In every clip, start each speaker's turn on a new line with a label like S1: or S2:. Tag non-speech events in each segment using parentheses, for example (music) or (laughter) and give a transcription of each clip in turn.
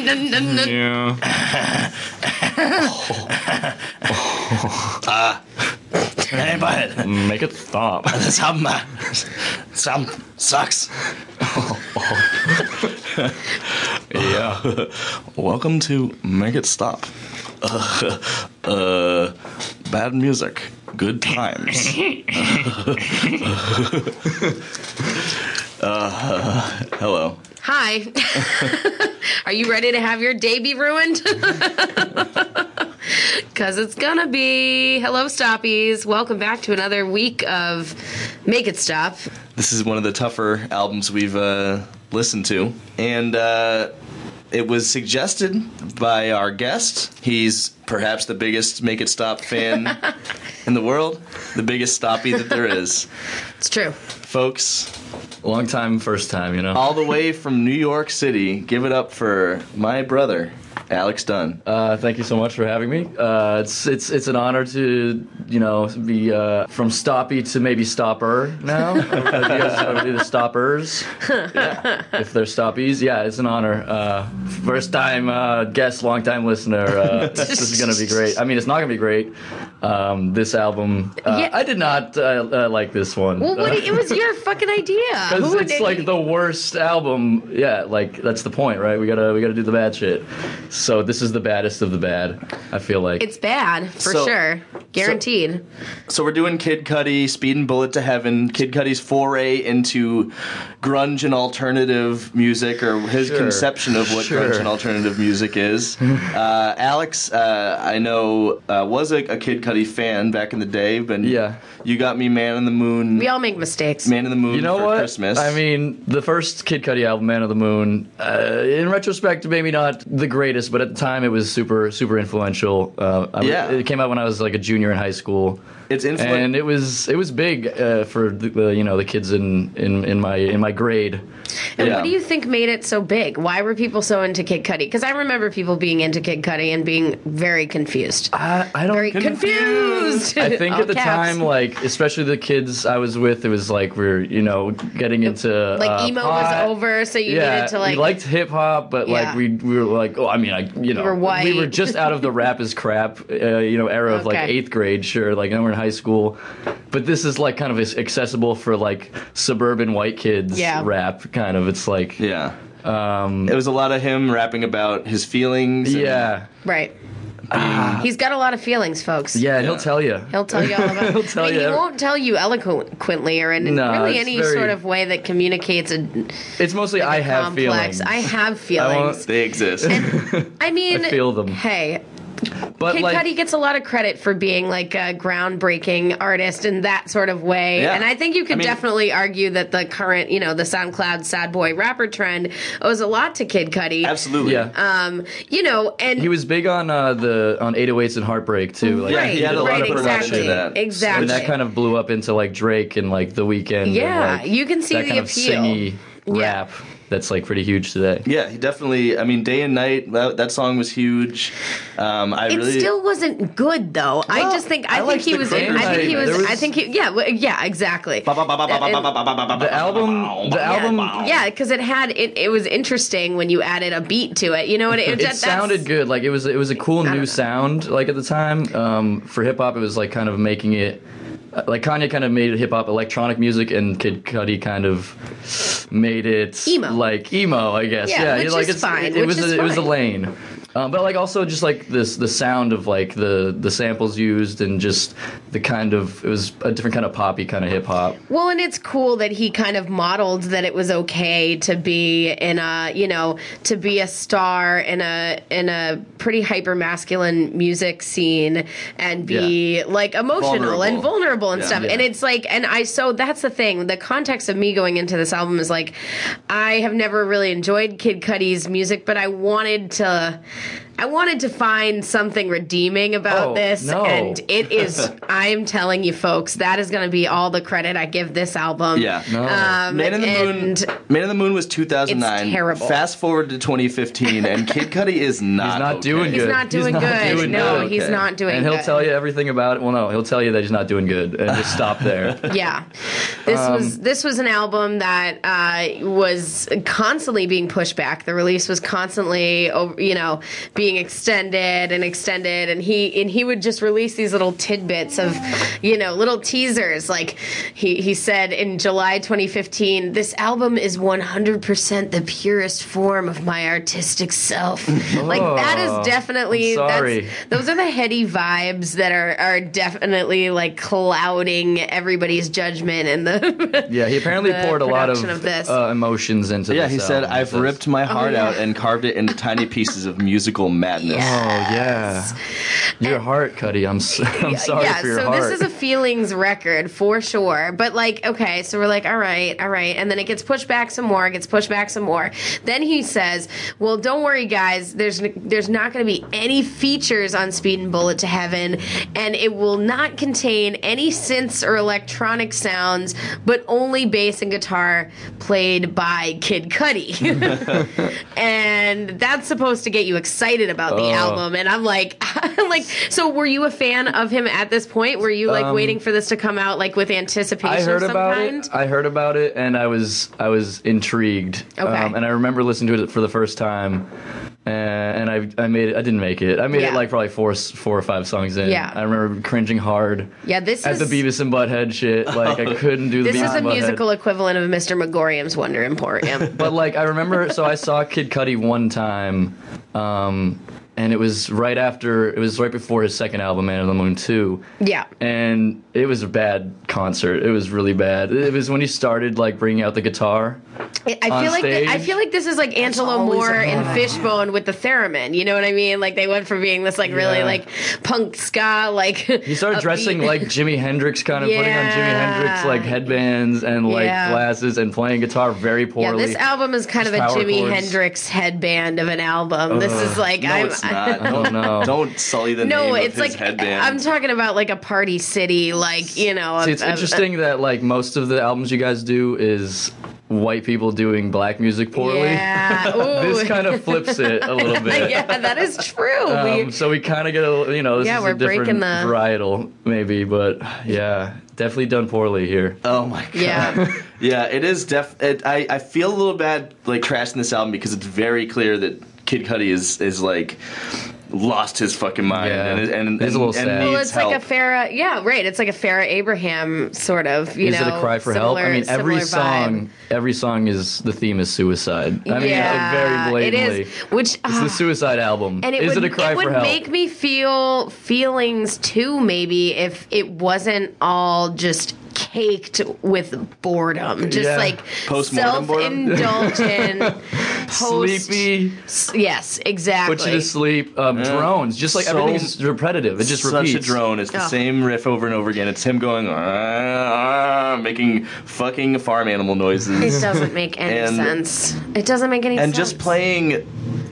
S1: Yeah.
S2: Hey, bud,
S1: Make it stop.
S2: this album, uh, this album sucks. (laughs)
S1: Yeah.
S2: Welcome to Make It Stop. (laughs) Uh, uh, bad music, good times. uh, hello.
S3: Hi. (laughs) Are you ready to have your day be ruined? (laughs) Because it's gonna be. Hello, Stoppies. Welcome back to another week of Make It Stop.
S2: This is one of the tougher albums we've uh, listened to, and uh, it was suggested by our guest. He's perhaps the biggest Make It Stop fan in the world, the biggest stoppie that there is.
S3: It's true.
S2: Folks,
S1: (laughs) Long time, first time, you know?
S2: all the way from New York City, give it up for my brother, Alex Dunn.
S1: Uh, thank you so much for having me. Uh, it's it's it's an honor to you know be uh, from stoppy to maybe stopper (laughs) now. Because you guys are the stoppers, if they're stoppies. Yeah, it's an honor. Uh, first time uh, guest, long time listener. Uh, (laughs) this is gonna be great. I mean, it's not gonna be great. Um, this album, uh,
S3: Yeah.
S1: I did not uh, uh, like this one.
S3: Well, what, it was your
S2: (laughs)
S3: fucking idea.
S1: Because
S3: Who would-
S1: it's like the worst album. Yeah, like that's the point, right? We gotta we gotta do the bad shit. So this is the baddest of the bad. I feel like
S3: It's bad for
S2: So-
S3: sure, guaranteed.
S2: So we're doing Kid Cudi, Speed and Bullet to Heaven, Kid Cudi's foray into grunge and alternative music, or his
S1: Sure.
S2: conception of what
S1: Sure.
S2: grunge and alternative music
S1: (laughs)
S2: is. uh, Alex, uh, I know, uh, was a, a Kid Cudi fan back in the day, but
S1: Yeah.
S2: you got me Man in the Moon,
S3: we all make mistakes.
S2: Man in the Moon
S1: you know
S2: for
S1: what?
S2: Christmas.
S1: I mean, the first Kid Cudi album, Man of the Moon. Uh, in retrospect, maybe not the greatest, but at the time it was super super influential. Uh, I w-
S2: Yeah.
S1: it came out when I was like a junior in high school.
S2: it's influenced.
S1: and it was it was big uh, for the, the you know the kids in, in, in my in my grade.
S3: And
S2: Yeah.
S3: what do you think made it so big? Why were people so into Kid Cudi? Because I remember people being into Kid Cudi and being very confused.
S1: I, I don't
S3: Very confused.
S1: I think
S3: All
S1: at the
S3: caps.
S1: time, like especially the kids I was with, it was like we are you know getting into
S3: like
S1: uh,
S3: emo
S1: pot.
S3: was over, so you
S1: Yeah,
S3: needed to like.
S1: we liked hip hop, but
S3: Yeah.
S1: like we we were like, oh, I mean, I you know,
S3: were white.
S1: we were just out
S3: (laughs)
S1: of the rap is crap, uh, you know, era of like
S3: Okay.
S1: eighth grade, sure, like now we're in high school, but this is like kind of is accessible for like suburban white kids
S3: Yeah.
S1: rap, kind of. It's like
S2: yeah.
S1: um,
S2: It was a lot of him rapping about his feelings. and-
S1: yeah,
S3: Right. He's got a lot of feelings, folks.
S1: Ah. yeah, and
S2: Yeah.
S1: he'll tell you.
S3: He'll tell you all
S1: (laughs)
S3: about.
S1: He'll tell
S3: I mean,
S1: you.
S3: He won't tell you eloquently or in
S1: No,
S3: really
S1: it's
S3: any
S1: very-
S3: sort of way that communicates a,
S1: It's mostly I have
S3: complex.
S1: feelings.
S3: I have
S1: won't-
S3: feelings.
S2: They exist.
S3: I mean,
S1: I feel them.
S3: Hey,
S1: but
S3: Kid
S1: like,
S3: Cudi gets a lot of credit for being like a groundbreaking artist in that sort of way,
S2: Yeah.
S3: and I think you could
S2: I mean-
S3: definitely argue that the current, you know, the SoundCloud sad boy rapper trend owes a lot to Kid Cudi.
S2: Absolutely.
S1: yeah.
S3: Um, you know, and
S1: He was big on uh, the on 808s and Heartbreak too. Like,
S3: right,
S2: he had a lot
S3: right,
S2: of production
S3: exactly,
S2: to that.
S3: exactly.
S1: And that kind of blew up into like Drake and like The Weeknd. and,
S3: Yeah,
S1: like,
S3: you can see
S1: that
S3: the
S1: kind
S3: appeal.
S1: of singy
S3: Yeah.
S1: rap that's like pretty huge today.
S2: Yeah, he definitely. I mean, day and night. That, that song was huge. Um, I
S3: it
S2: really
S3: still wasn't good though. I
S2: Well,
S3: just think
S2: I
S3: I, think
S2: liked
S3: he
S2: the
S3: was. In, I think he
S1: Kramer.
S3: was,
S1: There was-
S3: I think he. Yeah. w- Yeah. Exactly.
S1: The
S2: The
S1: album, the album,
S3: Yeah, because it had it. It was interesting when you added a beat to it. You
S2: (laughs)
S3: know what?
S1: it sounded good. Like it was, it was a cool
S3: don't know.
S1: new sound. Like at the time, um, for hip hop, it was like kind of making it. uh, Like Kanye kind of made hip hop electronic music, and Kid Cudi kind of made it
S3: Emo.
S1: like emo, I guess.
S3: Yeah,
S1: Yeah,
S3: which
S1: like
S3: is fine,
S1: It,
S3: which
S1: was
S3: is
S1: a, it was a
S3: fine.
S1: lane, um, but like also just like this the sound of like the the samples used and just the kind of it was a different kind of poppy kind of hip hop.
S3: Well, and it's cool that he kind of modeled that it was okay to be in a, you know, to be a star in a in a pretty hyper masculine music scene and be like emotional and
S2: Vulnerable.
S3: vulnerable and
S2: Yeah.
S3: stuff.
S1: Yeah.
S3: And it's like, and I so that's the thing. The context of me going into this album is like, I have never really enjoyed Kid Cudi's music, but I wanted to. I wanted to find something redeeming about
S1: Oh,
S3: this,
S1: no.
S3: and it is. I'm telling you, folks, that is going to be all the credit I give this album.
S2: Yeah. No.
S3: Um,
S2: Man in the
S3: and
S2: Moon. Man in the Moon was 2009.
S3: It's terrible.
S2: Fast forward to 2015, and Kid Cudi is not.
S1: not
S2: okay.
S1: doing
S3: He's
S1: good.
S3: not doing
S1: He's not
S3: good.
S1: doing
S3: no,
S1: good.
S3: he's
S2: Okay.
S3: not doing.
S1: and he'll
S3: good.
S1: tell you everything about it. Well, no, he'll tell you that he's not doing good, and just stop
S3: (laughs)
S1: there.
S3: yeah this
S1: Um,
S3: was this was an album that uh, was constantly being pushed back the release was constantly over you know being extended and extended and he and he would just release these little tidbits of you know little teasers like he he said in July 2015 this album is 100% the purest form of my artistic self like that
S1: Oh,
S3: is definitely
S1: I'm sorry.
S3: that's those are the heady vibes that are are definitely like clouding everybody's judgment and the
S1: (laughs) Yeah, he apparently
S3: The
S1: poured a lot of,
S3: production of this.
S1: Uh, emotions into.
S2: Yeah,
S1: this
S2: he said,
S1: album.
S2: "I've
S1: This-
S2: ripped my heart
S3: Oh, yeah.
S2: out and carved it into tiny pieces of musical madness."
S1: Oh yeah, your heart, Cuddy. I'm s- (laughs) I'm sorry
S3: yeah
S1: for your
S3: so
S1: heart.
S3: this is a feelings record for sure but like okay so we're like all right all right and then it gets pushed back some more it gets pushed back some more then he says well don't worry guys there's there's not going to be any features on speed and bullet to heaven and it will not contain any synths or electronic sounds but only bass and guitar played by
S1: (laughs)
S3: kid (laughs) cuddy and that's supposed to get you excited about the
S1: Oh.
S3: album and i'm like (laughs) I'm like so were you a fan of him at this point were you like waiting for this to come out like with anticipation
S1: Um, I heard
S3: of some
S1: about
S3: kind
S1: it. I heard about it, and I was I was intrigued. Um,
S3: Okay.
S1: and I remember listening to it for the first time, and, and I I made it. I didn't make it. I made
S3: Yeah.
S1: it like probably four s- four or five songs in.
S3: Yeah.
S1: I remember cringing hard.
S3: yeah this
S1: At
S3: is
S1: the Beavis and Butthead shit,
S2: (laughs)
S1: like I couldn't do the
S3: this
S1: Beavis
S3: is a
S1: and Butthead.
S3: musical equivalent of mr mcgorium's wonder emporium
S1: (laughs) But like I remember, so I saw Kid Cudi one time, um, and it was right after, it was right before his second album, Man of the Moon Two.
S3: yeah
S1: And it was a bad concert. It was really bad. It was when he started like bringing out the guitar.
S3: I I
S1: on
S3: feel like th- I
S1: stage?
S3: feel like this is like Angela
S2: always
S3: Moore
S2: a
S3: and Fishbone with the theremin. You know what I mean? Like they went from being this like really
S1: Yeah.
S3: like punk ska like
S1: He started dressing like Jimi Hendrix, kind of putting on Jimi Hendrix
S3: Yeah.
S1: like headbands and like
S3: Yeah.
S1: glasses and playing guitar very
S3: Yeah,
S1: poorly.
S3: this album is kind of a
S1: Just power
S3: Jimi
S1: chords.
S3: Hendrix headband of an album. this is
S1: Oh,
S3: like
S2: No,
S3: I'm
S2: it's not.
S3: (laughs)
S1: I don't know.
S2: Don't sully the
S3: no,
S2: name
S3: it's
S2: of his
S3: like
S2: headband.
S3: I'm talking about like a party city, like you know.
S1: See,
S3: a-
S1: it's
S3: a-
S1: interesting that like most of the albums you guys do is white people doing black music poorly.
S3: Yeah,
S1: (laughs) this
S3: ooh.
S1: kind of flips it a little bit.
S3: (laughs) yeah, that is true. We-
S1: Um, so we kind of get a you know this
S3: Yeah,
S1: is
S3: we're
S1: a different
S3: breaking the-
S1: varietal maybe, but yeah, definitely done poorly here.
S2: oh my god.
S1: (laughs)
S3: yeah,
S2: Yeah, it is def. It, I I feel a little bad like crashing this album because it's very clear that Kid Cudi is is like lost his fucking mind
S1: Yeah.
S2: and and, and,
S1: He's a little
S2: and
S1: sad.
S2: needs
S3: well, it's
S2: help.
S3: like a Farrah. Yeah, right. It's like a Farrah Abraham sort of. You
S1: is
S3: know,
S1: it a cry for help? I
S3: similar-
S1: mean, every
S3: similar vibe.
S1: song, every song is the theme is suicide. I mean,
S3: yeah,
S1: like, very blatantly.
S3: It is, which
S1: It's the suicide album.
S3: and it
S1: is
S3: would,
S1: it a cry
S3: would
S1: for help?
S3: make me feel feelings too maybe if it wasn't all just caked with boredom just
S1: Yeah.
S3: like
S2: Postmortem boredom?
S3: self-indulgent
S1: (laughs)
S3: post
S1: Sleepy,
S3: s- yes exactly
S1: put you to sleep. Um, Drones, just like
S2: So-
S1: everything's repetitive. It just
S2: such
S1: repeats.
S2: a drone. It's the
S3: Ugh.
S2: same riff over and over again. It's him going, "Ah, ah," making fucking farm animal noises,
S3: it doesn't make any
S2: And-
S3: sense it doesn't make any sense
S2: and just playing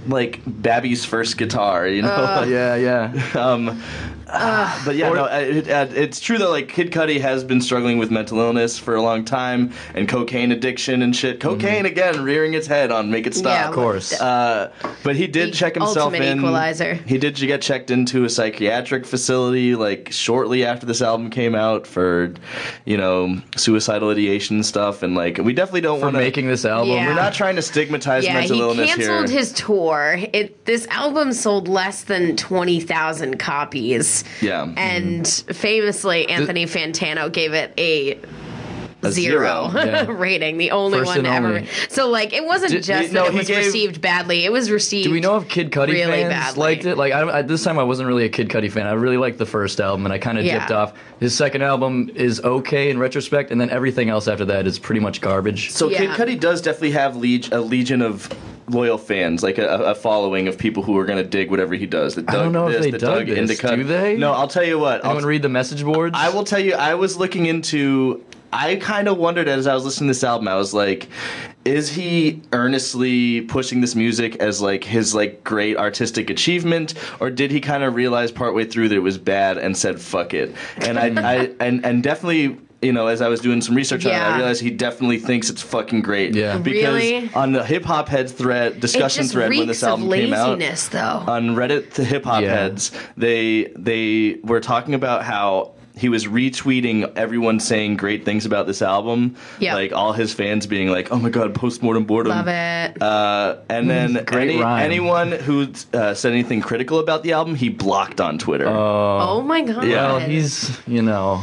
S2: like Babby's first guitar. You know,
S1: Yeah, yeah.
S2: um, but yeah, no, uh, it, uh, it's true that like Kid Cudi has been struggling with mental illness for a long time and cocaine addiction and shit. Cocaine again rearing its head on Make It Stop.
S3: Yeah,
S1: Of course.
S2: (laughs) Uh, but he did
S3: The
S2: check himself
S3: ultimate
S2: in.
S3: equalizer.
S2: He did get checked into a psychiatric facility like shortly after this album came out for, you know, suicidal ideation stuff and like we definitely don't
S1: for
S2: want to.
S1: making this album.
S3: Yeah.
S2: We're not trying to stigmatize
S3: yeah,
S2: mental
S3: he
S2: illness
S3: canceled
S2: here.
S3: his tour. It this album sold less than twenty thousand copies.
S2: yeah.
S3: and famously Anthony Fantano gave it a
S2: A
S3: zero, (laughs)
S1: Yeah.
S3: rating, the only
S1: First
S3: one
S1: and
S3: ever.
S1: only.
S3: So like it wasn't
S1: Did-
S3: just
S2: did- no,
S3: that it
S2: he
S3: was
S2: gave-
S3: received badly; it was received.
S1: Do we know if Kid Cudi
S3: really
S1: fans
S3: badly.
S1: liked it? Like I, I, this time, I wasn't really a Kid Cudi fan. I really liked the first album, and I kind of
S3: Yeah.
S1: dipped off. His second album is okay in retrospect, and then everything else after that is pretty much garbage.
S2: So Kid
S3: Yeah.
S2: Cudi does definitely have leg- a legion of loyal fans, like a, a following of people who are going to dig whatever he does. That dug
S1: don't know if
S2: this,
S1: they
S2: that
S1: dug this.
S2: Into Cudi.
S1: Do they?
S2: No, I'll tell you what. I'll,
S1: Anyone read the message boards?
S2: I will tell you. I was looking into. I kind of wondered as I was listening to this album. I was like, is he earnestly pushing this music as like his like great artistic achievement or did he kind of realize partway through that it was bad and said fuck it and I,
S3: (laughs)
S2: I and and definitely you know as i was doing some research on it
S3: Yeah.
S2: i realized he definitely thinks it's fucking great
S1: Yeah.
S2: because
S3: Really?
S2: on the hip hop heads thread
S3: It
S2: discussion
S3: just
S2: thread when
S3: reeks
S2: this
S3: of
S2: album came out Um,
S3: laziness, though.
S2: on Reddit, the hip hop
S1: Yeah.
S2: heads, they they were talking about how he was retweeting everyone saying great things about this album.
S3: Yeah.
S2: Like all his fans being like, "Oh my god, postmortem boredom."
S3: Love it.
S2: Uh, and then
S1: Mm, Great
S2: any,
S1: rhyme.
S2: anyone who uh, said anything critical about the album, he blocked on Twitter.
S3: oh my god.
S1: Well, he's you know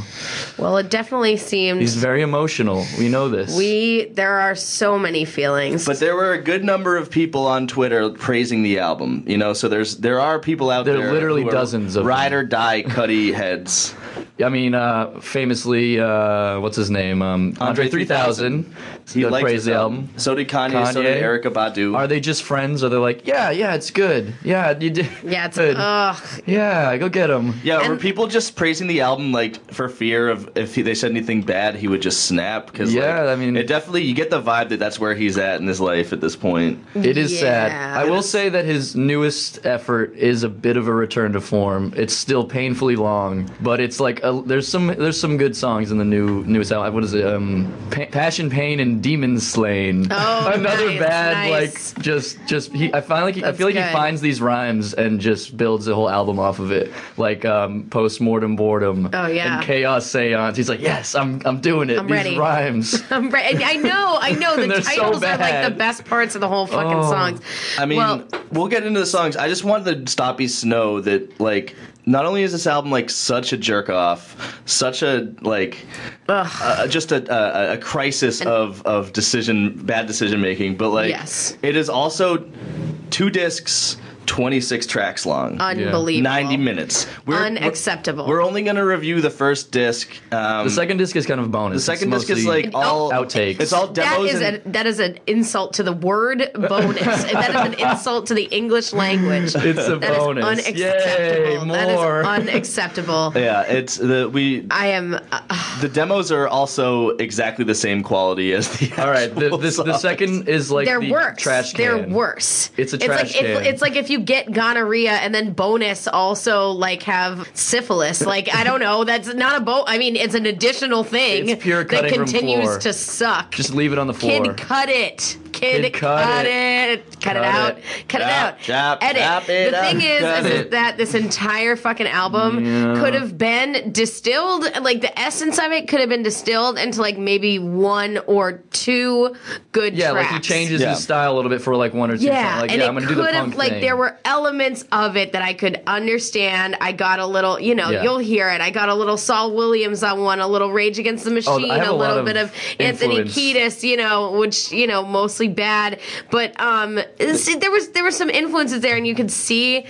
S3: Well, it definitely seemed
S1: he's very emotional. We know this.
S3: we there are so many feelings.
S2: but there were a good number of people on Twitter praising the album, you know. So there's there are people out
S1: There
S2: there,
S1: are literally
S2: who
S1: dozens of
S2: ride
S1: them.
S2: or die Cuddy
S1: (laughs)
S2: heads.
S1: I mean, uh, famously, uh, what's his name? Um, Andre
S2: Andre
S1: 3000.
S2: 3000. He
S1: uh,
S2: liked this
S1: praised the album.
S2: So did Kanye, So
S1: Kanye.
S2: did Erica Badu.
S1: Are they just friends? Are they like, yeah, yeah, it's good. Yeah, you did.
S3: yeah, it's
S1: good.
S3: ugh.
S1: yeah, go get him.
S2: Yeah, were
S3: And-
S2: people just praising the album like for fear of if he, they said anything bad, he would just snap? Because
S1: Yeah, I mean-
S2: it definitely you get the vibe that that's where he's at in his life at this point.
S1: It is
S3: Yeah.
S1: sad. I will say that his newest effort is a bit of a return to form. It's still painfully long, but it's like a, there's some there's some good songs in the new newest album. What is it? Um, pa- Passion, Pain, and Demons Slain.
S3: Oh,
S1: (laughs) another
S3: nice,
S1: bad
S3: nice.
S1: like just just he. I find like he, I
S3: That's
S1: feel like
S3: good.
S1: he finds these rhymes and just builds a whole album off of it. Like um, post mortem boredom.
S3: Oh, yeah.
S1: And chaos seance. He's like, yes, I'm I'm doing it.
S3: I'm
S1: these
S3: ready." (laughs)
S1: rhymes.
S3: I'm Um, right. and I know, I
S1: (laughs)
S3: know. The
S1: They're so
S3: titles are like the
S1: bad.
S3: best parts of the whole fucking
S1: Oh.
S3: songs.
S2: I mean,
S3: well,
S2: we'll get into the songs. I just want the Stoppies to know that like not only is this album like such a jerk off, such a like uh, just a, a, a crisis of of decision, bad decision making, but like
S3: Yes.
S2: it is also two discs, twenty six tracks long.
S3: unbelievable.
S2: 90 minutes.
S3: Unacceptable.
S2: We're, only going to review the first disc. Um,
S1: The second disc is kind of bonus.
S2: the second
S1: It's
S2: disc is
S1: mostly-
S2: like all
S1: Oh. outtakes.
S2: It's all
S3: That
S2: demos.
S3: is
S2: and-
S3: a that is an insult to the word bonus.
S1: (laughs)
S3: that is an insult to the English language.
S1: It's a
S3: (laughs) That is
S1: bonus.
S3: unacceptable.
S1: Yay,
S3: That is
S1: more.
S3: unacceptable.
S2: yeah, it's the we
S3: I am. Uh,
S2: the demos are also exactly the same quality as the.
S1: All right, the,
S2: actual
S1: this, the
S2: songs.
S1: second is like
S3: they're
S1: the
S3: worse.
S1: trash can.
S3: They're worse.
S1: It's a
S3: like
S1: trash
S3: If,
S1: can.
S3: it's like if you get gonorrhea and then bonus also like have syphilis. Like I don't know. That's not a bo. I mean, it's an additional thing
S1: It's pure
S3: that
S1: cutting from
S3: continues
S1: floor.
S3: to suck.
S1: Just leave it on the floor.
S3: Kid, cut it. Kid,
S1: Kid,
S3: cut,
S1: cut
S3: it. Cut, it
S1: Cut
S3: out.
S1: it.
S3: Cut it
S2: Chop,
S3: out.
S2: chop,
S3: Edit.
S2: chop it
S3: the
S2: up.
S3: thing is,
S2: Cut
S3: is
S1: it.
S3: that this entire fucking album
S1: Yeah.
S3: could have been distilled, like the essence of it could have been distilled into like maybe one or two good
S1: yeah,
S3: tracks.
S1: like he changes
S2: Yeah.
S1: his style a little bit for like one or two.
S3: Yeah,
S1: songs. like
S3: and
S1: yeah,
S3: it
S1: I'm gonna
S3: could
S1: do the
S3: have
S1: punk
S3: like
S1: thing.
S3: there were elements of it that I could understand. I got a little, you know,
S1: Yeah.
S3: you'll hear it. I got a little Saul Williams on one, a little Rage Against the Machine,
S1: Oh, have a
S3: a
S1: lot
S3: little
S1: of
S3: bit of Anthony
S1: influence.
S3: Kiedis, you know, which you know mostly bad, but um, see, there was there were some influences there, and you could see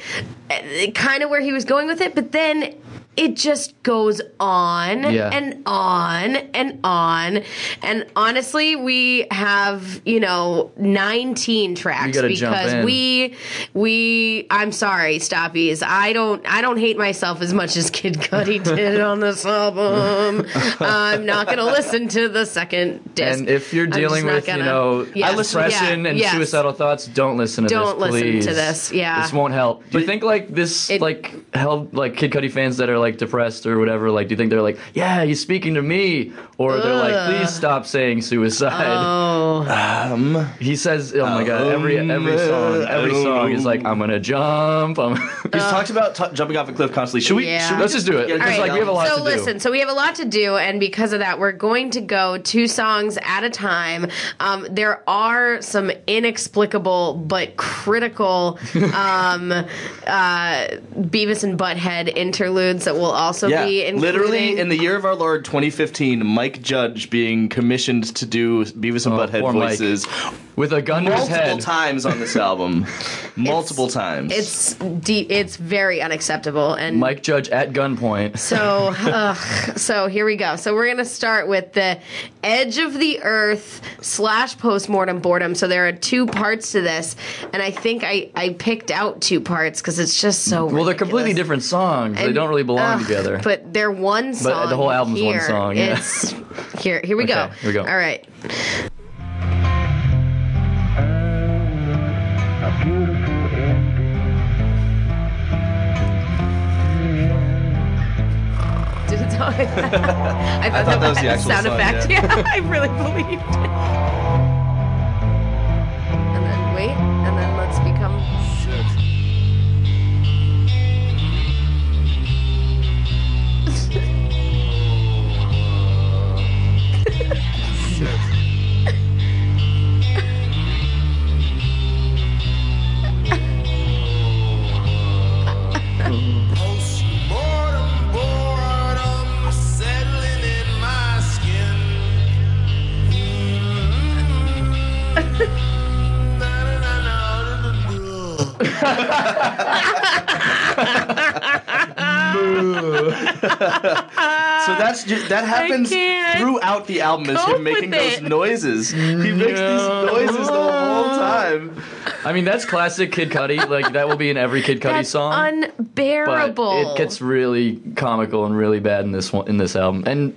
S3: kind of where he was going with it, but then. It just goes on
S1: Yeah.
S3: and on and on. And honestly, we have, you know, 19 tracks
S1: You gotta jump
S3: because
S1: in.
S3: we we I'm sorry, Stoppies. I don't I don't hate myself as much as Kid
S1: (laughs)
S3: Cudi did on this album. I'm not gonna listen to the second disc.
S1: and if you're
S3: I'm just
S1: dealing
S3: not
S1: with
S3: gonna-
S1: you know
S3: Yes.
S1: depression
S3: Yeah,
S1: and
S3: yes.
S1: suicidal thoughts, don't listen to
S3: Don't
S1: this.
S3: listen to
S1: please.
S3: this, yeah.
S1: this won't help. Do you think like this
S3: It-
S1: like help like Kid Cudi fans that are like depressed or whatever? Like, do you think they're like, yeah, he's speaking to me, or they're
S3: Ugh.
S1: like, please stop saying suicide?
S3: Oh,
S1: He says, oh my god, every
S2: Um,
S1: every song, every
S2: um,
S1: song is like, I'm gonna jump. I'm (laughs)
S2: He's talked about t- jumping off a cliff constantly. Should we?
S3: Yeah.
S2: Should we
S1: Let's just do it.
S2: get
S1: It's
S2: this
S1: like we have a
S2: album?
S1: lot
S3: so
S1: to do.
S3: listen, so we have a lot to do, and because of that, we're going to go two songs at a time. Um, there are some inexplicable
S1: (laughs)
S3: but critical um, uh, Beavis and Butthead interludes that will also
S2: Yeah,
S3: be including.
S2: literally in the year of our Lord 2015, Mike Judge being commissioned to do Beavis and
S1: Oh,
S2: Butthead
S1: poor Mike.
S2: voices
S1: with a gun to his
S2: multiple
S1: head.
S2: times on this
S3: (laughs)
S2: album, multiple times.
S3: it's de- it's very unacceptable and
S1: Mike Judge at gunpoint.
S3: So, ugh, so here we go. So we're gonna start with the edge of the earth slash postmortem boredom. So there are two parts to this, and I think I I picked out two parts because it's just so.
S1: Well, they're completely different songs. they don't really belong together.
S3: But they're one song.
S1: the whole album's one
S3: here.
S1: song, yeah.
S3: It's, here, here we go.
S1: Okay, here we go.
S3: All right. Did it
S1: (laughs)
S3: sound like that? I thought,
S2: thought that was the
S3: had a
S2: actual
S3: sound
S2: song,
S3: effect.
S2: yeah.
S3: Yeah. (laughs) I really believed it. And then wait, and then let's become.
S4: Postmortem boredom settling in my skin. Mm-hmm. (laughs)
S2: So that's ju- that happens
S3: can't
S2: throughout the album is
S3: cope
S2: him making
S3: with
S2: those
S3: it.
S2: noises. He makes
S1: No.
S2: these noises the whole time.
S1: I mean, that's classic Kid Cudi. Like that will be in every Kid Cudi
S3: That's
S1: song. but
S3: unbearable.
S1: it gets really comical and really bad in this one in this album. And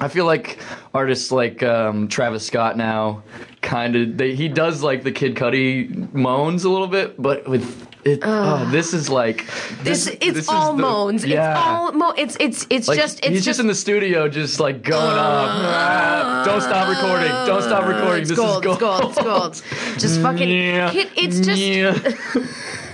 S1: I feel like artists like um, Travis Scott now kind of they he does like the Kid Cudi moans a little bit, but with it, oh, this is like
S3: This, it's
S2: this is
S3: all
S2: the-
S3: moans.
S1: yeah.
S3: It's all mo. It's it's it's
S1: Like,
S3: just it's
S1: he's just, in the studio, just like going up. Ah, don't stop recording. Don't stop recording.
S3: It's
S1: this
S3: gold,
S1: is
S3: it's gold, it's gold. Just fucking.
S1: (laughs) Yeah.
S3: Kid, it's just
S1: Yeah.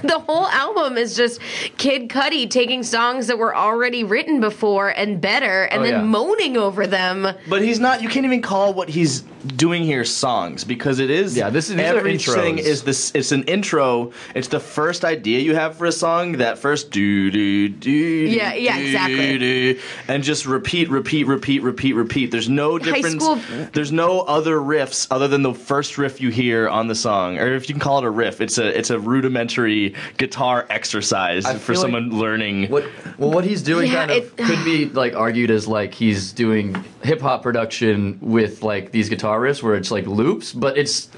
S3: the whole album is just Kid Cudi taking songs that were already written before and better, and
S1: Oh,
S3: then
S1: yeah.
S3: moaning over them.
S2: But he's not. You can't even call what he's doing here songs because it is.
S1: Yeah, this is- these are
S2: everything
S1: intros.
S2: is this. It's an intro. It's the first idea you have for a song. That first do do do.
S3: Yeah, yeah, exactly.
S2: Do, and just repeat, repeat, repeat, repeat, repeat. There's no difference.
S3: school-
S2: There's no other riffs other than the first riff you hear on the song, or if you can call it a riff. It's a it's a rudimentary guitar exercise
S1: I
S2: for
S1: feel like-
S2: someone learning.
S1: What well, what he's doing
S3: Yeah,
S1: kind of
S3: it- (sighs)
S1: could be like argued as like he's doing hip hop production with like these guitar riffs where it's like loops, but it's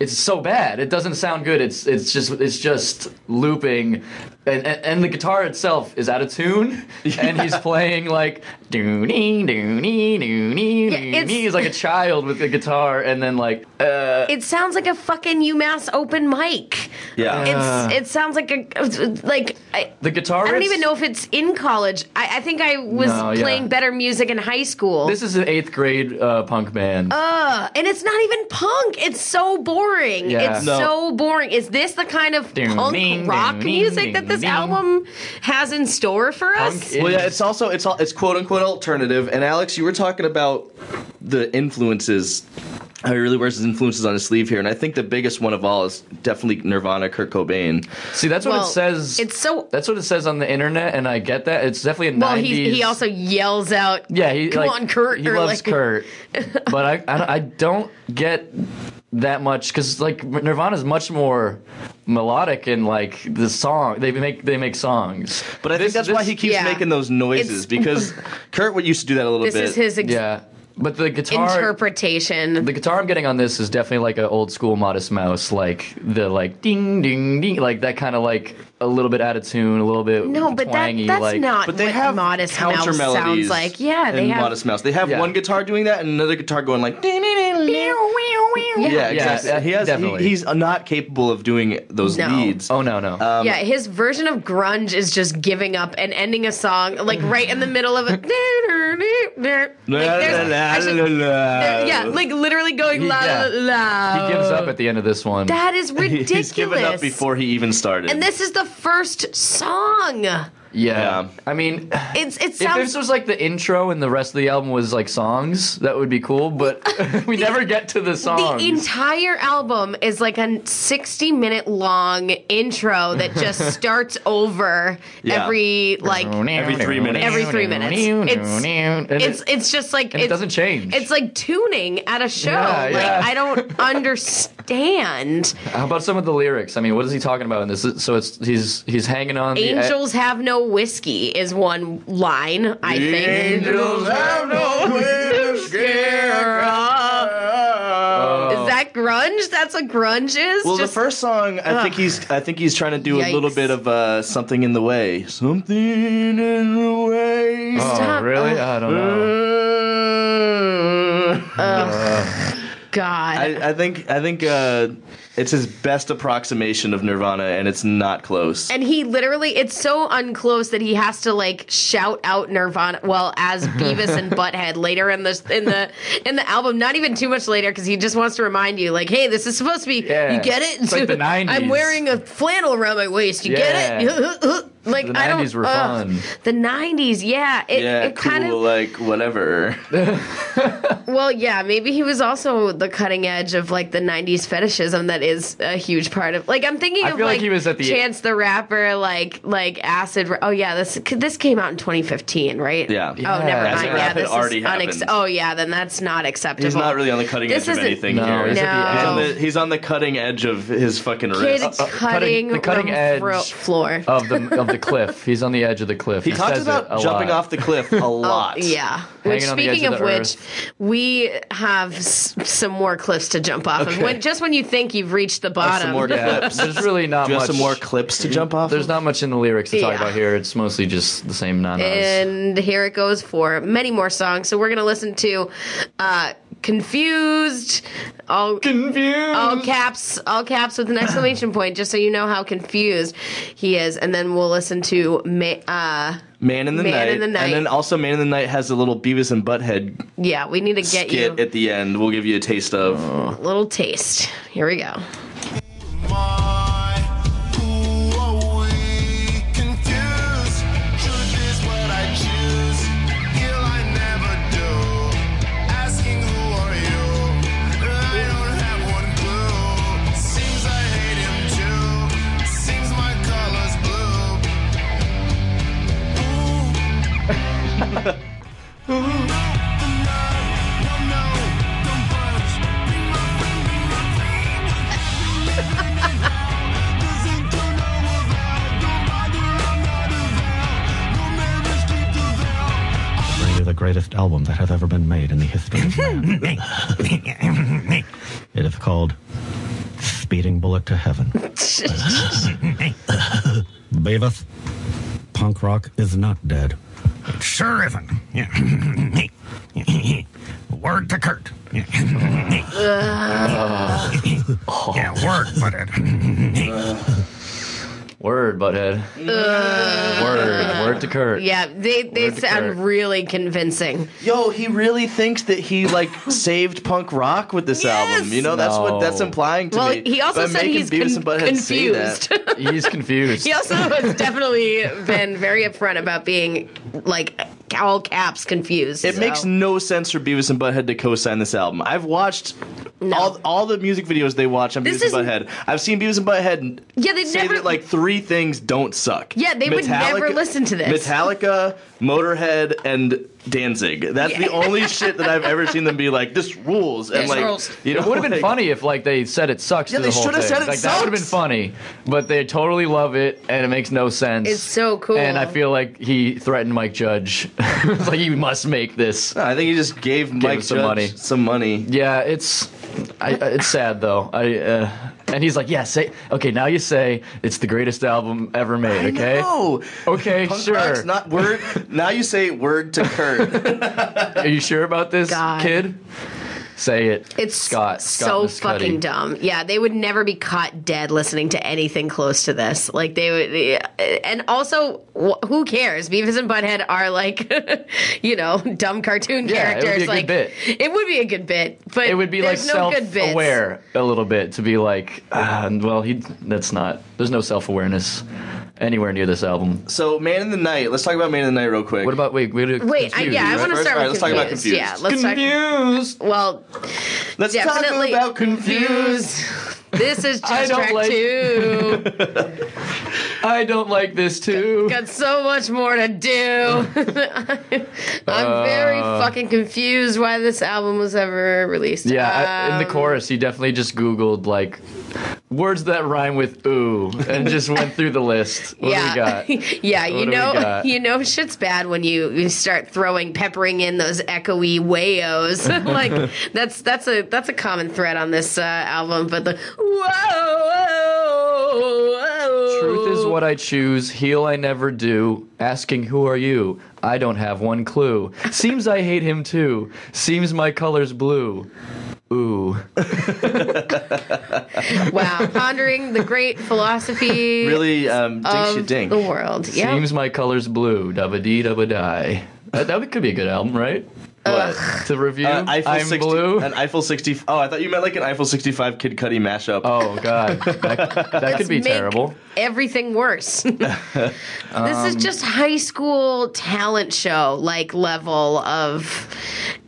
S1: it's so bad it doesn't sound good. It's it's just it's just looping, and and, and the guitar itself is out of tune, and he's playing like dooney dooney dooney
S3: Yeah, it's-
S1: dooney. He's like a child with the guitar, and then like uh,
S3: It sounds like a fucking UMass open mic.
S2: Yeah.
S3: It's it sounds like a like I,
S1: the guitar.
S3: I don't
S1: riffs-
S3: even know if it's in college. I, I think I was
S1: No, yeah.
S3: playing better music in high school.
S1: This is an eighth grade uh, punk band.
S3: Uh, and it's not even punk. It's so boring.
S1: Yeah.
S3: It's
S2: No.
S3: so boring. Is this the kind of
S1: Ding,
S3: punk
S1: ding,
S3: rock
S1: ding,
S3: music
S1: ding,
S3: that this
S1: ding.
S3: album has in store for us?
S1: Punk is-
S2: Well, yeah, it's also it's all it's quote unquote alternative. And Alex, you were talking about the influences. How he really wears his influences on his sleeve here, and I think the biggest one of all is definitely Nirvana, Kurt Cobain.
S1: See, that's what
S3: Well,
S1: it says.
S3: it's so-
S1: That's what it says on the internet, and I get that. It's definitely a
S3: well,
S1: 90s.
S3: he he also yells out.
S1: Yeah, he
S3: Come
S1: like,
S3: on, Kurt,
S1: He
S3: or,
S1: loves
S3: like- (laughs)
S1: Kurt, but I I don't, I don't get that much because like Nirvana's much more melodic and like the song they make they make songs.
S2: But I think that's why
S1: this-
S2: he keeps
S3: yeah.
S2: making those noises
S3: It's- (laughs)
S2: because Kurt would used to do that a little
S3: This
S2: bit.
S3: is his ex-
S1: Yeah, but the guitar.
S3: interpretation.
S1: the guitar I'm getting on this is definitely like an old school Modest Mouse, like the like ding ding ding, like that kind of like a little bit out of tune, a little bit
S3: no, but that,
S1: twangy,
S3: that's
S1: like,
S3: not
S2: but they
S3: what
S2: have
S3: Modest Mouse
S2: counter melodies.
S3: sounds like. Yeah, they
S2: in
S3: have.
S2: Modest Mouse. They have
S1: Yeah.
S2: one guitar doing that and another guitar going like. "Ding, ding, ding, ding."
S3: Yeah.
S2: Yeah, exactly.
S1: yeah,
S2: he has.
S1: definitely.
S2: He, he's not capable of doing those
S3: No.
S2: leads.
S1: Oh no no.
S3: yeah, his version of grunge is just giving up and ending a song like right in the
S1: (laughs)
S3: middle of it. like, there's, actually, there- yeah, like literally going
S1: He-
S3: la
S1: yeah.
S3: la.
S1: He gives up at the end of this one. (laughs)
S3: That is ridiculous.
S2: He's given up before he even started.
S3: And this is the first song.
S1: yeah.
S2: Yeah.
S1: I mean, (sighs)
S3: It's it
S1: if
S3: sounds
S1: this was like the intro and the rest of the album was like songs, that would be cool, but (laughs) we never get to the songs.
S3: The entire album is like a 60 minute long intro
S1: (laughs)
S3: that just starts over
S2: Yeah.
S3: every like
S2: Every three minutes.
S3: every 3 minutes. It's
S1: And it-
S3: it's it's just like
S1: and it doesn't change.
S3: It's like tuning at a show.
S1: Yeah,
S3: like
S1: yeah.
S2: (laughs)
S3: I don't understand.
S1: How about some of the lyrics? I mean, what is he talking about in this? So it's he's he's hanging on e-,
S3: Angels have no whiskey is one line, I
S2: The
S3: think.
S2: angels have no
S1: Oh.
S2: whiskey.
S3: Is that grunge? That's what grunge is?
S2: Uh, Well,
S3: Just-
S2: the first song, I think he's, I think he's trying to do a little
S3: Yikes.
S2: bit of uh, something in the way. Something in the way.
S1: the at,
S3: Stop.
S1: Oh, really? I don't
S2: Uh,
S1: know.
S3: God.
S2: I, I think I think uh, It's his best approximation of Nirvana, and it's not close.
S3: And he literally, it's so unclose that he has to like shout out Nirvana. Well, as
S1: (laughs)
S3: Beavis and Butthead later in the in the in the album, not even too much later, because he just wants to remind you, like, hey, this is supposed to be.
S1: Yeah.
S3: You get it?
S1: It's like the 90s.
S3: (laughs) I'm wearing a flannel around my waist. You get it? (laughs) like
S1: The
S3: I don't.
S1: 90s were
S3: ugh.
S1: fun.
S3: The '90s, yeah. It,
S2: yeah,
S3: it
S2: cool,
S3: kind of
S2: like whatever.
S3: Well, yeah, maybe he was also the cutting edge of like the '90s fetishism that is a huge part of. Like, I'm thinking
S1: I
S3: of
S1: feel like
S3: like,
S1: he was at the-
S3: Chance the Rapper, like like acid. Ra- Oh yeah, this this came out in 2015, right?
S2: Yeah.
S3: Oh, never
S1: Yeah.
S3: mind.
S1: Acid
S3: yeah,
S2: rap had
S3: this
S2: already
S3: is unex-
S2: happened.
S3: Oh yeah, then that's not acceptable.
S2: He's not really on the cutting
S3: This
S2: edge of
S3: isn't-
S2: anything
S1: No,
S2: here.
S1: he's
S2: He's,
S1: at the
S3: No.
S2: on
S1: end
S2: the, he's on the cutting edge of his fucking
S3: Kid
S2: wrist.
S3: cutting,
S1: the cutting
S3: room
S1: edge
S3: fro- floor.
S1: of the of the cliff. He's on the edge of the cliff.
S2: he talks
S1: says it
S2: about
S1: a
S2: jumping
S1: lot.
S2: off the cliff
S3: (laughs)
S2: a lot.
S3: Oh, Yeah.
S1: Hanging
S3: Which,
S1: on the
S3: speaking
S1: edge
S3: of,
S1: of the
S3: which,
S1: earth.
S3: we have s- some more cliffs to jump off of. When, just when you think you've reached the
S2: There's
S3: bottom,
S2: Some more
S1: Yeah,
S2: clips. Do
S1: there's really not
S2: you have
S1: much.
S2: some more clips to jump off?
S1: There's
S2: of?
S1: not much in the lyrics to talk
S3: Yeah.
S1: about here. It's mostly just the same nanas.
S3: And here it goes for many more songs. So we're gonna listen to uh, "Confused," all
S1: Confused.
S3: all caps, all caps with an exclamation point, just so you know how confused he is. And then we'll listen to ma- uh,
S2: Man in the
S3: Man
S2: night.
S3: in the Night.
S2: And then also Man in the Night has a little Beavis and Butthead
S3: yeah. We need to get you Uh.
S2: skit at the end. We'll give you a taste of.
S3: a little taste. Here we go. (laughs)
S4: My, who are we? Confused. Truth is what I choose. Ill I never do. Asking who are you? I don't have one clue. Seems I hate him too. Seems my color's blue. Ooh.
S5: really the greatest album that hath ever been made in the history of
S6: (laughs)
S5: man. it is called Speeding Bullet to Heaven. Beavis, punk rock is not dead.
S6: It sure isn't. (laughs) Yeah. word to Kurt. Yeah, yeah word, but uh, it.
S1: Word, butthead. Word. Word to Kurt.
S3: Yeah, they they
S1: Word to Kurt.
S3: sound really convincing.
S2: Yo, he really thinks that he
S3: (laughs)
S2: like saved punk rock with this album. You know, that's
S1: No.
S2: what that's implying to
S3: Well,
S2: me.
S3: he also
S2: by
S3: said
S2: making
S3: he's
S2: Beavis
S3: con-
S2: and Butthead say that.
S3: confused. (laughs)
S1: He's confused.
S2: (laughs)
S3: He also has definitely been very upfront about being like all caps confused.
S2: It
S3: so.
S2: makes no sense for Beavis and Butthead to co-sign this album. I've watched all all the music videos they watch on
S3: This
S2: Beavis and
S3: is-
S2: Butthead. I've seen Beavis and Butthead
S3: Yeah, they
S2: say
S3: never-
S2: that like three things don't suck.
S3: Yeah, they would never listen to this.
S2: Metallica, Motorhead, and Danzig. That's the only shit that I've ever seen them be like, this rules. And
S3: This
S2: like,
S3: rules.
S2: you know,
S1: It would have been
S2: like-
S1: funny if like they said it sucks.
S2: Yeah,
S1: through the
S2: they
S1: whole
S2: shoulda
S1: thing.
S2: said it
S1: like, That would have been
S2: sucks.
S1: funny, but they totally love it, and it makes no sense.
S3: It's so cool.
S1: And I feel like he threatened Mike Judge. (laughs) it's like you must make this.
S2: No, I think he just gave Mike
S1: him some
S2: Judge
S1: money.
S2: some money.
S1: Yeah, it's I, I- it's sad though. I uh, and he's like, yeah, say okay. Now you say it's the greatest album ever made. Okay. Oh,
S2: No.
S1: Okay,
S2: Punk
S1: sure.
S2: rock's not word. now you say word to
S1: (laughs)
S2: Kurt.
S1: Are you sure about this,
S3: God.
S1: kid? Say it.
S3: it's
S1: Scott.
S3: so
S1: Scott Miscuddy.
S3: fucking dumb. Yeah, they would never be caught dead listening to anything close to this. Like they would, and also, wh- who cares? Beavis and Butthead are like, (laughs) you know, dumb cartoon
S1: Yeah, it would be
S3: characters.
S1: a good
S3: like
S1: bit.
S3: it would be a good bit, but
S1: It would be like
S3: there's no good bits.
S1: self-aware a little bit to be like, ah, well, he that's not. There's no self-awareness anywhere near this album.
S2: so Man in the Night. Let's talk about Man in the Night real quick.
S1: What about wait? Wait,
S3: Wait, I, yeah, I want to
S2: First,
S3: start
S2: all right, let's
S3: with
S2: talk about
S3: confused.
S2: Confused.
S3: Yeah, let's talk.
S1: confused.
S3: Well,
S2: Let's
S3: Definitely.
S2: talk about confused.
S3: (laughs) This is
S1: I
S3: just
S1: don't
S3: track
S1: like-
S3: two.
S1: I don't like this too.
S3: Got so much more to do. (laughs) I'm very
S1: Uh,
S3: fucking confused why this album was ever released.
S1: Yeah, I, in the
S3: Um,
S1: chorus, he definitely just Googled like words that rhyme with ooh and just went through the list. What
S3: (laughs) yeah,
S1: do we got?
S3: yeah.
S1: What
S3: You
S1: do we
S3: know,
S1: got?
S3: you know, shit's bad when you, you start throwing, peppering in those echoey wayos.
S1: (laughs)
S3: (laughs) like that's that's a that's a common thread on this uh, album. But the whoa, whoa, whoa.
S1: Truth is what I choose, heal I never do. Asking who are you? I don't have one clue. Seems I hate him too. Seems my color's blue. ooh.
S7: Wow.
S3: pondering
S1: (laughs)
S3: the great philosophy
S2: Really, um,
S3: of
S2: dinks you dink.
S3: the world. Yeah.
S1: Seems my color's blue. Dabba dee dabba die. That, that would- could be a good album, right? What? To review?
S2: Uh, Eiffel
S1: I'm
S2: 60
S1: blue.
S2: An Eiffel 60. Oh, I thought you meant like an Eiffel 65 Kid Cudi mashup.
S1: Oh God, that, that could be
S3: make-
S1: terrible.
S3: everything worse. (laughs) this
S1: Um,
S3: is just high school talent show like level of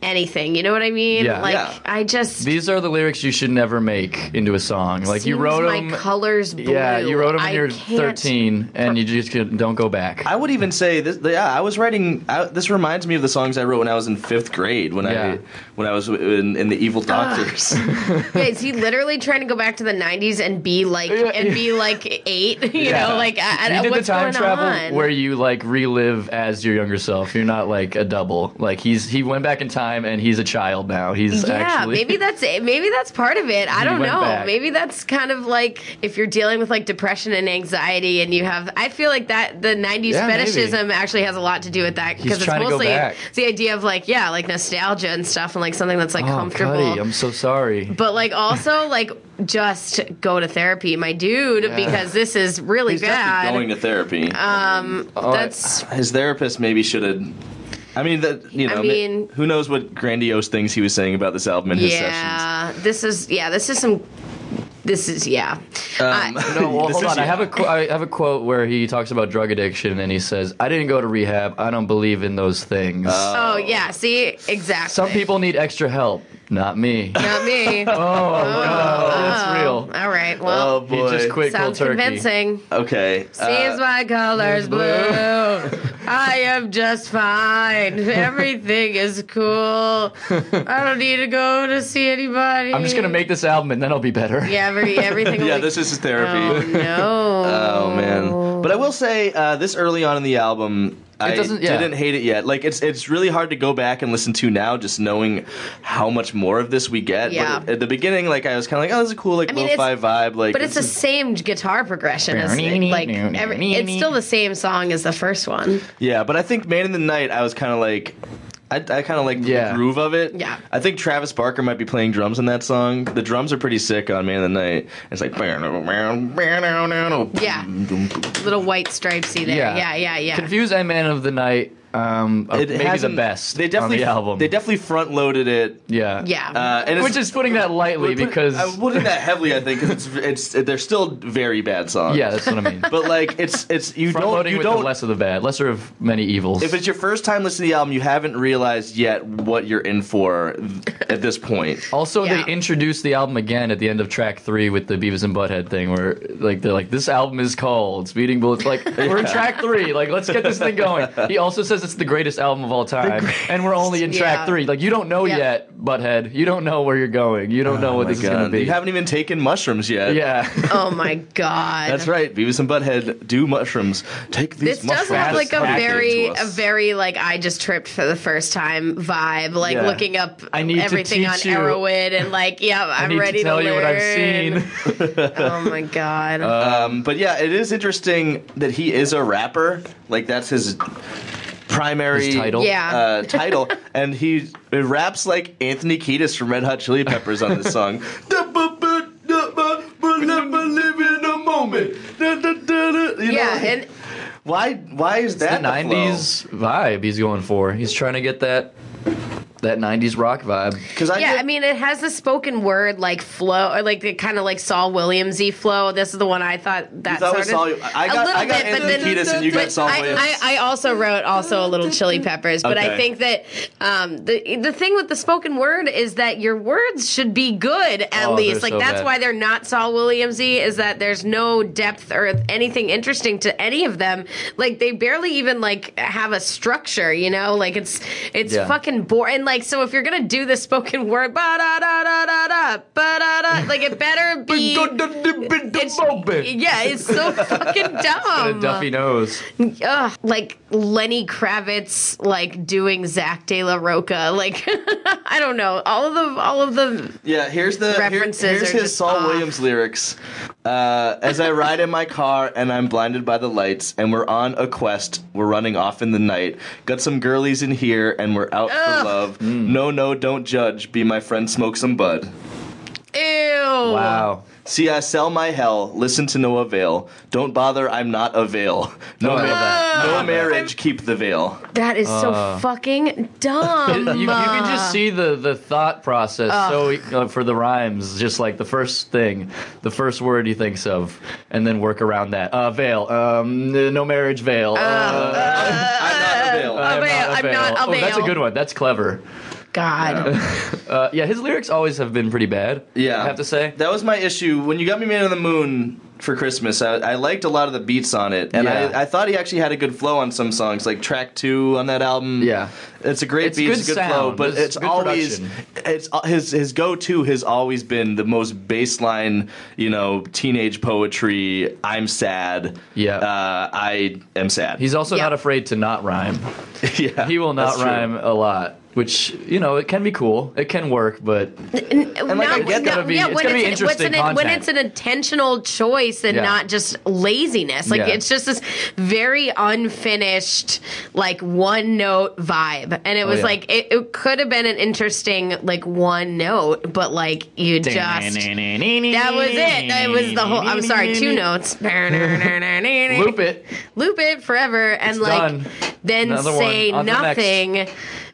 S3: anything. You know what I mean?
S1: Yeah.
S3: like
S2: Yeah.
S3: I just
S1: These are the lyrics you should never make into a song. Like you
S3: seems
S1: wrote
S3: my
S1: them.
S3: colors blue.
S1: Yeah, you wrote them when
S3: I
S1: you were
S3: can't-
S1: 13, and you just could, don't go back.
S2: I would even say this. Yeah, I was writing. I, this reminds me of the songs I wrote when I was in fifth grade. When
S1: Yeah.
S2: I when I was w- in, in the Evil
S1: (laughs)
S2: Doctors.
S3: Yeah, (laughs) is he literally trying to go back to the '90s and be
S1: (laughs)
S3: like and be like eight? (laughs) You
S1: Yeah.
S3: know, like I, I,
S1: you
S3: don't-
S1: did the
S3: uh, what's
S1: time
S3: going
S1: travel
S3: on?
S1: where you like relive as your younger self. You're not like a double. Like he's he went back in time and he's a child now. He's
S3: yeah,
S1: actually
S3: maybe that's it. Maybe that's part of it. I don't
S1: went
S3: know.
S1: back.
S3: Maybe that's kind of like if you're dealing with like depression and anxiety, and you have. I feel like that the '90s
S1: Yeah, maybe.
S3: fetishism actually has a lot to do with that because it's
S1: trying to go
S3: mostly
S1: back.
S3: it's the idea of like yeah, like nostalgia and stuff, and like something that's
S1: (laughs)
S3: like
S1: oh,
S3: comfortable.
S1: Cuddy, I'm so sorry.
S3: but
S1: (laughs)
S3: like also like just go to therapy, my dude, because this is really
S2: He's
S3: bad.
S2: definitely going to therapy.
S1: Uh. All right.
S3: that's
S2: His therapist maybe should have. I mean that you know. ma-
S3: mean-
S2: who knows what grandiose things he was saying about this album in his sessions.
S3: yeah. This is yeah. This is some. This is yeah. I-
S1: (laughs) No, well,
S2: Um, (laughs) This
S1: hold
S2: is-
S1: on. I have a qu- I have a quote where he talks about drug addiction and he says, "I didn't go to rehab. I don't believe in those things.
S3: oh yeah. See exactly.
S1: Some people need extra help, not (laughs) me."
S3: Not me.
S1: oh, no, it's Oh, real.
S3: All right.
S2: Oh
S3: Well,
S1: He
S2: boy.
S1: just quit cold
S3: sounds
S1: turkey.
S3: convincing.
S2: Okay. uh,
S3: Seems my color's blue. I am just fine. Everything is cool. I don't need to go to see anybody.
S1: I'm just gonna make this album and then I'll be better. (laughs)
S3: Yeah, every, everything. will
S2: yeah,
S3: be-
S2: this is his therapy.
S3: Oh no.
S2: Oh man! But I will say uh, this early on in the album, I
S1: doesn't- yeah.
S2: didn't hate it yet. Like it's it's really hard to go back and listen to now, just knowing how much more of this we get.
S3: Yeah.
S2: But at the beginning, like I was kind of like, oh, this is a cool like
S3: mean,
S2: lo-fi vibe. Like,
S3: But it's the same guitar progression as like every, it's still the same song as the first one.
S2: yeah. But I think Man in the Night, I was kind of like. I, I kind of like
S1: Yeah.
S2: the groove of it.
S3: Yeah.
S2: I think Travis Barker might be playing drums in that song. The drums are pretty sick on Man in the Night. It's like (laughs)
S3: Yeah. Little white stripesy there.
S1: Yeah.
S3: Yeah, yeah, yeah.
S1: Confused and Man of the Night. Um, are
S2: It
S1: maybe the
S2: hasn't-
S1: best.
S2: They definitely
S1: on the album.
S2: They definitely front loaded it.
S1: yeah.
S3: yeah.
S2: Uh, and it's,
S1: Which is putting that lightly
S2: Put-
S1: because
S2: I'm putting
S1: (laughs)
S2: that heavily, I think, because it's it's they're still very bad songs.
S1: yeah, that's what I
S3: (laughs)
S1: mean.
S2: but like it's it's you
S1: Front
S2: don't
S1: loading
S2: you
S1: with the
S2: don't.
S1: lesser of the bad, lesser of many evils.
S2: If it's your first time listening to the album, you haven't realized yet what you're in for th- at this point.
S1: (laughs) also,
S3: Yeah.
S1: they introduced the album again at the end of track three with the Beavis and Butthead thing, where like they're like, "This album is called Speeding Bullets."
S2: (laughs)
S1: Like we're in track three, like let's get this thing going. He also says it's the greatest album of all time, and we're only in track
S3: Yeah.
S1: three. Like you don't know
S3: Yeah.
S1: yet, Butthead. You don't know where you're going. You don't know what
S2: Oh My
S1: this is gonna
S2: God,
S1: be.
S2: uh, You haven't even taken mushrooms yet.
S1: yeah.
S3: oh my god.
S2: That's right. Beavis and Butthead do mushrooms. Take these
S3: this
S2: mushrooms.
S3: does have like a
S2: back into
S3: very
S2: us.
S3: a very like I just tripped for the first time vibe, like
S2: Yeah.
S3: looking up
S1: I need to
S3: everything on
S1: teach you.
S3: Arrowhead and like yeah, I'm
S1: (laughs) I need
S3: ready
S1: to tell
S3: learn.
S1: you what I've seen. Uh,
S3: oh my god.
S2: Um, but yeah, it is interesting that he is a rapper. Like that's his primary
S1: His title?
S3: Yeah.
S2: uh, (laughs) title, and he it raps like Anthony Kiedis from Red Hot Chili Peppers on this (laughs) song. We'll never live in a moment. Da, da, da, da. You
S3: yeah,
S2: know,
S3: and
S2: why? Why is
S1: the
S2: that the flow?
S1: '90s vibe he's going for. He's trying to get that that '90s rock vibe.
S2: 'Cause I
S3: yeah,
S2: did-
S3: I mean it has the spoken word like flow or like the kind of like Saul Williamsy flow. This is the one I thought that
S2: You thought it was
S3: started
S2: Saul- I got-
S3: a little
S2: I got
S3: bit, but
S2: Anthony
S3: then
S2: Kiedis and you got
S3: but
S2: Saul
S3: I-
S2: Williams.
S3: I, I also wrote also a little Chili Peppers, but
S2: Okay.
S3: I think that um, the the thing with the spoken word is that your words should be good at
S1: Oh,
S3: least.
S1: they're
S3: Like
S1: so
S3: that's
S1: bad.
S3: why they're not Saul Williamsy. Is that there's no depth or anything interesting to any of them. Like they barely even like have a structure. You know, like it's it's
S1: Yeah.
S3: fucking boring. And like so, if you're gonna do the spoken word, ba da da da da da ba da da, like it
S1: (laughs)
S3: better be. It's, yeah, it's so fucking dumb.
S1: Duffy knows.
S3: Ugh, like Lenny Kravitz, like doing Zach De La Roca, like (laughs) I don't know, all of the, all of the,
S2: Yeah, here's the here-
S3: References
S2: here's
S3: are
S2: his
S3: just
S2: Saul
S3: off.
S2: Williams lyrics. Uh, As I ride in my car and I'm blinded by the lights, and we're on a quest, we're running off in the night. Got some girlies in here, and we're out for love. No, no, don't judge. Be my friend, smoke some bud.
S3: Ew.
S1: Wow.
S2: See, I sell my hell. Listen to no avail. Don't bother. I'm not a veil. No,
S1: I love that.
S3: (laughs)
S2: no marriage. Keep the veil.
S3: That is so fucking dumb.
S1: Uh. (laughs) You, you can just see the, the thought process so uh, for the rhymes, just like the first thing, the first word he thinks of, and then work around that. Uh, veil, um, n- no marriage veil. Uh,
S2: I'm not a veil.
S1: I'm
S3: veil, I'm not a
S1: Oh, that's a
S3: veil.
S1: good one. That's clever.
S3: God.
S1: Uh, yeah, his lyrics always have been pretty bad.
S2: Yeah.
S1: I have to say.
S2: That was my issue. When you got me Man on the Moon for Christmas, I, I liked a lot of the beats on it. And
S1: Yeah.
S2: I, I thought he actually had a good flow on some songs, like track two on that album.
S1: Yeah.
S2: It's a great
S1: It's
S2: beat,
S1: good
S2: it's a good
S1: sound.
S2: flow, but
S1: It's
S2: it's
S1: good
S2: always
S1: production.
S2: it's uh, his his go to has always been the most baseline, you know, teenage poetry, I'm sad.
S1: Yeah.
S2: Uh, I am sad.
S1: He's also
S3: Yeah.
S1: not afraid to not rhyme.
S2: (laughs) yeah.
S1: He will not
S2: that's true.
S1: rhyme Uh, a lot, which you know it can be cool. It can work,
S3: (laughs)
S1: but
S3: And
S2: like, I get that
S1: it'll be- it's gonna be interesting
S3: an, when
S1: content.
S3: it's an intentional choice and
S1: Yeah.
S3: not just laziness. Like
S1: Yeah.
S3: it's just this very unfinished, like one note vibe. And it was
S1: Oh, yeah.
S3: like it, it could have been an interesting like one note, but like you just that was it. That was the whole. I'm sorry, two notes.
S1: loop
S3: (laughs) Loop
S1: it.
S3: loop it forever and
S1: It's
S3: like
S1: done.
S3: then
S1: Another one.
S3: say
S1: On to the next.
S3: nothing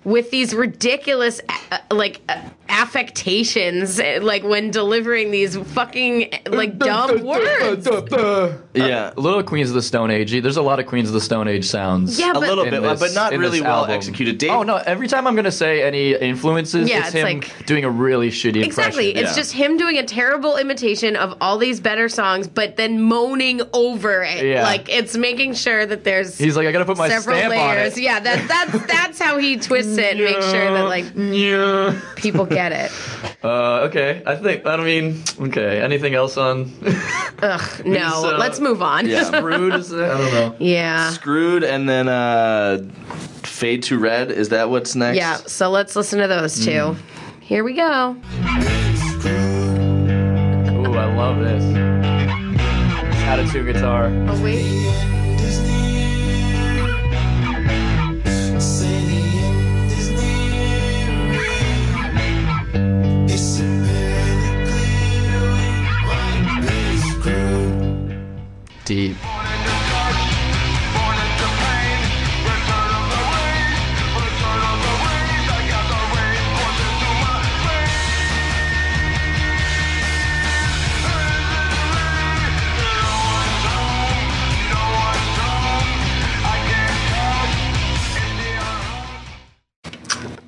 S3: with these ridiculous uh, like uh, affectations uh, like when delivering these fucking uh, like dumb words
S2: Yeah.
S1: Little Queens of the Stone Age. There's a lot of Queens of the Stone Age sounds.
S3: yeah
S2: A
S3: but
S2: little
S1: in
S2: bit,
S1: this-
S2: but not
S1: in
S2: really
S1: this
S2: well
S1: album.
S2: executed. Dave,
S1: Oh no! Every time I'm gonna say any influences,
S3: Yeah,
S1: it's,
S3: it's
S1: him
S3: like-
S1: doing a really shitty impression.
S3: Exactly. It's
S2: Yeah.
S3: just him doing a terrible imitation of all these better songs, but then moaning over it.
S1: Yeah.
S3: Like it's making sure that there's
S1: He's like, I gotta put my
S3: several
S1: stamp
S3: layers.
S1: on it.
S3: Yeah, that that's that's how he twists it and makes sure that like
S1: Yeah.
S3: people
S1: (laughs)
S3: get it.
S1: Uh, okay. I think. I mean. Okay. Anything else on? (laughs)
S3: Ugh, no.
S1: uh,
S3: let's move on.
S2: Yeah.
S1: Rude? Is that? I don't know.
S3: (laughs) yeah.
S2: Screwed and then uh Fade to Red, is that what's next?
S3: Yeah, so let's listen to those two.
S1: Mm.
S3: Here we go.
S1: Ooh, I love this. Out of two guitar.
S3: Oh, wait.
S1: Deep.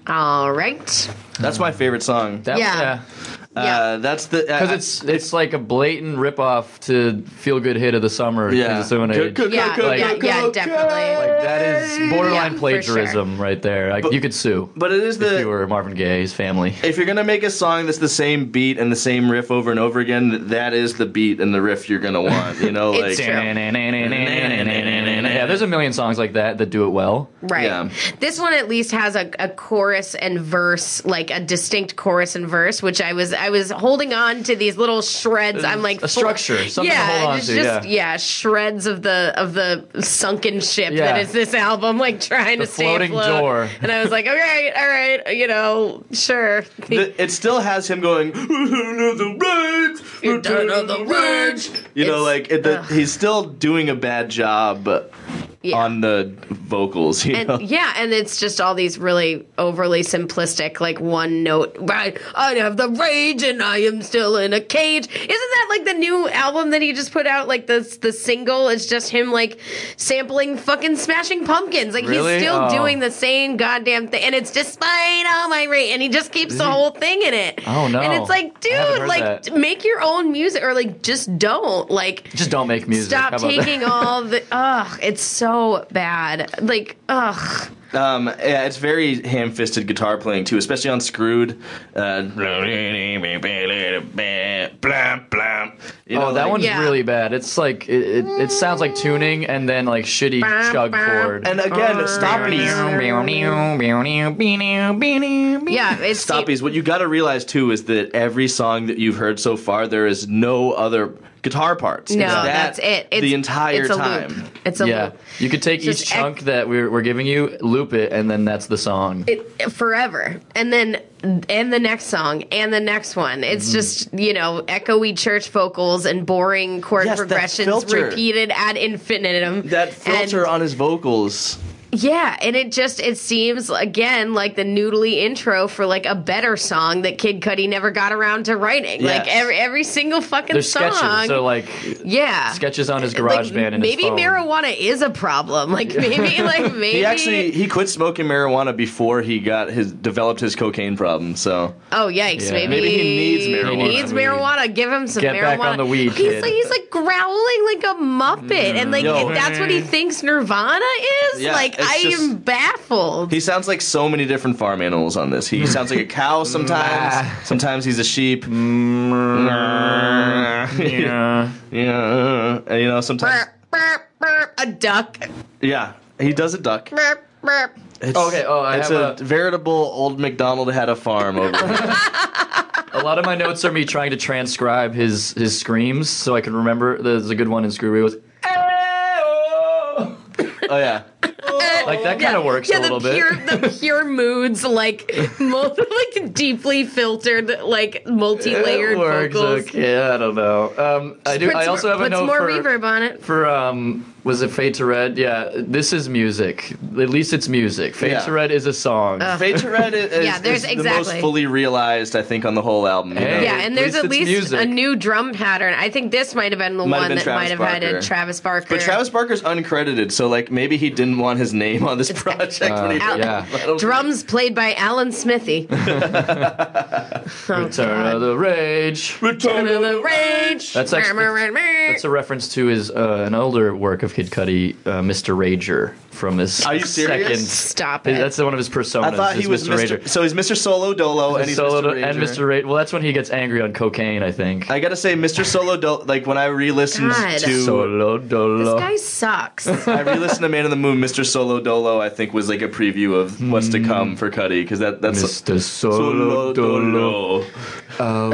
S3: All right.
S2: That's my favorite song.
S1: That,
S3: Yeah.
S2: Uh, that's the
S1: Because it's it's like a blatant ripoff to Feel Good Hit of the Summer. Queens of the Stone Age.
S3: Yeah, yeah, yeah,
S1: Like,
S3: definitely.
S1: that is borderline
S3: Yeah, for
S1: plagiarism right there. Like, you could sue.
S2: But it is
S1: if you
S2: the
S1: were Marvin Gaye, his family.
S2: if you're gonna make a song that's the same beat and the same riff over and over again, th- that is the beat and the riff you're gonna want. You know, like
S3: (laughs) It's true.
S1: Yeah, there's a million songs like that that do it well.
S3: Right.
S2: Yeah.
S3: This one at least has a, a chorus and verse, like a distinct chorus and verse, which I was I was holding on to these little shreds. I'm like
S1: A structure, something to
S3: yeah,
S1: hold on
S3: it's
S1: to,
S3: Just,
S1: yeah.
S3: yeah, shreds of the of the sunken ship
S1: Yeah.
S3: that is this album, like trying
S1: The
S3: to stay
S1: floating
S3: afloat.
S1: door.
S3: And I was like, all right, all right, you know, sure.
S2: th- it still has him going. the rage,
S3: You turn on the rage."
S2: You know, like
S3: It's-
S2: it, the, he's still doing a bad job
S3: Yeah.
S2: on the vocals. You know,
S1: (laughs)
S3: And yeah, and it's just all these really overly simplistic, like one note. Right, I have the rage, and I am still in a cage. Isn't that like the new album that he just put out? Like the the single is just him like sampling fucking Smashing Pumpkins. Like
S1: Really?
S3: he's still
S1: Oh.
S3: doing the same goddamn thing, and it's despite all my rage, and he just keeps the whole thing in it.
S1: Oh, no.
S3: And it's like,
S1: I haven't
S3: dude,
S1: heard
S3: like
S1: that.
S3: t- make your own music, or like just don't like
S1: Just don't make music. How
S3: stop
S1: about that?
S3: taking all the ugh it's so bad like ugh
S2: Um, yeah, it's very ham-fisted guitar playing too, especially on "Screwed." Uh,
S3: Oh,
S2: you know,
S1: Oh, that
S2: like-
S1: one's
S3: Yeah.
S1: really bad. It's like it, it, it sounds like tuning and then like shitty
S3: Bah,
S1: chug
S3: bah.
S1: chord.
S2: And again, stoppies.
S3: yeah it's
S2: Stoppies. What you got to realize too is that every song that you've heard so far, there is no other guitar parts.
S3: No,
S2: It's that
S3: that's it. It's
S2: the entire
S3: it's a
S2: time.
S3: Loop. It's a
S1: yeah,
S3: loop.
S1: you could take
S3: Just
S1: each
S3: ec-
S1: chunk that we're, we're giving you, loop it, and then that's the song.
S3: It, forever, and then and the next song, and the next one. It's
S2: Mm-hmm.
S3: just you know echoey church vocals and boring chord
S2: Yes, that
S3: progressions
S2: filter.
S3: repeated ad infinitum.
S2: That filter
S3: And-
S2: on his vocals.
S3: Yeah, and it just it seems again like the noodly intro for like a better song that Kid Cudi never got around to writing.
S2: Yes.
S3: Like every every single fucking
S1: There's
S3: song.
S1: sketches, so like
S3: yeah.
S1: sketches on his garage
S3: like,
S1: band and
S3: maybe
S1: his phone.
S3: marijuana is a problem. Like
S1: (laughs)
S3: maybe like maybe
S2: He actually he quit smoking marijuana before he got his developed his cocaine problem. So
S3: Oh yikes!
S1: Yeah.
S3: Maybe,
S2: Maybe he needs marijuana.
S3: He needs marijuana. Give him some
S1: Get
S3: marijuana.
S1: back on the weed,
S3: He's
S1: kid. Mm.
S3: like he's like growling like a muppet, and like
S2: Yo.
S3: that's what he thinks Nirvana is.
S2: Yeah,
S3: like
S2: it's
S3: I am
S2: just-
S3: baffled.
S2: he sounds like so many different farm animals on this.
S1: Mm.
S2: He sounds like a
S1: (laughs)
S2: cow sometimes. sometimes he's a sheep.
S1: Mm.
S2: Mm.
S1: yeah.
S2: (laughs) Yeah, and, you know sometimes.
S3: Burp, burp, burp, a duck.
S2: Yeah, he does a duck.
S3: Burp, burp.
S2: It's,
S1: Okay, oh, I
S2: it's
S1: have
S2: a,
S1: a-
S2: veritable old McDonald had a farm over. here.
S1: A lot of my notes are me trying to transcribe his his screams so I can remember. There's a good one in Screwby was "Ayo!"
S2: oh
S1: (laughs)
S2: yeah,
S1: like that kind of works a little
S3: the pure,
S1: bit. (laughs)
S3: the pure moods, like, mul- (laughs) like deeply filtered, like multi-layered
S1: (laughs) It works.
S3: vocals.
S1: Okay, I don't know. Um, I do.
S3: Puts
S1: I
S3: more-
S1: also have a
S3: puts
S1: note
S3: more
S1: for
S3: reverb on it.
S1: for um was it Fade to Red? Yeah, this is music. At least it's music. Fade
S2: Yeah.
S1: to Red is a song.
S2: Fade to Red is, is,
S3: Yeah, there's-
S2: is the most
S3: exactly.
S2: fully realized I think on the whole album. you
S1: Hey.
S2: know?
S3: Yeah,
S1: At
S3: and there's
S1: least
S3: at
S1: it's
S3: least
S1: music.
S3: a new drum pattern. I think this might have been the
S2: Might have
S3: one
S2: been
S3: that
S2: Travis
S3: might have had
S2: Barker.
S3: a Travis Barker.
S2: But Travis Barker's uncredited, so like maybe he didn't want his name on this project. when he
S1: Uh,
S2: did
S1: yeah.
S2: it. I don't-
S3: (laughs) Drums played by
S1: (laughs)
S3: Alan Smithy.
S1: Return of the Rage.
S2: Return of the-
S3: Rage.
S1: That's actually- That's a reference to his uh, an older work of Kid Cudi, uh, Mr. Rager, from his
S2: Are you serious?
S1: second.
S3: Stop it.
S1: That's one of his personas.
S2: I thought he
S1: is
S2: was Mr.
S1: Rager.
S2: So he's Mr. Solo Dolo and he's
S1: Solo
S2: Mr. Rager.
S1: and Mr. Rager. Well, that's when he gets angry on cocaine, I think.
S2: I gotta say, Mr. Solo Dolo. Like when I re-listened
S3: God.
S2: to
S1: Solo
S3: this
S1: dolo.
S3: guy sucks.
S1: (laughs)
S2: I re-listened to Man in the Moon. Mr. Solo Dolo, I think, was like a preview of what's to come for Cuddy because that that's
S1: Mr. Solo
S2: Hmm. Solo
S1: Dolo.
S2: Dolo.
S1: All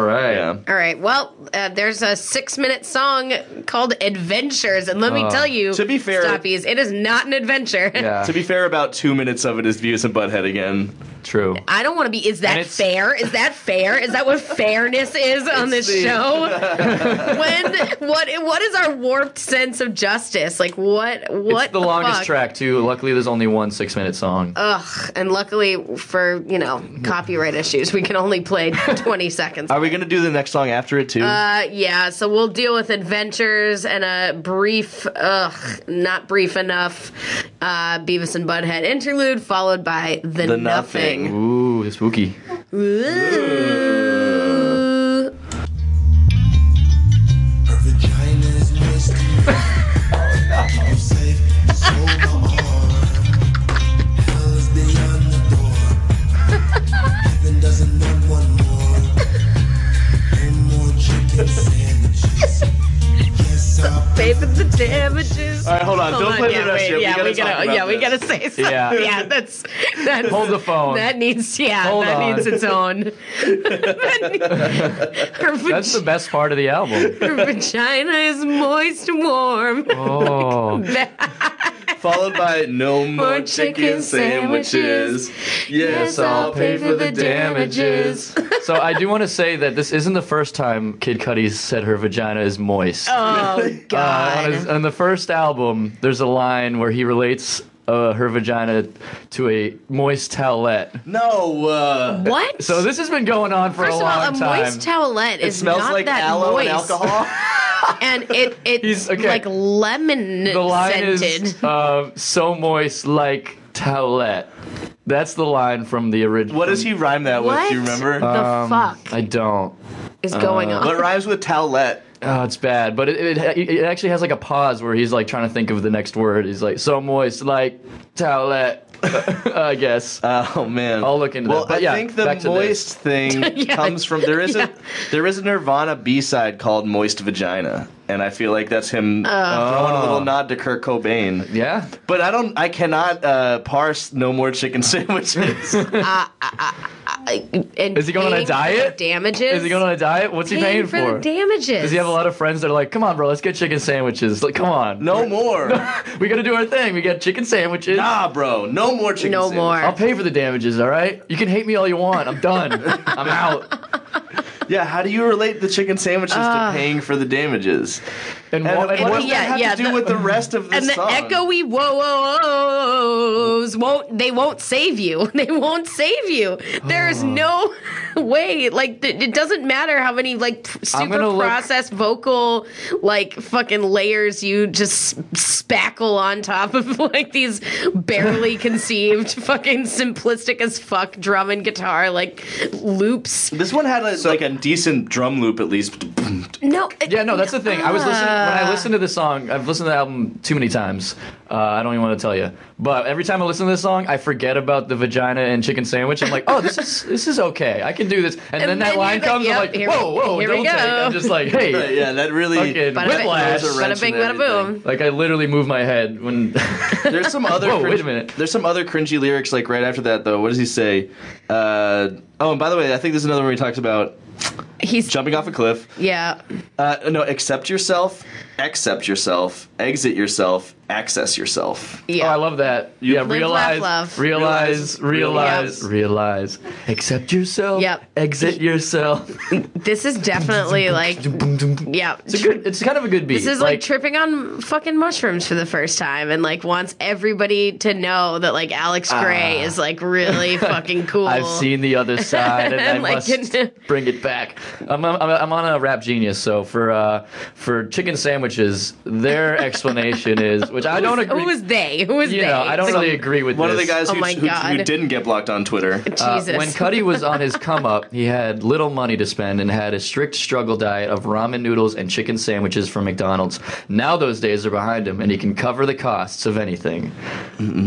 S1: right.
S2: Yeah.
S3: All right. Well, uh, there's a six-minute song called "Adventures," and
S1: Uh,
S3: let me tell you,
S2: to be fair-
S3: Stoppies, it is not an adventure.
S1: Yeah,
S2: To be fair, about two minutes of it is Beavis and Butthead again.
S1: true.
S3: I don't want to be. Is
S1: And
S3: that
S1: it's-
S3: fair? Is that fair? Is that
S1: (laughs)
S3: what fairness is on this
S2: the-
S3: show? when what what is our warped sense of justice? Like what what
S1: it's the, longest
S3: fuck? Oh.
S1: track too. Luckily, there's only one six-minute song.
S3: Ugh. And luckily for you know copyright issues, we can only play
S1: (laughs)
S3: twenty seconds.
S2: Are we gonna do the next song after it too?
S3: Uh, yeah, so we'll deal with adventures and a brief, ugh, not brief enough, uh, Beavis and Butthead interlude, followed by The,
S2: The
S3: Nothing.
S2: Nothing.
S1: Ooh, spooky.
S3: Ooh.
S4: Her vagina's misty. I'm safe, so am I. Hell is beyond the door. Heaven doesn't want one more. No more chicken sandwiches. Yes, I'll
S3: Pay for the damages.
S2: All right, hold on. Don't play
S3: yeah,
S2: the rest
S3: wait,
S2: yet.
S3: yeah, we
S2: talk
S3: gotta,
S2: about
S3: yeah, we
S2: this.
S3: gotta say something.
S1: Yeah.
S3: (laughs) Yeah, that's, that's
S1: Hold the phone.
S3: That needs, yeah,
S1: Hold
S3: that
S1: on.
S3: needs its own. (laughs) That need- her, vag-
S1: That's the best part of the
S3: (laughs)
S1: album.
S3: her vagina is moist and warm.
S1: Oh,
S2: Followed by
S3: (laughs)
S2: no more
S3: chicken uh,
S2: chicken sandwiches. Yes, uh, I'll pay for the damages.
S1: so I do want to say that this isn't the first time Kid Cudi said her vagina is moist.
S3: Oh,
S1: Uh,
S3: God.
S1: on, his, on the first album, there's a line where he relates uh, her vagina to a moist towelette.
S2: No. Uh,
S3: What?
S1: So this has been going on for
S3: First
S1: a
S3: of
S1: long
S3: all, a
S1: time.
S3: moist towelette
S2: it
S3: is
S2: smells
S3: not
S2: like
S3: that
S2: aloe
S3: moist,
S2: and alcohol.
S3: (laughs) and it it's
S1: He's- okay.
S3: like lemon
S1: the line
S3: scented.
S1: (laughs) is uh, so moist like towelette. That's the line from the original.
S2: what does he rhyme that with?
S3: what
S2: Do you remember?
S3: the fuck
S1: I Um, don't.
S3: is going on?
S2: what rhymes with towelette?
S1: Oh, it's bad. But it, it it actually has like a pause where he's like trying to think of the next word. He's like so moist like towelette. (laughs) I guess.
S2: Oh man,
S1: I'll look into
S2: well,
S1: that. But
S2: I
S1: yeah,
S2: think the
S1: back to this.
S2: moist thing
S3: Yeah.
S2: comes from there is
S3: Yeah.
S2: a there is a Nirvana B side called Moist Vagina, and I feel like that's him throwing a little nod to Kurt Cobain.
S1: yeah.
S2: But I don't, I cannot uh, parse no more chicken sandwiches.
S3: and
S1: Is he going on a
S3: paying for
S1: diet?
S3: Damages?
S1: Is he going on a diet? What's he
S3: paying,
S1: paying
S3: for, the damages?
S1: Does he have a lot of friends that are like, come on, bro, let's get chicken sandwiches? Like, come on.
S2: No more.
S1: We got to do our thing. We got chicken sandwiches.
S2: nah, bro. No more chicken.
S3: No
S2: sandwich.
S3: more.
S1: I'll pay for the damages, all right? You can hate me all you want.
S2: (laughs)
S1: I'm done. I'm out.
S2: Yeah. How do you relate the chicken sandwiches to paying for the damages?
S1: And,
S2: And,
S1: what, and
S2: what
S1: what-
S2: does
S3: yeah,
S2: that have
S3: yeah,
S2: to do
S3: the-
S2: with the rest of the
S3: and the
S2: song?
S3: echoey whoa whoa whoa's won't they won't save you (laughs) they won't save you there is no (laughs) way like th- it doesn't matter how many like p-
S1: I'm
S3: super
S1: gonna look-
S3: processed vocal like fucking layers you just s- spackle on top of (laughs) like these
S1: (laughs)
S3: barely conceived fucking simplistic as fuck drum and guitar like loops
S2: This one had a, like a decent drum loop at least.
S3: no
S1: yeah, no, that's the thing. I was listening when
S3: Ah.
S1: I listened to this song. I've listened to the album too many times. Uh, I don't even want to tell you. But every time I listen to this song, I forget about the vagina and chicken sandwich. I'm like, oh, this is this is okay. I can do this. And, then
S3: And
S1: that
S3: then
S1: line
S3: you're like,
S1: comes.
S3: yep,
S1: I'm
S3: here
S1: like,
S3: we-
S1: whoa, whoa,
S3: here we
S1: don't take.
S3: go.
S1: I'm
S2: (laughs)
S1: just like, hey,
S2: Right, yeah, that really.
S1: Fucking (laughs)
S3: Bada bing,
S1: Whiplash.
S3: bada bing, bada boom.
S1: Like I literally move my head when. (laughs)
S2: There's some other.
S1: Whoa, wait
S2: cringe-
S1: a minute.
S2: There's some other cringy lyrics like right after that though. What does he say? Uh, oh, and by the way, I think there's another one where he talks about
S3: he's
S2: jumping off a cliff.
S3: yeah
S2: Uh, no, accept yourself, accept yourself, exit yourself, access yourself.
S1: Oh, I
S3: yeah
S1: love that. yeah,
S2: Live, laugh,
S1: realize,
S3: love.
S1: realize, realize,
S2: Yep.
S1: realize. Accept yourself.
S3: Yep.
S1: Exit yourself.
S3: this is
S1: (laughs)
S3: definitely like
S1: it's
S3: yeah
S1: a good. It's kind of a good beat.
S3: This is like, tripping on fucking mushrooms for the first time and like wants everybody to know that like Alex Gray is like
S1: (laughs)
S3: really fucking cool.
S1: Ah. I've seen the other
S3: (laughs)
S1: side, and I
S3: Like,
S1: must bring it back. I'm, I'm, I'm on a rap genius, so for uh, for chicken sandwiches,
S3: (laughs)
S1: their explanation is, which I don't agree.
S3: Who was they? Who was
S1: you
S3: they?
S1: know, I don't
S3: It's
S1: really agree with
S2: One
S1: this.
S2: of the guys
S3: Oh
S2: who,
S3: my
S2: who, who
S3: God.
S2: didn't get blocked on Twitter.
S3: like,
S1: Uh,
S3: Jesus.
S1: when Cuddy was on his come up, he had little money to spend and had a strict struggle diet of ramen noodles and chicken sandwiches from McDonald's. Now those days are behind him, and he can cover the costs of anything.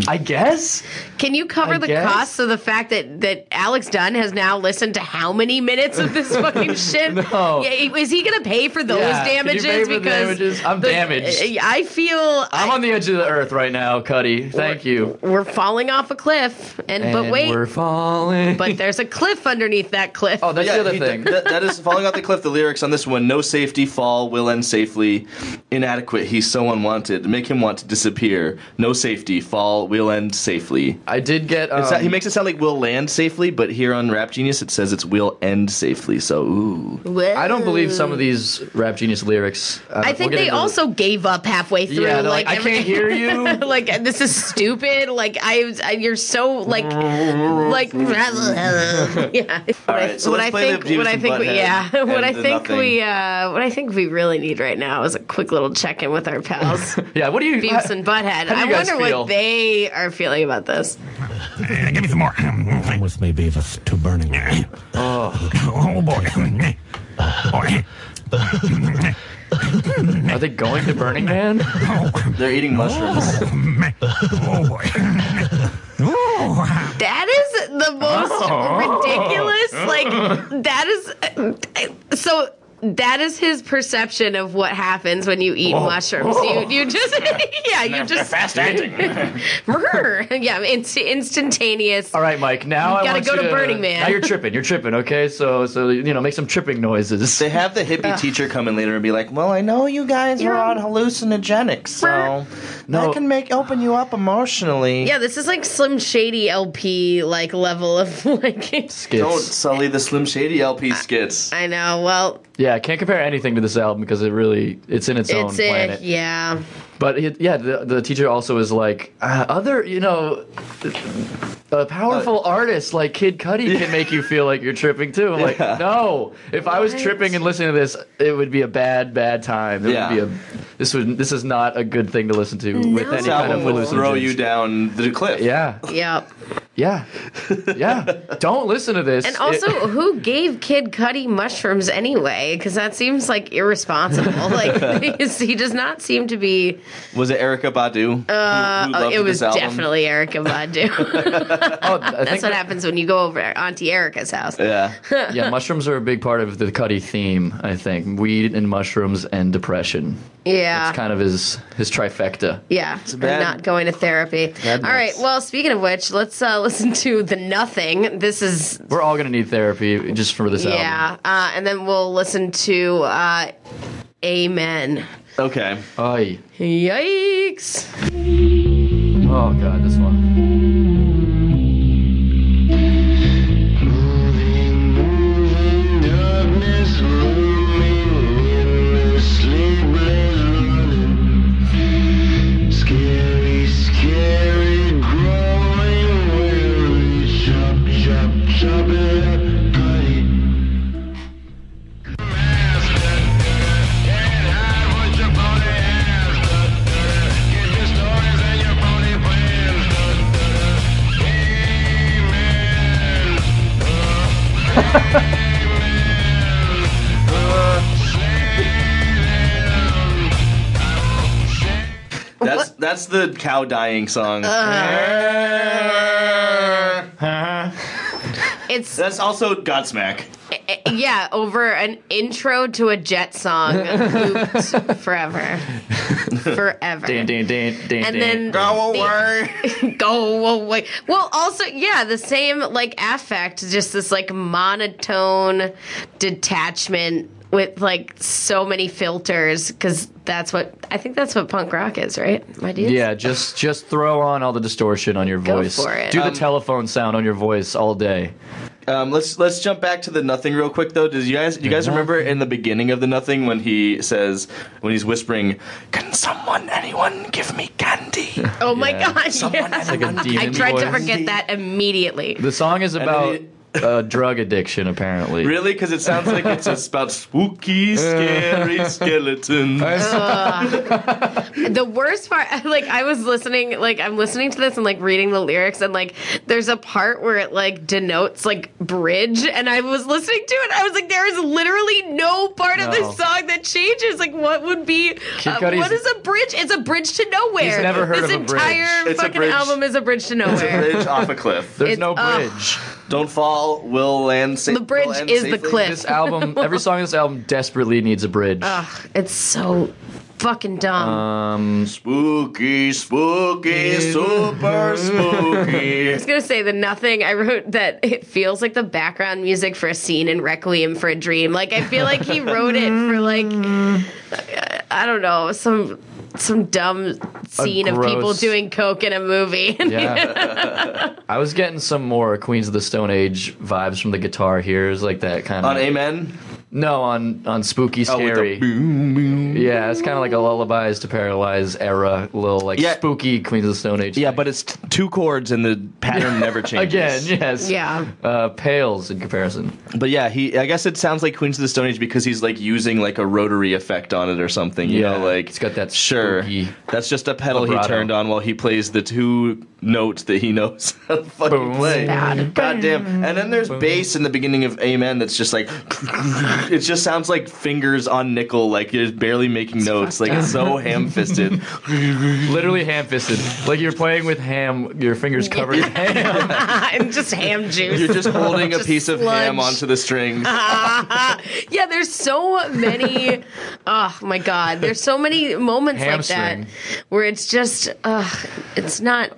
S1: I guess.
S3: Can you cover
S1: I
S3: the
S1: guess.
S3: costs of the fact that that Alex Dunn has now listened to how many minutes
S1: (laughs)
S3: of this fucking shit?
S1: No.
S3: Yeah, is he gonna pay for those
S1: Yeah, can you
S3: damages?
S1: pay for the
S3: because
S1: damages? I'm damaged.
S3: I feel
S1: I'm on the edge of the earth right now, Cuddy. Thank you.
S3: we're falling off a cliff, and, but
S1: And
S3: wait,
S1: we're falling. (laughs)
S3: (laughs) but there's a cliff underneath that cliff.
S1: oh, that's
S2: Yeah,
S1: the other
S2: he-
S1: thing.
S2: that- that is falling off the cliff. The lyrics on this one: "No safety, fall will end safely. Inadequate, he's so unwanted. Make him want to disappear. No safety, fall will end safely."
S1: (laughs) I did get. Um,
S2: It's not- he makes it sound like we'll land safely, but here on Rap Genius it says it's will end safely. So ooh,
S1: I don't believe some of these rap genius lyrics. uh,
S3: I
S1: we'll
S3: think
S1: get
S3: they
S1: into-
S3: also gave up halfway through.
S1: Yeah, they're like, I can't
S3: (laughs)
S1: hear you.
S3: like this is stupid. Like I, I you're so like like (laughs) yeah.
S2: All right, so
S3: what
S2: let's
S3: I
S2: play
S3: think,
S2: the Beavis
S3: what I
S2: and
S3: think, we,
S2: Butthead
S3: yeah, (laughs) what
S2: and
S3: I
S2: the
S3: think we,
S2: nothing.
S3: uh, what I think we really need right now is a quick little check in with
S1: (laughs)
S3: our pals.
S1: Yeah. What do you?
S3: Beavis and Butthead.
S1: How do
S3: I
S1: you guys
S3: wonder
S1: feel?
S3: what they are feeling about this.
S6: Uh, (laughs) give me some more.
S5: Come with me, Beavis, to Burning Man.
S6: (laughs) Oh boy. (laughs) boy.
S1: Are they going to Burning
S3: (laughs)
S1: Man?
S2: they're eating mushrooms.
S6: Oh boy. Ooh.
S3: That is the most
S1: Oh.
S3: ridiculous.
S1: (laughs)
S3: Like that is so. That is his perception of what happens when you eat mushrooms. You,
S1: (laughs)
S3: you just, (laughs) yeah, you just fast (laughs) acting. yeah, inst- instantaneous.
S1: All right, Mike. Now I
S3: gotta
S1: want
S3: go
S1: you
S3: to Burning Man.
S1: Now you're tripping. You're tripping. Okay, so so you know, make some tripping noises.
S2: (laughs)
S1: (laughs)
S2: They have the hippie teacher come in later and be like, "Well, I know you guys were on hallucinogenics, so
S1: No.
S2: that can make open you up emotionally."
S3: Yeah, this is like Slim Shady LP like level of (laughs) like.
S1: Skits.
S2: Don't sully the Slim Shady LP skits.
S3: I know. Well,
S1: Yeah, can't compare anything to this album because it really it's in its, own
S3: it's a
S1: planet.
S3: yeah.
S1: But it, yeah, the, the teacher also is like uh, other, you know, a powerful artist like Kid Cudi can make you feel like you're tripping too. I'm like,
S2: Yeah.
S1: no. If I was
S3: What?
S1: tripping and listening to this, it would be a bad, bad time. It
S2: Yeah.
S1: would be a this would this is not a good thing to listen to with any
S2: This
S1: kind
S2: album
S1: of
S2: will throw
S1: hallucinogens.
S2: you down the cliff.
S1: Yeah,
S3: Yep.
S1: yeah, yeah. Don't listen to this.
S3: And
S1: It-
S3: also, who gave Kid Cudi mushrooms anyway? Because that seems like irresponsible.
S1: (laughs)
S3: like (laughs) he's- he does not seem to be.
S2: Was it Erica Badu? Uh,
S3: Oh, it was definitely Erica Badu.
S1: (laughs) oh, I think
S3: (laughs) That's what happens when you go over to Auntie Erica's house.
S2: Yeah.
S1: Yeah, mushrooms are a big part of the Cuddy theme, I think. Weed and mushrooms and depression.
S3: Yeah.
S1: It's kind of his his trifecta.
S3: yeah,
S2: bad-
S3: not going to therapy. All
S2: bad
S3: right.
S2: mix.
S3: Well, speaking of which, let's uh, listen to The Nothing. This is,
S1: We're all gonna need therapy just for this album.
S3: yeah. Uh, and then we'll listen to uh, Amen. (laughs)
S2: Okay.
S1: Ay.
S3: Yikes.
S1: Oh god, this one.
S2: That's that's the cow dying song.
S3: Uh. It's,
S2: That's also Godsmack.
S3: yeah, over an intro to a Jet song looped forever. Forever.
S1: Dan dan dan dan.
S3: And
S1: dan.
S3: then
S2: Go away.
S3: go away. Well, also, yeah, the same like affect, just this like monotone detachment with like so many filters, because that's what I think that's what punk rock is, right? My dudes?
S1: yeah, just just throw on all the distortion on your
S3: Go
S1: voice.
S3: for it.
S1: Do the telephone sound on your voice all day.
S2: (laughs) Um, let's let's jump back to the nothing real quick though. Does you guys you guys remember in the beginning of the nothing when he says when he's whispering, "Can someone, anyone, give me (laughs) candy?"
S3: Oh my
S1: Yeah.
S3: god. Yes.
S1: Like a demon
S3: I tried to
S1: voice.
S3: forget that immediately.
S1: The song is about
S2: then
S1: uh, drug addiction, apparently.
S2: really? Because it sounds like it's just about (laughs) spooky, scary (laughs) skeleton.
S3: The worst part, (laughs) like I was listening, like I'm listening to this and like reading the lyrics, and like there's a part where it like denotes like bridge, and I was listening to it. I was like, there is literally no part
S1: No.
S3: of this song that changes. Like, what would be? uh,
S1: Cudi's-
S3: what is a bridge? It's a bridge to nowhere.
S1: He's never heard
S3: this
S1: of a bridge.
S3: entire
S2: It's a
S3: fucking
S2: bridge.
S3: album is a bridge to nowhere.
S2: Bridge off a cliff.
S1: There's
S3: It's-
S1: no
S3: ugh.
S1: bridge.
S2: Don't fall. Will land. Sa-
S3: The bridge
S2: will land
S3: is the
S2: safely.
S3: cliff.
S1: This album, every song in this album desperately needs a bridge.
S3: Ugh, it's so fucking dumb.
S1: Um,
S2: Spooky, spooky, super spooky. (laughs)
S3: was gonna say the nothing. I wrote that it feels like the background music for a scene in Requiem for a Dream. Like I feel like he wrote it for like I- I don't know some some dumb scene of people
S1: gross-
S3: doing coke in a movie. (laughs) And
S1: yeah.
S2: (laughs)
S1: I was getting some more Queens of the Stone Age vibes from the guitar here. It's like that kind
S2: On
S1: of.
S2: Amen.
S1: no, on on spooky,
S2: Oh, with the
S1: scary. yeah, it's kind of like a lullabies to paralyze era, little like
S2: Yeah.
S1: spooky Queens of the Stone Age.
S2: Yeah, but it's t- two chords and the pattern
S1: (laughs)
S2: never changes.
S1: Again, yes.
S3: Yeah.
S1: Uh, pales in comparison.
S2: But yeah, he. I guess it sounds like Queens of the Stone Age because he's like using like a rotary effect on it or something. You
S1: Yeah,
S2: know, like
S1: it's got that
S2: Sure,
S1: spooky
S2: that's just a pedal he
S1: vibrato.
S2: turned on while he plays the two notes that he knows (laughs) how to fucking
S1: Boom.
S2: play.
S3: Bad.
S2: Goddamn! And then there's bass in the beginning of Amen. That's just like (laughs) it just sounds like fingers on nickel. Like you're barely making notes. Like it's
S3: (laughs)
S2: so ham-fisted.
S1: Literally ham fisted. Like you're playing with ham, your fingers
S2: (laughs)
S1: covered in ham.
S3: I'm just ham juice.
S2: You're
S3: (laughs)
S2: just holding a piece of ham
S3: sludge. Uh-huh.
S2: onto the strings.
S3: yeah, there's so many. oh my god, there's so many moments
S1: Hamstring.
S3: like that where it's just, uh, it's not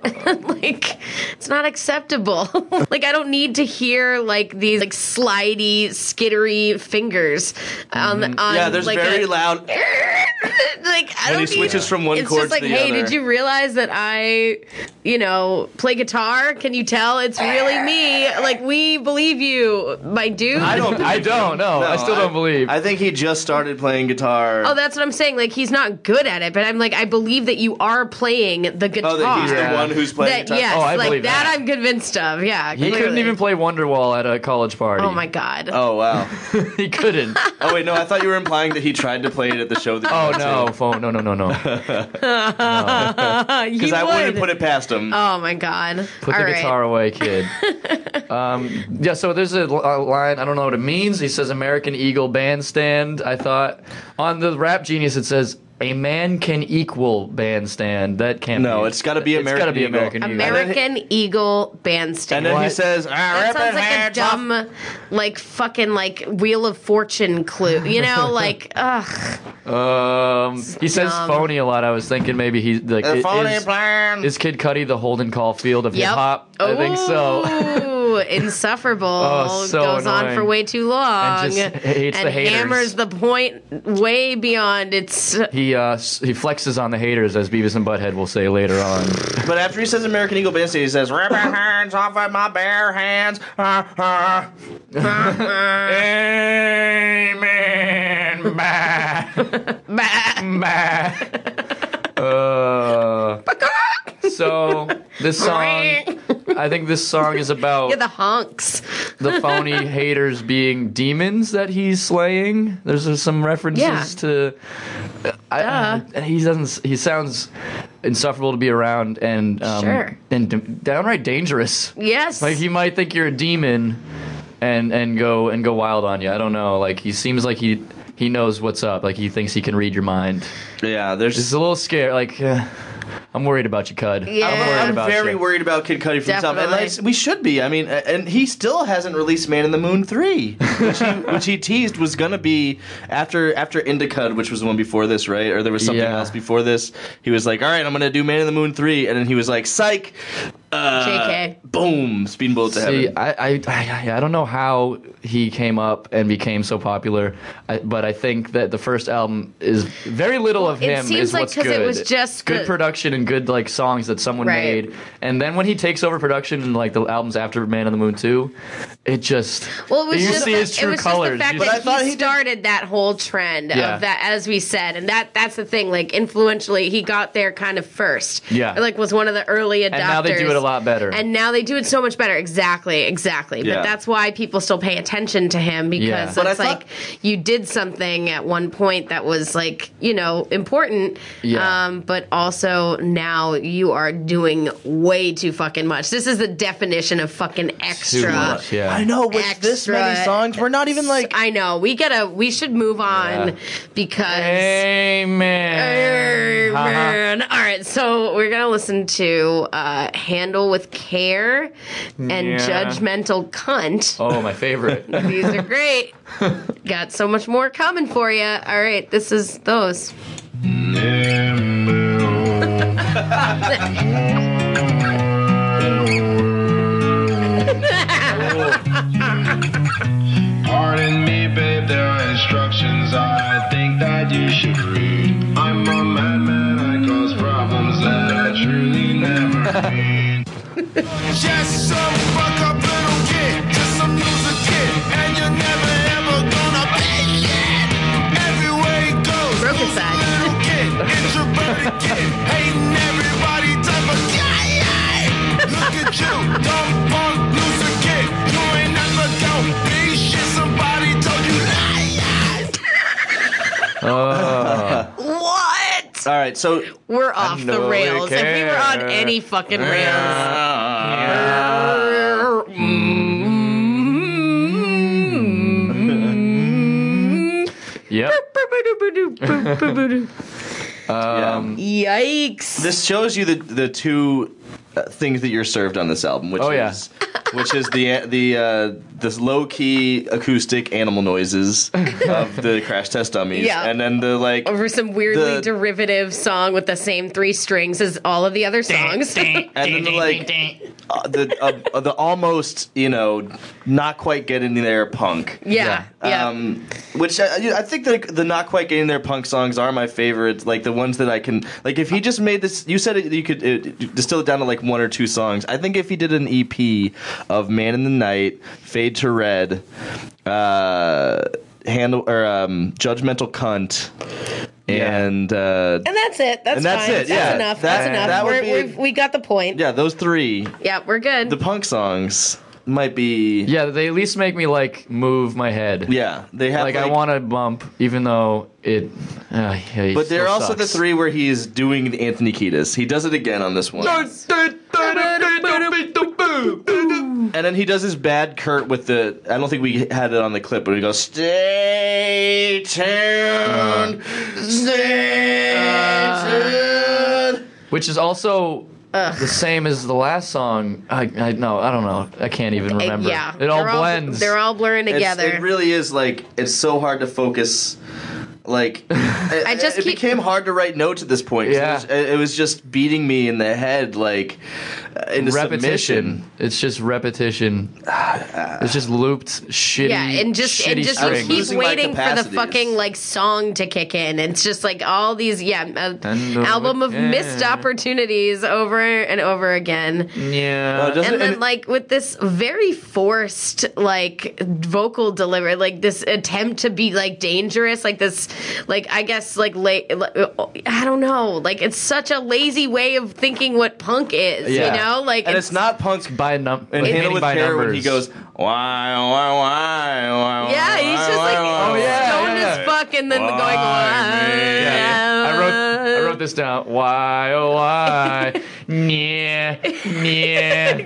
S3: (laughs) like it's not acceptable. (laughs) like I don't need to hear like these like slidey, skittery fingers on the on.
S2: Yeah, there's
S3: like
S2: very
S3: a-
S2: loud.
S3: like I
S2: When
S3: don't
S2: he switches
S3: need,
S2: from one
S3: it's
S2: chord
S3: just like,
S2: to the
S3: hey,
S2: other.
S3: did you realize that I, you know, play guitar? Can you tell it's really me? Like we believe you, my dude.
S2: I don't.
S1: (laughs) I don't know. I still don't believe.
S2: I think he just started playing guitar.
S3: Oh, that's what I'm saying. Like he's not good at it, but I'm like I believe that you are playing the guitar.
S2: Oh, that he's
S1: Yeah.
S2: the one who's playing
S3: That-
S2: guitar.
S3: yes,
S1: Oh, I
S3: like
S1: believe
S3: that.
S1: that.
S3: I'm convinced of. Yeah,
S1: he couldn't
S3: clearly.
S1: even play Wonderwall at a college party.
S3: Oh my god.
S2: Oh wow.
S1: (laughs) He
S3: (laughs)
S1: couldn't.
S2: Oh wait, no, I thought you were implying that he tried to play it at the show. That
S1: Oh no, phone. No, no, no, no.
S2: because
S3: you
S2: I
S3: would.
S2: wouldn't put it past him.
S3: Oh my god.
S1: Put the
S3: All right.
S1: guitar away, kid.
S3: (laughs)
S1: Um, yeah, so there's a l- a line, I don't know what it means. He says American Eagle Bandstand. I thought on the Rap Genius it says a man can equal bandstand. That can't
S2: No,
S1: be.
S2: it's gotta be
S1: It's gotta
S2: American
S1: be
S2: Eagle.
S1: American Eagle.
S3: American Eagle
S2: and
S3: Bandstand.
S2: then he
S1: What?
S2: says, "Ah,
S3: that
S2: rip
S3: sounds
S2: it,
S3: like a
S2: hands off."
S3: dumb,
S1: (laughs)
S3: like fucking like Wheel of Fortune clue. You know, like ugh.
S1: Um, he says
S3: dumb.
S1: phony a lot. I was thinking maybe he's like
S2: The
S1: it
S2: Uh, phony
S1: is-
S2: plan.
S1: Is Kid Cudi the Holden Caulfield of
S3: Yep.
S1: hip hop? I think so. (laughs)
S3: Ooh, insufferable.
S1: Oh, so
S3: Goes on
S1: annoying.
S3: for way too long.
S1: And just hates the
S3: And
S1: haters.
S3: hammers the point way beyond its. (laughs)
S1: He uh s- he flexes on the haters, as Beavis and Butthead will say later on.
S2: But after he says American Eagle Band, he says, Rip your hands off of my bare hands. Ah, ah. Amen. Bah.
S3: (laughs)
S2: Bah.
S1: Uh, so
S3: (laughs)
S1: this song, I think this song is about
S3: Yeah, the honks.
S1: the
S3: (laughs)
S1: phony haters being demons that he's slaying. There's uh, some references
S3: Yeah.
S1: to. I,
S3: Duh.
S1: and he doesn't. He sounds insufferable to be around and um,
S3: Sure.
S1: and d- downright dangerous.
S3: Yes.
S1: Like he might think you're a demon, and and go and go wild on you. I don't know. Like he seems like he he knows what's up. Like he thinks he can read your mind.
S2: yeah, there's
S1: It's a little scary. Like uh, I'm worried about you, Cud. I'm
S3: Yeah.
S1: worried
S2: I'm
S1: about
S2: very
S1: you.
S2: worried about Kid Cudi from the top, and
S3: Definitely.
S2: that's- we should be. I mean, a- and he still hasn't released Man in the Moon
S1: (laughs)
S2: three, which he, which he teased was gonna be after after Indicud, which was the one before this, right? Or there was something
S1: Yeah.
S2: else before this. He was like, "All right, I'm gonna do Man in the Moon three, and then he was like, "Psych." Uh,
S3: JK.
S2: Boom! Speedboat to
S1: See,
S2: heaven.
S1: I, I, I, I don't know how he came up and became so popular, I, but I think that the first album is very little of
S3: it
S1: him.
S3: seems
S1: is
S3: like
S1: what's
S3: 'cause it
S1: good.
S3: was just
S1: good
S3: the-
S1: production and good like songs that someone
S3: Right.
S1: made, and then when he takes over production and like the albums after Man on the Moon Two, it just
S3: Well, it was
S1: you
S3: just
S1: see
S3: the,
S1: his true
S3: it was
S1: colors.
S3: Just the fact
S1: You
S3: that
S1: just-
S2: I thought
S3: he,
S2: he did-
S3: started that whole trend
S1: Yeah.
S3: of that, as we said, and that that's the thing. Like influentially, he got there kind of first.
S1: Yeah.
S3: like was one of the early adopters.
S1: and now they do it a lot better.
S3: And now they do it so much better. Exactly, exactly.
S2: Yeah.
S3: But that's why people still pay attention to him because
S1: Yeah.
S3: it's
S1: But
S2: I thought-
S3: like you did something at one point that was like, you know, important.
S1: Yeah.
S3: Um, but also now you are doing way too fucking much. This is the definition of fucking extra.
S1: Too much, yeah.
S2: I know with this many
S3: Extra-
S2: songs, we're not even like
S3: I know. We gotta we should move on
S1: Yeah.
S3: because
S1: Amen. Ha, ha.
S3: Amen. All right, so we're gonna listen to uh, "Handle with Care" and
S1: Yeah.
S3: "Judgmental Cunt."
S1: Oh, (laughs) my favorite.
S3: These are great. Got so much more coming for you. All right, this is those.
S4: Pardon me, babe, there are instructions I think that you should read. I'm a madman, I cause problems that I truly never need. Just some fuck up little kid, just some loser kid, and you're never ever gonna be shit. Everywhere he goes,
S3: Broke his
S4: loser
S3: side.
S4: little kid, introverted kid, hating everybody type of guy. Look at you, dumb punk loser kid, you ain't never gonna be shit. Somebody told you lies.
S3: What?
S2: all right. So
S3: We're off the
S1: Handle with
S3: rails. If we were on
S1: care.
S3: any fucking rails.
S1: Mm.
S3: Mm.
S1: yep.
S2: yeah.
S1: Um,
S3: Yikes.
S2: this shows you the the two uh, things that you're served on this album, which
S1: Oh, yeah.
S2: is which is the the uh, this low key acoustic animal noises
S3: (laughs)
S2: of the crash test dummies,
S3: Yeah.
S2: and then the like.
S3: Over some weirdly
S2: The-
S3: derivative song with the same three strings as all of the other songs.
S2: And then the like, uh, the uh, uh, the almost you know, not quite getting there punk.
S3: (laughs) Yeah, yeah.
S2: Um, which I, I think the the not quite getting there punk songs are my favorites. Like the ones that I can like. If he just made this, you said it, you could it, distill it down to like one or two songs. I think if he did an EP of Man in the Night, Fade to Red, uh, Handle or um, Judgmental Cunt, and uh,
S3: and that's it. That's
S2: And that's
S3: fine.
S2: it,
S3: That's
S2: yeah.
S3: enough.
S2: That-
S3: that's enough.
S2: that would
S3: We're,
S2: be-
S3: we've, we got the point. Yeah,
S2: yeah, those three.
S3: we're good.
S2: The punk songs might be yeah.
S1: Yeah, they at least make me like move my head.
S2: they have
S1: like, I want to bump, even though it. Uh, yeah, it
S2: But there are
S1: still
S2: also the
S1: sucks.
S2: three where he is doing the Anthony Kiedis. He does it again on this one. And then he does his bad Kurt with the. I don't think we had it on the clip, but he goes, "Stay tuned, stay tuned."
S1: Which is also the same as the last song. I, I no, I don't know. I can't even
S3: Uh,
S1: remember.
S3: yeah,
S1: it all
S3: they're
S1: blends.
S3: they're all blurring
S2: It's-
S3: together.
S2: It really is like it's so hard to focus. Like, I
S3: just
S2: it
S3: keep-
S2: became hard to write notes at this point. 'cause
S1: Yeah.
S2: it, was, it was just beating me in the head, like uh, into
S1: repetition.
S2: submission.
S1: It's just repetition.
S2: (sighs)
S1: It's just looped shitty.
S3: Yeah, and just
S1: shitty
S3: and just
S2: I was
S1: string.
S3: keep
S2: losing my
S3: waiting for the
S2: capacities.
S3: fucking like song to kick in. It's just like all these yeah, a
S1: Dun, dun,
S3: album of
S1: yeah.
S3: missed opportunities over and over again.
S1: yeah.
S2: Uh, doesn't-
S3: And then
S2: it-
S3: like with this very forced like vocal delivery, like this attempt to be like dangerous, like this like I guess like late I don't know, like it's such a lazy way of thinking what punk is,
S1: Yeah.
S3: you know? Like
S2: and it's, not punk
S1: by num-
S2: And
S1: like
S2: Hannah
S1: hitting
S2: with
S1: by
S2: care when
S1: numbers.
S2: he goes, why, why, why, why,
S3: Yeah, he's just like
S2: why, why,
S1: Oh, yeah,
S3: stoned
S1: yeah,
S3: as
S1: yeah.
S3: fuck, and then
S2: Why
S3: going. Why?
S2: me?
S1: Yeah, yeah. I wrote I wrote this down. Why oh
S3: (laughs)
S1: why? yeah, yeah.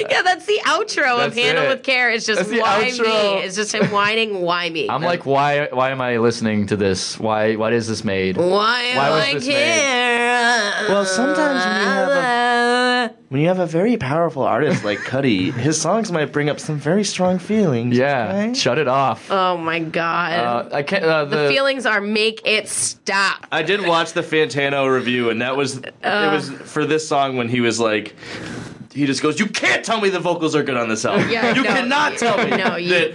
S3: Yeah, that's the outro
S1: That's
S3: of Handle
S1: it.
S3: with Care. It's just
S1: That's the
S3: why
S1: outro.
S3: me. It's just him whining, why me.
S1: I'm like, why why am I listening to this? Why what is this made?
S3: why,
S1: why
S3: am
S1: was
S3: I
S1: this
S3: here?
S2: Well, sometimes when you have a
S3: Uh,
S2: when you have a very powerful artist
S3: (laughs)
S2: like Cuddy, his songs might bring up some very strong feelings.
S1: Yeah,
S2: okay?
S1: shut it off.
S3: oh my god.
S1: Uh, I can't. Uh, the,
S3: the feelings are make it stop.
S2: I did watch the Fantano review, and that was it
S3: Uh.
S2: was for this song when he was like. He just goes, You can't tell me the vocals are good on this album.
S3: Yeah,
S2: you
S3: no,
S2: cannot
S3: you-
S2: tell me
S3: (laughs) no, you-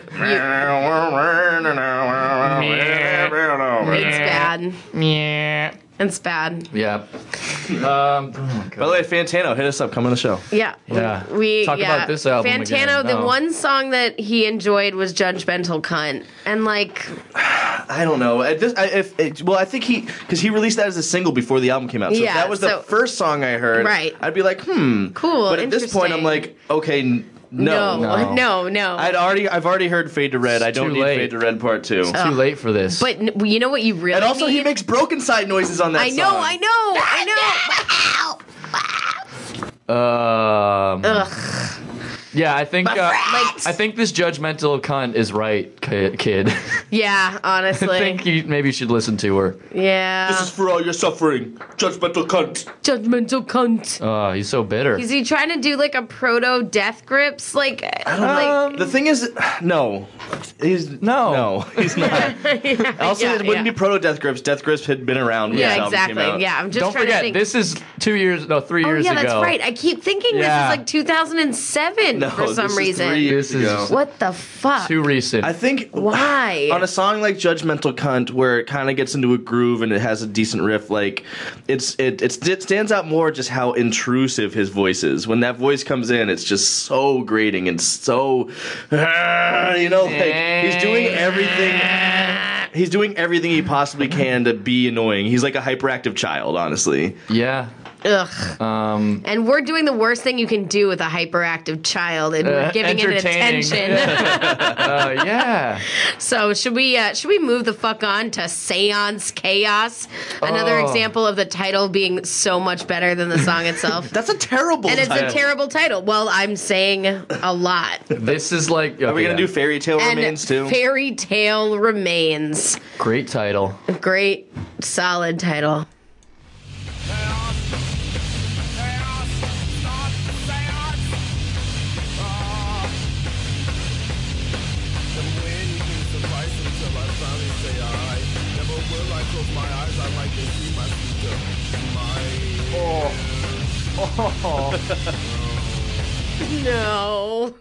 S2: that. (laughs)
S3: It's bad.
S1: Yeah.
S3: It's bad.
S1: Yeah. Um,
S2: By the way, Fantano, hit us up. Come on the show.
S3: Yeah.
S1: yeah.
S3: We
S1: talk
S3: yeah.
S1: about this album.
S3: Fantano,
S1: again.
S3: the
S1: No.
S3: one song that he enjoyed was Judgmental Cunt. And like
S2: I don't know. At this, I, if it, well, I think he because he released that as a single before the album came out. So if
S3: Yeah,
S2: that was the
S3: so-
S2: first song I heard.
S3: Right.
S2: I'd be like, hmm,
S3: Cool,
S2: But at this point, I'm like,
S3: interesting.
S2: okay, n- no.
S3: (laughs) no, no. no.
S2: I'd already, I've already heard Fade to Red. I
S1: It's
S2: don't
S1: too
S2: need
S1: late.
S2: Fade to Red Part Two.
S3: Oh.
S1: Too late for this.
S3: But n- you know what you really
S2: and also, he
S3: need?
S2: makes broken side noises on that
S3: I
S2: song.
S3: know, I know, I
S1: (laughs)
S3: know.
S1: um, Yeah, I think. Uh,
S3: Like-
S1: I think this judgmental cunt is right, ki- kid. (laughs) I
S3: Yeah, honestly.
S1: think you maybe should listen to her.
S3: Yeah.
S2: This is for all your suffering, judgmental cunt.
S3: judgmental cunt.
S1: Oh, he's so bitter.
S3: Is he trying to do like a proto death grips? Like, uh, like
S2: the thing is, no, he's
S1: No.
S2: no, he's not. also,
S3: (laughs) yeah,
S2: it wouldn't
S3: yeah.
S2: be proto Death Grips. Death Grips had been around when
S3: yeah,
S2: this album
S3: exactly.
S2: came out.
S3: Yeah, I'm just
S1: Don't
S3: trying
S1: forget,
S3: to think.
S1: this is two years, no, three
S3: oh
S1: years
S3: yeah,
S1: ago.
S3: that's right. I keep thinking
S1: Yeah.
S3: this is like 2007
S2: (laughs) No,
S3: for
S2: this
S3: some
S2: is
S3: reason.
S2: three years
S1: This is
S2: ago.
S3: What the fuck?
S1: Too recent.
S2: I think
S1: (laughs)
S3: Why?
S2: on a song like Judgmental Cunt, where it kind of gets into a groove and it has a decent riff, like it's it, it's it stands out more just how intrusive his voice is. When that voice comes in, it's just so grating and so (laughs) "Ah," you know, like he's doing everything. He's doing everything he possibly can to be annoying. He's like a hyperactive child, honestly.
S1: yeah.
S3: Ugh.
S1: Um,
S3: And we're doing the worst thing you can do with a hyperactive child, and we're
S1: Uh,
S3: giving it
S1: entertaining. (laughs)
S3: attention.
S1: uh, yeah.
S3: So should we uh, should we move the fuck on to Seance Chaos? Another
S1: Oh.
S3: example of the title being so much better than the
S1: (laughs)
S3: song itself.
S2: That's a terrible.
S3: and it's
S2: title.
S3: a terrible title. Well, I'm saying
S1: (laughs)
S3: a lot.
S1: This is like.
S2: Are we gonna do Fairy Tale
S3: and
S2: Remains too?
S3: Fairy Tale Remains.
S1: Great title.
S3: Great, solid title. No. (laughs)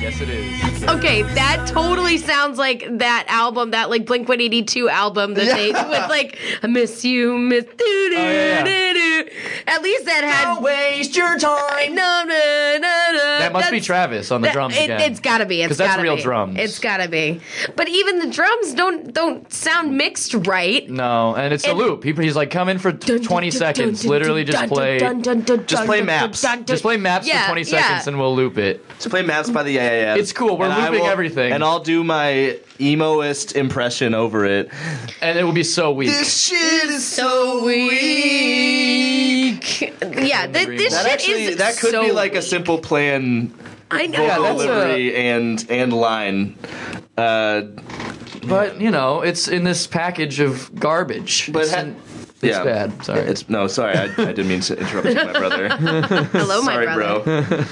S1: Yes, it is.
S3: Okay, that totally sounds like that album, that like Blink 182 album that they with like I miss you, miss doo doo
S1: Oh, yeah, yeah.
S3: doo doo. (laughs) At least that had
S2: waste your time.
S3: No, no, no, no.
S1: That must be
S3: That's-
S1: Travis on the
S3: that-
S1: drums
S3: it,
S1: again.
S3: It's gotta be. It's
S1: 'Cause that's
S3: gotta
S1: real
S3: be.
S1: drums.
S3: It's gotta be. But even the drums don't don't sound mixed right.
S1: no, and it's a
S3: And-
S1: loop. He, he's like, come in for t- 20 seconds. Literally just play.
S2: Just play maps.
S1: Just play maps
S3: Yeah,
S1: for 20
S3: yeah.
S1: seconds and we'll loop it.
S2: Let's play maps by the AAF.
S1: It's cool, we're
S2: I
S1: looping everything.
S2: And I'll do my emoist impression over it.
S1: And it will be so weak.
S2: shit is so weak.
S3: Yeah, th- this
S2: That
S3: shit
S2: actually,
S3: is
S2: that could
S3: so
S2: be like a
S3: weak.
S2: simple plan
S3: I know.
S2: vocal
S1: that's a-
S2: delivery and and line. Uh,
S1: But you know, it's in this package of garbage.
S2: But
S1: it's,
S2: ha-
S1: in- it's
S2: yeah.
S1: bad. Sorry.
S2: it's no, sorry, I, I didn't mean to interrupt you, my (laughs) brother.
S3: Hello, my
S2: sorry,
S3: brother.
S2: bro.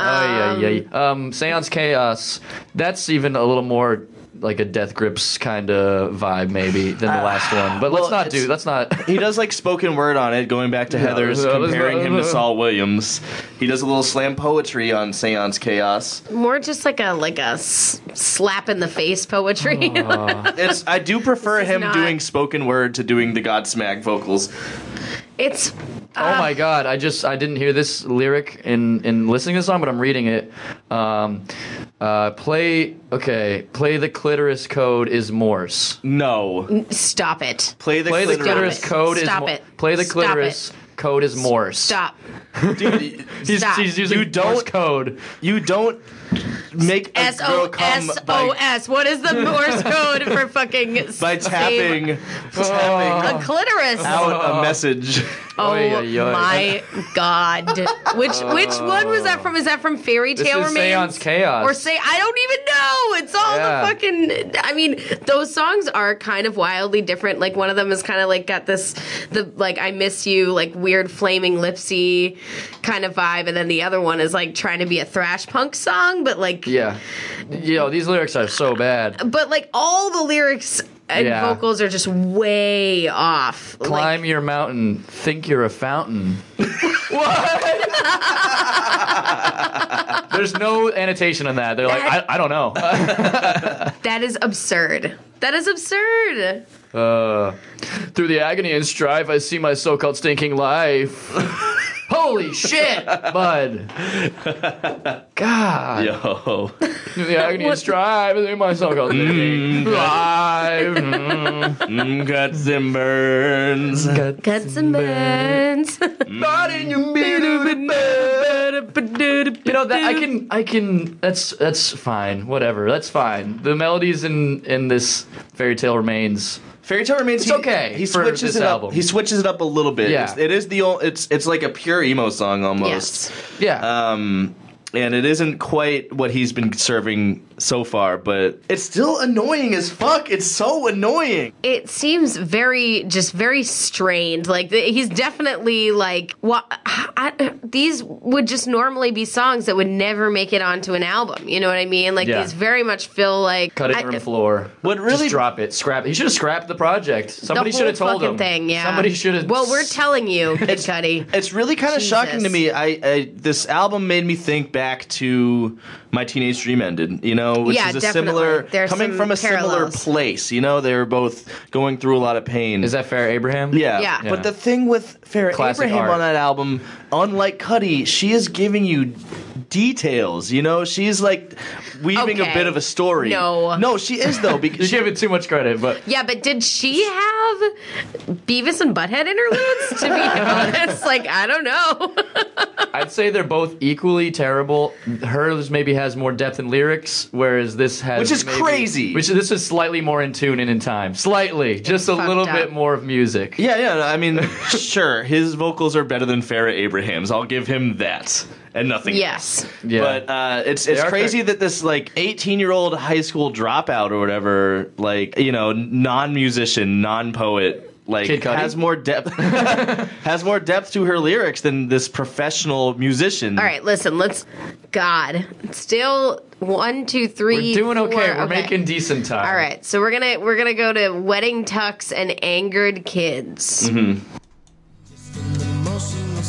S1: Ay, ay, ay. Um, Seance Chaos. That's even a little more like a Death Grips kind of vibe, maybe, than the last one. But let's
S2: well,
S1: not do.
S2: it's-
S1: Let's not.
S2: He does like spoken word on it, going back to Heather's,
S1: no, it's
S2: comparing
S1: not-
S2: him to
S1: no.
S2: Saul Williams. He does a little slam poetry on Seance Chaos.
S3: More just like a like a s- slap in the face poetry.
S2: It's I do prefer
S3: This is
S2: him
S3: not-
S2: doing spoken word to doing the Godsmack vocals.
S3: (laughs) it's
S1: oh my god! I just I didn't hear this lyric in in listening to the song, but I'm reading it. Um, uh, play okay. Play the clitoris code is Morse.
S2: No,
S3: stop it.
S2: play the
S1: Play the clitoris
S3: it.
S1: code is
S3: Stop
S1: Mo-
S3: it.
S1: Play the
S3: Stop it.
S1: clitoris code is Morse.
S3: Stop.
S2: Dude,
S1: He's,
S3: Stop.
S1: he's using
S2: You don't-
S1: Morse code.
S2: you don't make a
S3: S O
S2: girl come
S3: S O
S2: by,
S3: S. What is the Morse code for fucking s-
S2: by
S3: save-
S2: tapping, tapping
S3: a clitoris?
S2: out a message.
S3: Oh
S1: Oy, oy, oy.
S3: my god! Which which one was that from? Is that from Fairy
S1: This
S3: Tale
S1: is
S3: Remains?
S1: Seance Chaos.
S3: Or say I don't even know. It's all
S1: Yeah.
S3: the fucking. I mean, those songs are kind of wildly different. Like one of them is kind of like got this the like I miss you like weird flaming lipsy kind of vibe, and then the other one is like trying to be a thrash punk song, but like
S1: Yeah. Yo, these lyrics are so bad.
S3: but like all the lyrics and
S1: Yeah.
S3: vocals are just way off. Like,
S1: Climb your mountain, think you're a (laughs) fountain. what? There's no annotation on that. They're like, I, I don't know. (laughs)
S3: that is absurd. That is absurd.
S1: Uh, through the agony and strife, I see my so-called stinking (laughs) life. Holy shit, bud! God,
S2: Yo,
S1: through the Mm-hmm. agony and strife, I see my so-called stinking life.
S2: Mm, guts and burns.
S3: Cut some (laughs) burns.
S1: (laughs) Not in your You know that I can I can that's that's fine whatever that's fine the melodies in in this fairy tale remains
S2: Fairy Tale Remains.
S1: It's
S2: he-
S1: okay
S2: He
S1: for
S2: switches
S1: this
S2: it
S1: album.
S2: up. He switches it up a little bit.
S1: Yeah.
S2: It's, it is the old. It's it's like a pure emo song almost.
S3: yes.
S1: yeah
S2: Um, and it isn't quite what he's been serving so far, but it's still annoying as fuck. It's so annoying.
S3: It seems very, just very strained. Like the, he's definitely like what I, these would just normally be songs that would never make it onto an album. You know what I mean? Like
S1: Yeah.
S3: these very much feel like
S1: cutting
S3: I-
S1: room floor
S2: What really-
S1: Just drop it scrap it he should have scrapped the project somebody
S3: the
S1: should
S3: whole
S1: have told
S3: fucking
S1: him
S3: thing. Yeah.
S1: somebody should have
S3: Well, we're
S1: (laughs)
S3: telling you, Kid Cudi.
S2: It's really kind of
S3: Jesus.
S2: shocking to me. I, I this album made me think back to my teenage dream ended. You know, which
S3: Yeah,
S2: is a
S3: definitely.
S2: similar
S3: There's
S2: coming
S3: some
S2: from a similar
S3: parallels.
S2: place. You know, they were both going through a lot of pain.
S1: is that fair Abraham
S2: Yeah.
S3: Yeah.
S2: But the thing with Farrah
S1: Classic
S2: Abraham
S1: art.
S2: on that album, unlike Cuddy, she is giving you details. You know, she's like weaving
S3: Okay.
S2: a bit of a story.
S3: No.
S2: no, she is though. Because
S1: you give it too much credit but
S3: Yeah, but did she have Beavis and Butthead interludes? To
S1: (laughs)
S3: be honest, like I don't know.
S1: I'd say they're both equally terrible. Hers maybe has more depth in lyrics, whereas this has
S2: Which is
S1: maybe-
S2: crazy.
S1: Which this is slightly more in tune and in time, slightly, just a little
S3: fucked up.
S1: bit more of music.
S2: yeah, yeah. I mean, (laughs) sure, his vocals are better than Farrah Abraham's. I'll give him that, and nothing.
S3: yes,
S1: yeah.
S2: But uh, it's it's
S1: are
S2: crazy
S1: fair-
S2: that this like 18 year old high school dropout or whatever, like you know, non musician, non poet, like
S1: Kid Cudi?
S2: has more depth (laughs) has more depth to her lyrics than this professional musician.
S3: All right, listen, let's. God, still one, two, three.
S1: we're doing okay.
S3: four,
S1: We're making decent time.
S3: All right, so we're gonna we're gonna go to wedding tucks and angered kids.
S4: Motionless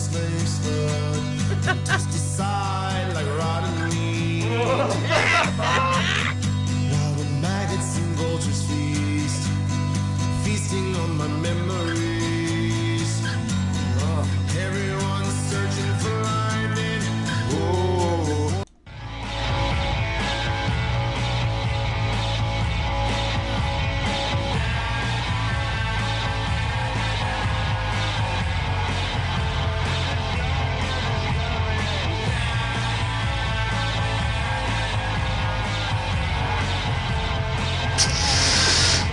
S4: they stood, (laughs) just aside like rotten meat. (laughs) While the maggots and vultures feast, feasting on my memories. Oh, everyone's searching for lightning. Oh.
S1: Sure is.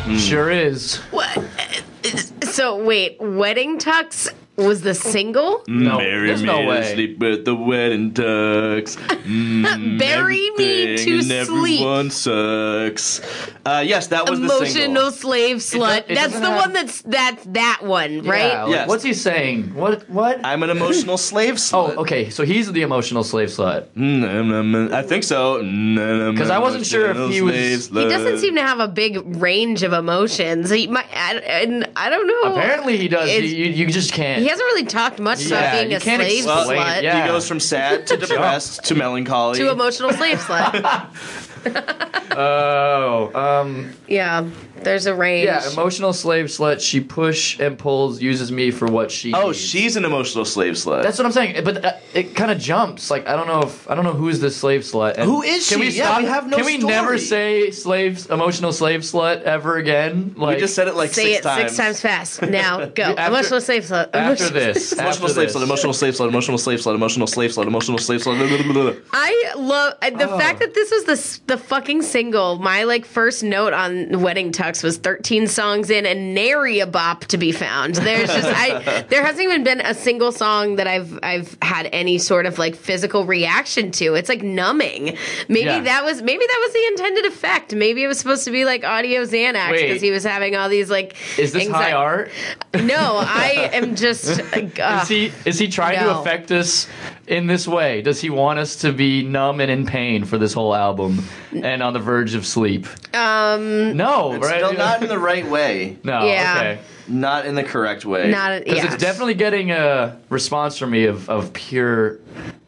S2: Mm.
S3: What? So wait, wedding tucks was the single.
S1: No,
S2: Marry
S1: there's
S2: me
S1: no
S2: to
S1: way.
S2: sleep with the wedding
S3: (laughs)
S2: ducks. Mm,
S3: Bury me
S2: everything
S3: to
S2: and
S3: sleep.
S2: Everyone sucks. Uh, yes, that was the
S3: Emotional
S2: single.
S3: slave slut.
S1: it
S3: that's
S1: doesn't
S3: the
S1: have-
S3: one that's that's that one,
S1: Yeah,
S3: right?
S1: like,
S2: Yes.
S1: What's he saying? What? What?
S2: I'm an emotional slave slut.
S1: oh, okay. So he's the emotional slave slut.
S2: Mm, mm, mm, mm, I think so. Because
S1: I wasn't sure if he was-
S3: He doesn't seem to have a big range of emotions. He might, I, and I don't know.
S1: Apparently, he does. You,
S3: It's-
S1: you, you just can't.
S3: he hasn't really talked much
S1: Yeah,
S3: about being
S1: you
S3: a
S1: can't
S3: slave
S1: explain it,
S3: slut
S1: yeah.
S2: He goes from sad
S1: (laughs)
S2: to depressed to melancholy.
S3: to emotional slave slut.
S1: oh, um,
S3: Yeah, there's a range.
S1: yeah. Emotional slave slut. She push and pulls, uses me for what she.
S2: oh,
S1: needs.
S2: she's an emotional slave slut.
S1: That's what I'm saying. But uh, it kind of jumps. Like I don't know if I don't know who is this slave slut. And
S2: Who is
S1: Can
S2: she?
S1: we
S2: Yeah,
S1: stop?
S2: we have no
S1: Can we
S2: story.
S1: never say slaves, emotional slave slut ever again?
S2: we
S1: Like
S2: just said it like
S3: Say
S2: six
S3: it
S2: times.
S3: six times
S1: (laughs)
S3: fast. Now go.
S1: After-
S3: emotional slave slut.
S2: (laughs)
S1: after
S3: (laughs) Emotional-
S1: this.
S2: Emotional
S1: after
S2: slave
S1: this.
S2: slut, emotional slave slut, emotional slave slut, emotional slave slut, emotional slave slut. blah, blah, blah, blah, blah.
S3: I love I- the
S1: Oh.
S3: fact that this was the s- the fucking single. My like first note on Wedding Tux was 13 songs in and nary a bop to be found. There's
S1: (laughs)
S3: just I there hasn't even been a single song that I've I've had any sort of like physical reaction to. It's like numbing. Maybe
S1: Yeah.
S3: that was maybe that was the intended effect. Maybe it was supposed to be like audio Xanax
S1: Wait.
S3: because he was having all these like
S1: Is this high
S3: anxi-
S1: art?
S3: No,
S1: (laughs)
S3: I am just uh,
S1: Is he is he trying to
S3: no.
S1: affect us in this way? Does he want us to be numb and in pain for this whole album and on the verge of sleep? Um No, right?
S2: Still not in the right way.
S1: no,
S3: Yeah.
S1: okay.
S2: Not in the correct way.
S3: not a,
S1: Because
S3: yeah.
S1: it's definitely getting a response from me of, of pure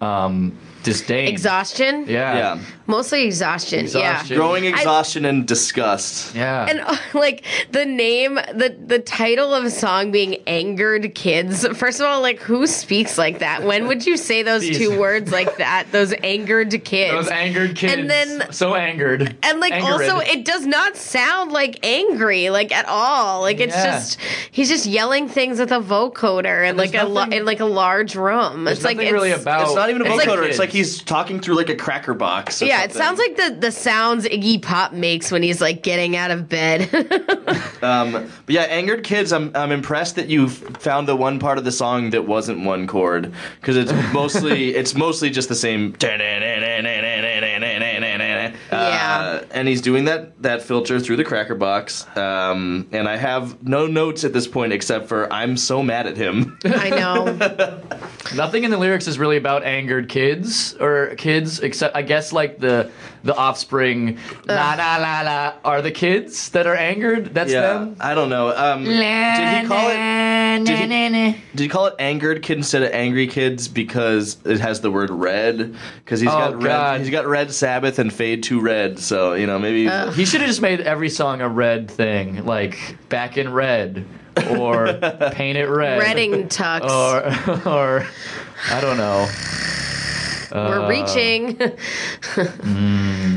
S1: um, disdain.
S3: exhaustion.
S1: Yeah.
S2: Yeah.
S3: Mostly exhaustion.
S1: Exhaustion.
S3: Yeah.
S2: Growing exhaustion and disgust.
S1: Yeah.
S3: And (laughs) uh, like the name, the the title of a song being "Angered Kids." First of all, like who speaks like that? When would you say those
S1: Jeez.
S3: two words like
S1: (laughs)
S3: that? Those angered kids.
S1: Those angered kids.
S3: And then-
S1: so angered.
S3: and like
S1: Angered.
S3: also, it does not sound like angry, like at all. Like it's
S1: Yeah.
S3: just he's just yelling things with a vocoder in like a lo-
S1: nothing-
S3: in like a large room.
S1: There's
S3: it's like
S1: nothing really
S3: it's-
S1: about.
S2: It's not even a
S3: It's like-
S2: vocoder. it's like he's talking through like a cracker box. Or
S3: Yeah, it
S2: something.
S3: sounds like the the sounds Iggy Pop makes when he's like getting out of bed. (laughs)
S2: Um, but yeah, angered kids. I'm I'm impressed that you found the one part of the song that wasn't one chord because it's mostly it's mostly just the same.
S3: Yeah.
S2: Uh, and he's doing that that filter through the cracker box. Um, and I have no notes at this point except for I'm so mad at him.
S1: (laughs)
S3: I know.
S1: Nothing in the lyrics is really about angered kids or kids, except I guess like the the offspring. La la la la are the kids that are angered. That's them.
S2: I don't know. Um, did he call it? Did he, did he call it angered kid instead of angry kids because it has the word red? Because he's
S1: Oh,
S2: got
S1: God.
S2: red. He's got red Sabbath and fade to red. So you know maybe.
S1: He should have just made every song a red thing, like back in red
S2: (laughs)
S1: or paint it red.
S3: Reading tux.
S1: Or or I don't know.
S3: We're
S1: uh,
S3: reaching. (laughs)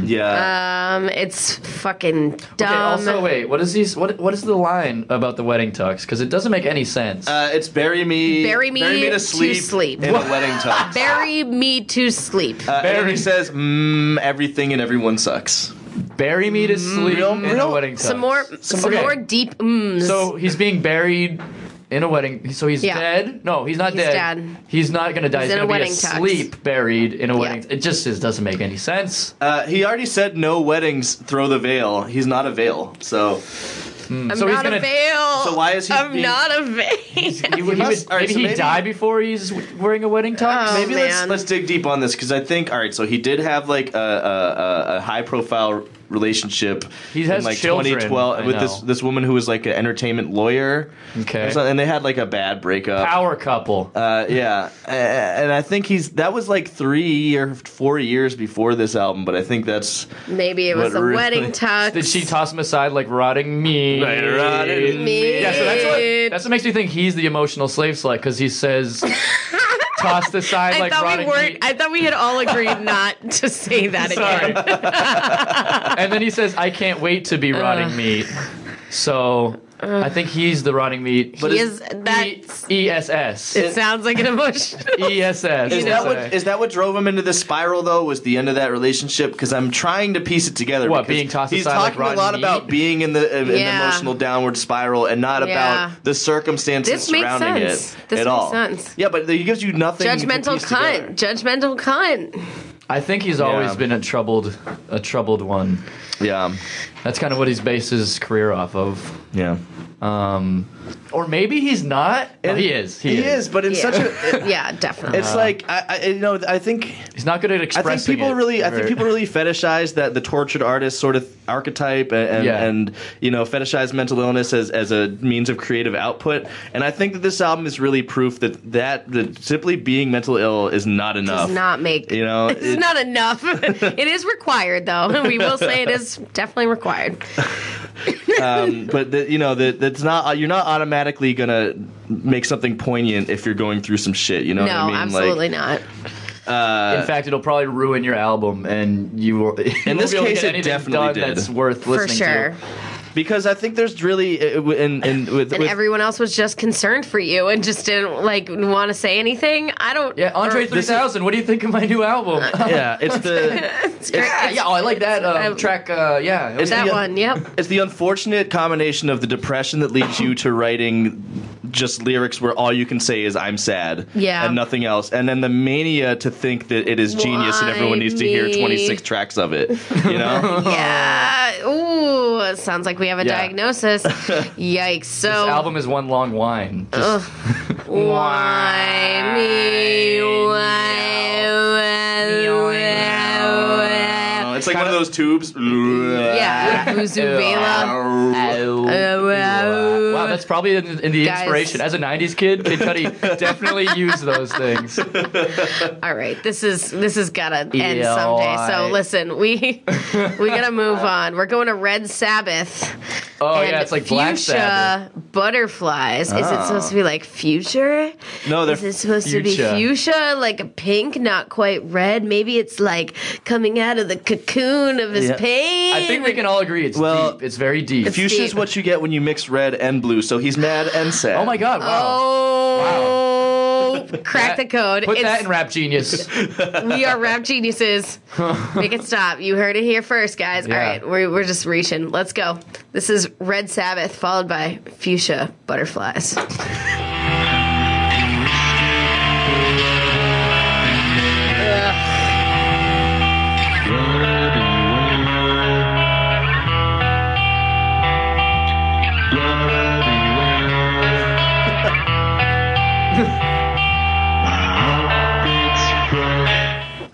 S2: yeah.
S3: Um, it's fucking dumb.
S1: Okay, also wait, what is these what what is the line about the wedding tux? Because it doesn't make any sense.
S2: Uh, it's bury me.
S3: Bury me
S2: to
S3: to
S2: sleep.
S3: sleep.
S2: In a wedding
S3: (laughs)
S2: tux.
S3: Bury me to sleep.
S2: Uh, and then
S1: Bury-
S2: he says, mm, everything and everyone sucks.
S1: Bury me to
S2: Mm,
S1: sleep
S2: real-
S1: in a
S2: real-
S1: wedding tux.
S3: some more, some,
S1: okay.
S3: more deep mms.
S1: So he's being buried in a wedding. So he's
S3: Yeah.
S1: dead. No, he's not
S3: He's
S1: dead.
S3: dead.
S1: He's not gonna die. He's,
S3: in a
S1: gonna be
S3: wedding tux.
S1: asleep, buried in a wedding. It just is, doesn't make any sense.
S2: Uh, he already said no weddings, throw the veil. He's not a veil. So
S3: I'm
S1: so he's
S3: not
S1: gonna-
S3: a veil.
S2: So why is he
S3: I'm
S2: being-
S3: not a veil.
S1: He would-
S2: must-
S1: he would-
S2: all right,
S1: maybe
S2: so
S1: he
S2: maybe-
S1: die before he's wearing a wedding tux.
S3: Oh,
S2: maybe let's
S3: man.
S2: let's dig deep on this because I think all right. So he did have like a a, a, a high profile relationship.
S1: He has
S2: in like
S1: children,
S2: 2012
S1: I
S2: with this
S1: know.
S2: this woman who was like an entertainment lawyer.
S1: Okay.
S2: And so- and they had like a bad breakup.
S1: Power couple.
S2: Uh, yeah, A- and I think he's that was like three or four years before this album, but I think that's
S3: (laughs) Maybe it was
S2: What
S3: a
S2: really-
S3: wedding tux.
S1: Did she toss him aside like rotting me?
S2: Like rotting
S3: meat.
S1: Yeah, so that's what, that's what makes me think he's the emotional slave slut because he
S3: (laughs)
S1: says, tossed aside
S3: I
S1: like
S3: thought we
S1: rotting
S3: weren't.
S1: meat.
S3: I thought we had all agreed not to say
S1: (laughs)
S3: that
S1: Sorry.
S3: again. Uh.
S1: and then he says, I can't wait to be rotting meat. So I think he's the rotting meat. But
S3: He
S1: it's
S3: is that's
S1: E S S.
S3: it sounds like an emotion.
S1: E S S.
S2: Is that what is that what drove him into the spiral though? Was the end of that relationship? Because I'm trying to piece it together.
S1: What,
S2: because
S1: being tossed
S2: He's
S1: aside like
S2: talking a
S1: rotten
S2: lot
S1: meat?
S2: about being in the uh, in the
S3: Yeah.
S2: emotional downward spiral and not
S3: Yeah.
S2: about the circumstances
S3: This makes
S2: surrounding
S3: sense.
S2: it
S3: This
S2: at
S3: makes
S2: all.
S3: sense.
S2: Yeah, but it gives you nothing. you can
S3: Judgmental
S2: piece together.
S3: cunt. Judgmental cunt.
S1: I think he's always been a troubled, a troubled one.
S2: Yeah,
S1: That's kind of what he's based his career off of.
S2: yeah.
S1: Um, or maybe he's not. No, he is. Uh-huh. He,
S2: He is, but in such a. (laughs) it-
S3: Yeah, definitely.
S2: it's like I, I, you know, I think
S1: He's not good at
S2: I
S1: expressing.
S2: think people
S1: it.
S2: really, I think
S1: Right.
S2: people
S1: (laughs)
S2: really fetishize that the tortured artist sort of archetype and and,
S1: Yeah.
S2: and you know fetishize mental illness as, as a means of creative output. And I think that this album is really proof that that, that simply being mental ill is not enough.
S3: does not make
S2: you know,
S3: It's
S2: it- (laughs)
S3: not enough. it is required, though. (laughs) We will say it is definitely required.
S2: um, but that you know that that's not uh, you're not automatically gonna make something poignant if you're going through some shit. You know what I
S3: no,
S2: mean? Like,
S3: absolutely not.
S1: In fact, it'll probably ruin your album, and you will. (laughs) you won't
S2: this
S1: be able to
S2: case,
S1: get
S2: it
S1: anything
S2: definitely
S1: done
S2: did.
S1: That's worth
S3: For
S1: listening
S3: sure.
S1: to.
S2: because I think there's really uh, w- and and with,
S3: And
S2: with
S3: everyone else was just concerned for you and just didn't like want to say anything. I don't.
S1: Yeah, Andre
S3: or-
S1: 3000. What do you think of my new album?
S2: yeah, it's
S3: (laughs)
S2: the
S3: Uh,
S1: (laughs)
S3: It's great.
S1: yeah,
S3: It's-
S1: yeah, oh, I like that um,
S3: I-
S1: track. Uh, yeah,
S2: it's
S3: That
S2: the-
S3: one,
S2: (laughs)
S3: yep.
S2: It's the unfortunate combination of the depression that leads you to writing just lyrics where all you can say is "I'm sad"
S3: Yeah.
S2: and nothing else, and then the mania to think that it is genius and everyone needs to hear
S3: Why me?
S2: 26 tracks of it. You know,
S1: (laughs)
S3: Yeah. Ooh, it sounds like we have a
S2: (laughs)
S1: Yeah.
S3: diagnosis. Yikes. So,
S1: This album is one long whine.
S3: Uh,
S1: Just,
S3: why me? Why?
S2: Uh, it's like one of those tubes.
S3: Yeah. Uzu Vela. uh, Ow.
S1: wow, that's probably in, in the
S3: Guys.
S1: inspiration. As a '90s kid, Kid
S3: (laughs)
S1: Cudi definitely used those things.
S3: All right, this is this has gotta end
S1: Yeah,
S3: someday.
S1: all
S3: So
S1: right.
S3: listen, we we gotta move on. We're going to Red Sabbath.
S1: Oh
S3: and
S1: yeah, it's like Black
S3: fuchsia
S1: Sabbath. Oh.
S3: butterflies. Is it supposed to be like future?
S2: (laughs) No, they're
S3: Is it supposed to
S1: fuchsia.
S3: be fuchsia, like a pink, not quite red? Maybe it's like coming out of the cocoon of his
S2: Yeah.
S3: pain.
S1: I think we can all agree it's
S2: Well,
S1: deep. It's very deep.
S2: Fuchsia is
S3: Steve.
S2: what you get when you mix red and blue. So he's mad and sad.
S1: oh my god! Wow. (laughs)
S3: Oh, crack the code.
S1: Put
S3: It's-
S1: that in Rap
S3: (laughs)
S1: Genius.
S3: we are
S1: (laughs)
S3: rap geniuses. Make it stop. You heard it here first, guys.
S1: Yeah.
S3: All right, we're, we're just reaching. Let's go. This is Red Sabbath, followed by Fuchsia Butterflies.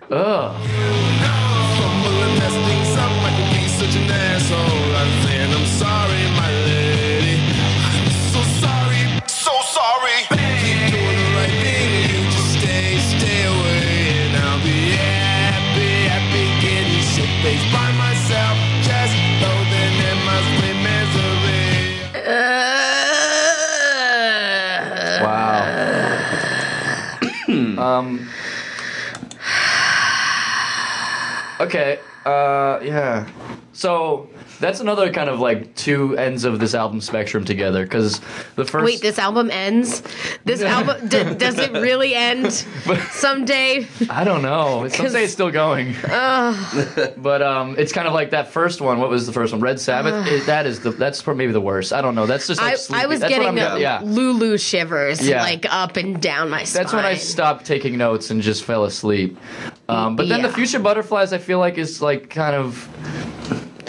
S1: Ugh.
S4: Fumbling, mess things up like a king, such an asshole. I'm saying I'm sorry, my lady. I'm so sorry, so sorry. Keep doing the right thing, you just stay, stay away, and I'll be happy, happy getting shit faced by myself, just loathing in my sweet misery.
S3: Uh,
S1: Wow. (coughs) um. Okay. Uh. Yeah. So that's another kind of like two ends of this album spectrum together because the first.
S3: Wait, this album ends?
S1: (laughs)
S3: This album, d- does it really end someday?
S1: I don't know. Some say it's still
S3: (laughs)
S1: going. (laughs) but um, it's kind of like that first one. What was the first one? Red Sabbath. It- that is the. That's probably maybe the worst. I don't know. That's just like
S3: I,
S1: sleepy.
S3: I was
S1: That's what
S3: getting
S1: I'm-
S3: the
S1: yeah.
S3: Lulu shivers,
S1: Yeah.
S3: like up and down my spine.
S1: That's when I stopped taking notes and just fell asleep. Um, but then the
S3: Yeah.
S1: Future Butterflies, I feel like, is like kind of.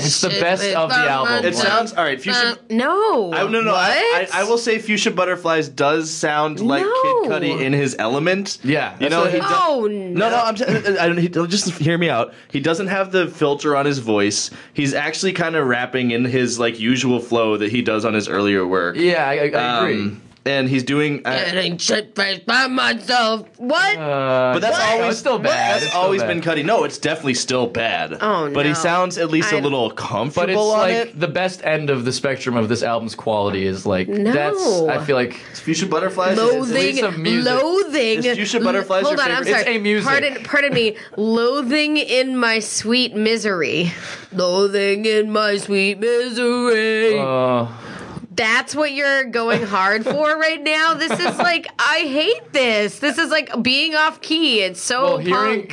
S1: It's the
S3: Shit,
S1: best
S3: it's
S1: of the
S3: not
S1: album.
S3: much.
S2: It
S1: Like,
S2: sounds all right. Fuchsia.
S3: Uh, no.
S2: I, no, no, I,
S3: What?
S2: I, I will say Fuchsia Butterflies does sound like
S3: No.
S2: Kid Cudi in his element.
S1: Yeah,
S2: You
S1: that's
S2: know,
S1: what-
S2: he does.
S3: Oh,
S2: No, no, I'm t- I don't, he, just hear me out. He doesn't have the filter on his voice. He's actually kind of rapping in his like usual flow that he does on his earlier work.
S1: yeah, I, I, I agree.
S2: Um, and he's doing. Uh,
S3: getting shit faced by myself. What?
S1: Uh,
S2: but that's
S1: no,
S2: always
S1: it's still bad.
S2: That's
S1: It's still
S2: always
S1: bad.
S2: been Cuddy. No, it's definitely still bad.
S3: Oh,
S2: But he
S3: no.
S2: sounds at least a
S3: I-
S2: little comfortable
S1: But it's
S2: on
S1: like
S2: it.
S1: the best end of the spectrum of this album's quality is like
S3: No.
S1: that's. I feel like
S2: Fuchsia Butterflies. is-
S3: loathing,
S1: It's a music.
S3: loathing.
S2: Is Fuchsia Butterflies
S3: Hold
S2: your
S3: on,
S2: favorite?
S3: I'm
S1: It's
S3: sorry.
S1: a music.
S3: Pardon, pardon me. loathing in my sweet misery. Loathing in my sweet misery.
S1: uh,
S3: that's what you're going hard for right now. This is like I hate this. This is like being off key. It's so
S1: Well,
S3: Oh, punk.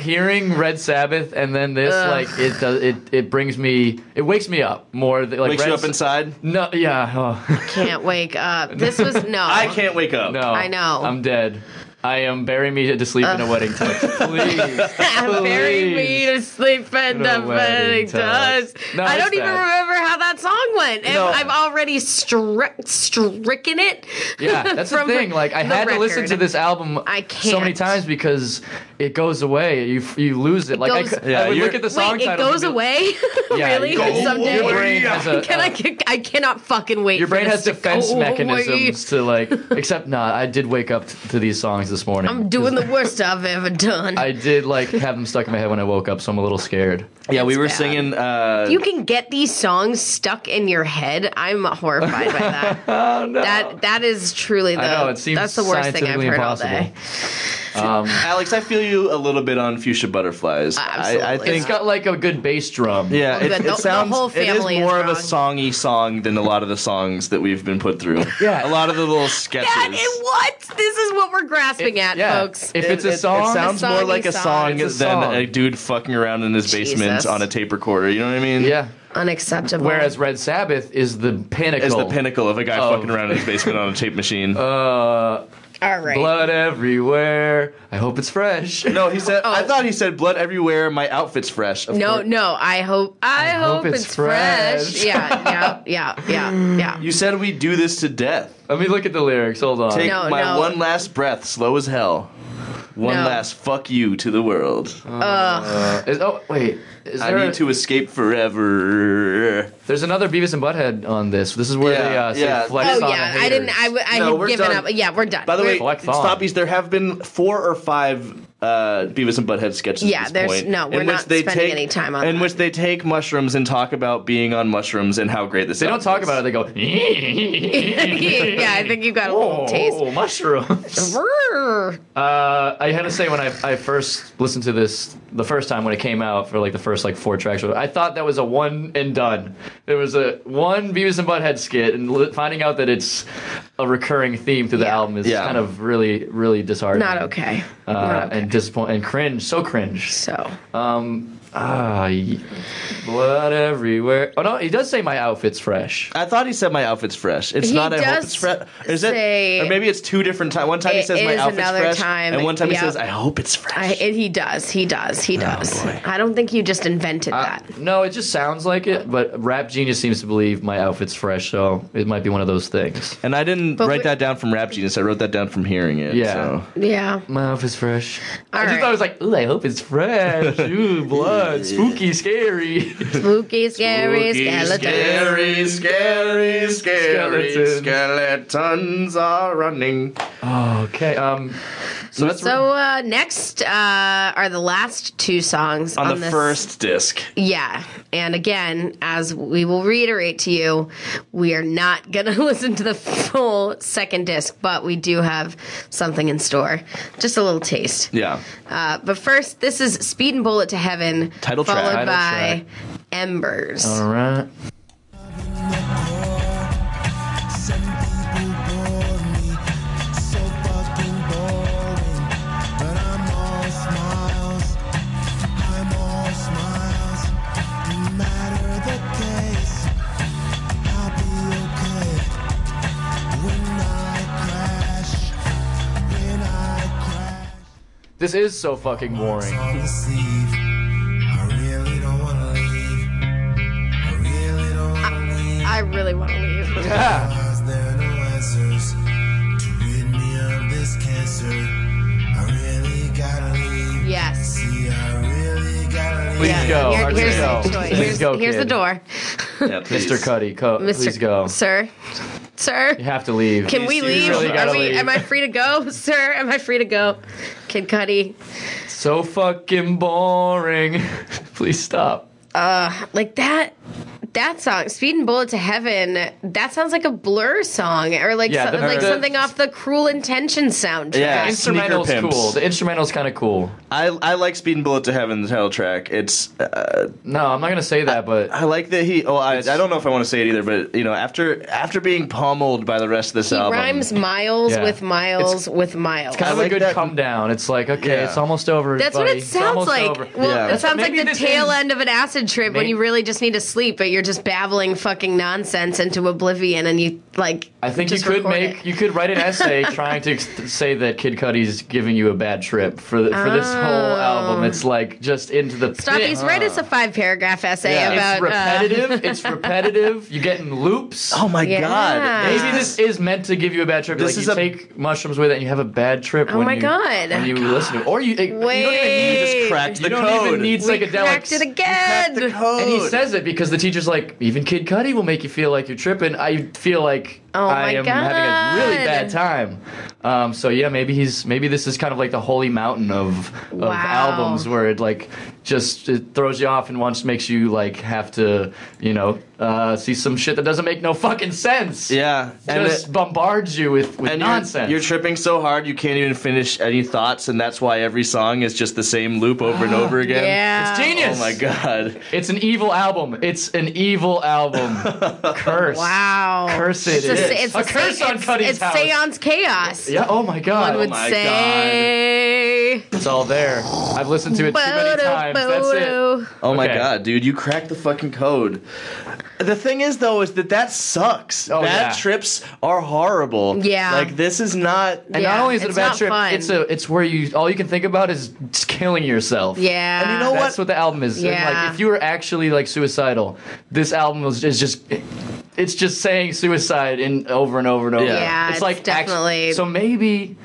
S1: hearing hearing Red Sabbath and then this, like it does, it it brings me, it wakes me up more. Than, like
S2: Wakes
S1: Red
S2: you up
S1: Sa-
S2: inside.
S1: No, yeah, oh, (laughs)
S3: Can't wake up. This was no.
S2: I
S3: (laughs)
S2: can't wake up.
S1: no,
S3: I know.
S1: I'm dead. I am bury me to sleep in a wedding
S3: (laughs)
S1: tux, please.
S3: Bury me
S1: Please.
S3: to sleep in
S1: No
S3: the
S1: wedding
S3: wedding
S1: tux.
S3: dust.
S1: No,
S3: I
S1: it's
S3: don't even
S1: bad.
S3: remember how that song went. And
S1: No.
S3: I've already stri- stricken it. (laughs)
S1: Yeah, that's the
S3: from
S1: thing. Like I
S3: the
S1: had to listen
S3: record.
S1: to this album
S3: I
S1: so many
S3: can't.
S1: times because it goes away. You you lose it. like I
S3: goes-
S1: cou- I,
S2: Yeah,
S1: would
S2: you're-
S1: look at the song
S3: Wait, it
S1: title. and
S3: goes
S1: be-
S3: away? (laughs)
S1: Yeah,
S3: really?
S1: you go
S3: Someday.
S1: Your
S3: (laughs)
S1: brain has a,
S3: Can
S1: uh,
S3: I? I cannot fucking wait.
S1: Your
S3: for
S1: brain
S3: this
S1: has
S3: to
S1: defense
S3: go
S1: mechanisms
S3: away.
S1: to
S3: (laughs)
S1: like. Except, nah, I did wake up t- to these songs this morning.
S3: I'm doing the worst I've ever done.
S1: I did like have them stuck in my head when I woke up, so I'm a little scared.
S2: Yeah, we
S3: It's
S2: were
S3: bad.
S2: singing. Uh,
S3: you can get these songs stuck in your head. I'm horrified by that. That that is truly the
S1: I know it seems
S3: that's the worst thing I've
S1: scientifically
S3: heard
S1: impossible.
S3: all day.
S2: Alex, I feel you a little bit on Fuchsia Butterflies. I, I
S3: Absolutely.
S2: think.
S1: It's got like a good bass drum.
S2: yeah,
S3: good.
S2: it,
S3: The-
S2: it
S3: the
S2: sounds.
S3: whole
S2: it is
S3: family is
S2: more of a
S3: wrong.
S2: songy song than a lot of the songs that we've been put through.
S1: Yeah.
S2: a lot of the little sketches.
S3: That is what this is what we're grasping at,
S1: yeah.
S3: folks.
S1: If it's
S2: It- it-
S1: a song,
S2: it sounds
S3: A
S2: more
S3: songy
S2: like a
S3: song.
S2: song
S1: It's a
S2: than
S1: song.
S2: a dude fucking around in his basement
S3: Jesus.
S2: on a tape recorder. You know what I mean?
S1: yeah.
S3: Unacceptable.
S1: Whereas Red Sabbath is the pinnacle.
S2: It's Oh. the pinnacle of a guy
S1: Oh.
S2: fucking around in his basement on a tape machine.
S1: (laughs) Uh,
S3: all right,
S1: blood everywhere. I hope it's fresh.
S2: no, he said. I thought he said blood everywhere. My outfit's fresh. Of
S3: Oh. no,
S2: course-
S3: no. I hope I, hope, it's, fresh. yeah, yeah, yeah, yeah, yeah.
S2: You said we do this to death.
S1: (laughs) Let me look at the lyrics. Hold on.
S2: Take
S3: No,
S2: my
S3: no.
S2: one last breath, slow as hell. One
S3: No.
S2: last fuck you to the world.
S1: Uh, is- oh wait, is
S2: I
S1: there a-
S2: need to escape forever.
S1: There's another Beavis and Butthead on this. This is where
S2: Yeah,
S1: they uh, say
S2: yeah.
S1: flex
S3: Oh
S1: on
S3: yeah,
S1: the
S3: I didn't.
S1: haters.
S3: I, w- I
S2: No, we're
S3: had given
S2: done.
S3: up. Yeah, we're done.
S2: By the
S3: We're-
S2: way,
S1: Flex on.
S2: stoppies. There have been four or five uh, Beavis and Butthead sketches.
S3: Yeah,
S2: at this
S3: there's-
S2: point,
S3: no, we're
S2: in which
S3: not
S2: they
S3: spending
S2: take-
S3: any time on
S2: In
S3: that.
S2: which they take mushrooms and talk about being on mushrooms and how great this.
S1: They don't talk about it. They go.
S3: (laughs) yeah, I think you got a little taste.
S1: Oh, mushrooms. (laughs)
S3: Brrr.
S1: Uh, I had to say when I, I first listened to this the first time when it came out for like the first like four tracks, I thought that was a one and done. There was a one Beavis and Butthead skit, and li- finding out that it's a recurring theme through the
S3: Yeah.
S1: album is
S2: Yeah.
S1: kind of really really disheartening.
S3: Not okay.
S1: Uh,
S3: Not okay.
S1: And disappoint and cringe, so cringe.
S3: so
S2: Uh,
S1: Um, ah, y- blood everywhere. Oh no, he does say my outfit's fresh.
S2: I thought he said my outfit's fresh. It's
S3: He
S2: not. I hope
S3: does
S2: it's fresh. Is
S3: say-
S2: it? Or maybe it's two different times. One time he
S3: It
S2: says my
S3: is
S2: outfit's
S3: another
S2: fresh,
S3: time,
S2: and one time
S3: yeah.
S2: he says I hope it's fresh.
S3: I, it, he does. He does.
S2: Oh,
S3: He does. I don't think you just invented
S2: Uh,
S3: that.
S1: No, it just sounds like it. But Rap Genius seems to believe my outfit's fresh, so it might be one of those things.
S2: and I didn't
S3: But
S2: write
S3: we-
S2: that down from Rap Genius. I wrote that down from hearing it.
S1: Yeah.
S2: So.
S3: Yeah.
S1: My outfit's fresh. I
S3: All
S1: just
S3: right.
S1: thought it was like, ooh, I hope it's fresh. Ooh, blood, spooky, scary.
S2: (laughs)
S3: Spooky, scary skeleton.
S2: Scary, scary, scary
S1: Skeletons.
S2: skeletons are running.
S1: okay. Um. So that's
S3: So uh, next uh, are the last two songs
S2: On,
S3: on,
S2: the
S3: this-
S2: first disc.
S3: Yeah, and again, as we will reiterate to you, we are not (laughs) gonna listen to the full second disc, but we do have something in store, just a little taste. (laughs)
S2: Yeah.
S3: Uh, but first, this is Speed and Bullet to Heaven,
S2: Title track.
S3: followed
S1: Title
S3: by
S1: track.
S3: Embers.
S1: all right.
S4: Some people bore me, so fucking boring. But I'm all smiles, I'm all smiles. No matter the case, I'll be okay. When I crash, when I crash.
S1: This is so fucking boring.
S4: On this eve, I really don't wanna leave. I really don't wanna leave.
S3: I really want to leave.
S4: Cause there are no answers to rid me of this cancer. I really gotta leave.
S3: Yes.
S4: See, I really gotta
S1: Please
S4: leave.
S3: Yeah.
S1: go.
S3: Here- here's
S1: Archangel.
S3: the choice.
S1: Please
S3: Here's,
S1: go,
S3: here's the
S1: kid.
S3: door,
S2: Yeah, please.
S1: Mr. Cuddy, co-
S3: Mr.
S1: please go.
S3: Sir, sir.
S1: You have to leave.
S3: Can we
S2: You
S3: leave?
S2: really
S3: Are
S1: gotta
S3: we?
S1: leave.
S3: Am I free to go, (laughs) sir? Am I free to go? Kid Cudi,
S1: so (laughs) fucking boring. please stop.
S3: like that.
S7: that song, "Speed and Bullet to Heaven," that sounds like a Blur song or like
S1: Yeah,
S7: so-
S1: the-
S7: like
S1: the-
S7: something off the Cruel Intention soundtrack.
S2: Yeah.
S1: instrumental's
S2: Sneaker pimps.
S1: cool. The instrumental's kind of cool.
S2: I, I like Speed and Bullet to Heaven, the title track. It's uh,
S1: No, I'm not gonna say that, but
S2: I like that he. Oh, I, I don't know if I want to say it either, but you know, after after being pummeled by the rest of this
S7: He
S2: album,
S7: rhymes miles
S1: Yeah.
S7: with miles with miles.
S1: kind of
S2: like
S1: a good
S2: that-
S1: come down. It's like okay,
S2: Yeah.
S1: it's almost over.
S3: That's
S1: buddy.
S3: what it
S1: It's
S3: sounds
S1: almost
S3: like.
S1: over.
S3: Well,
S2: Yeah.
S3: it sounds
S1: Maybe
S3: like the
S1: this
S3: tail
S1: is-
S3: end of an acid trip when
S1: May-
S3: you really just need to sleep, but you're just babbling fucking nonsense into oblivion, and you like.
S1: I think you
S3: just
S1: could
S3: record
S1: make
S3: it.
S1: you could write an
S3: (laughs)
S1: essay trying to ex- say that Kid Cudi's giving you a bad trip for the, for this whole album. It's
S3: Oh.
S1: like just into the pit.
S3: Stoppies, write
S1: Ah.
S3: us a five paragraph essay
S2: Yeah.
S1: It's
S3: about. uh,
S1: repetitive.
S3: (laughs)
S1: it's repetitive. You get in loops.
S2: Oh my
S3: Yeah.
S2: god!
S1: Maybe this is meant to give you a bad trip.
S2: This
S1: like
S2: is
S1: you
S2: a-
S1: take mushrooms with it, and you have a bad trip.
S3: Oh
S1: when
S3: my
S1: you,
S3: God.
S1: When you listen to, it. or you, it- you don't even need
S2: Just
S1: this.
S2: cracked
S1: You
S2: the
S1: don't
S2: code.
S1: even need
S3: we cracked it
S1: psychedelics.
S3: again.
S2: the code.
S1: And he says it because the teacher's like, even Kid Cudi will make you feel like you're tripping. I feel like I
S3: Oh my
S1: am having a really
S3: God.
S1: bad time. Um, so yeah, maybe he's maybe this is kind of like the holy mountain of of
S3: Wow.
S1: albums where it like just it throws you off and once makes you like have to you know uh, see some shit that doesn't make no fucking sense.
S2: Yeah, and
S1: just
S2: it-
S1: bombards you with with
S2: and you're-
S1: nonsense.
S2: You're, tripping so hard you can't even finish any thoughts, and that's why every song is just the same loop over
S3: (gasps)
S2: and over again.
S3: yeah.
S1: it's genius.
S2: Oh my god!
S1: It's an evil album. It's an
S2: (laughs)
S1: evil album. Curse.
S3: Wow.
S1: Curse it
S3: It's a,
S1: is.
S3: it's
S1: A
S3: se-
S1: curse on
S3: it's-
S1: Cudi's
S3: It's
S1: house.
S3: seance chaos.
S1: Yeah. Oh my god.
S3: One would
S2: my
S3: say.
S1: It's all there. I've listened to it too many times. That's it.
S3: Bodo.
S2: Oh my
S1: Okay.
S2: god, dude! You cracked the fucking code. The thing is, though, is that that sucks.
S1: Oh,
S2: Bad
S1: yeah.
S2: trips are horrible.
S3: Yeah.
S2: like this is not.
S1: And
S3: Yeah,
S1: not only is it a
S3: it's
S1: bad
S3: not
S1: trip,
S3: fun.
S1: it's a it's where you all you can think about is just killing yourself.
S3: Yeah.
S2: And you know
S1: That's what the album is. And,
S3: Yeah.
S1: like if you were actually like suicidal, this album was is just it's just saying suicide in over and over and over.
S2: Yeah.
S3: Yeah, it's
S1: like act-
S3: definitely-
S1: so maybe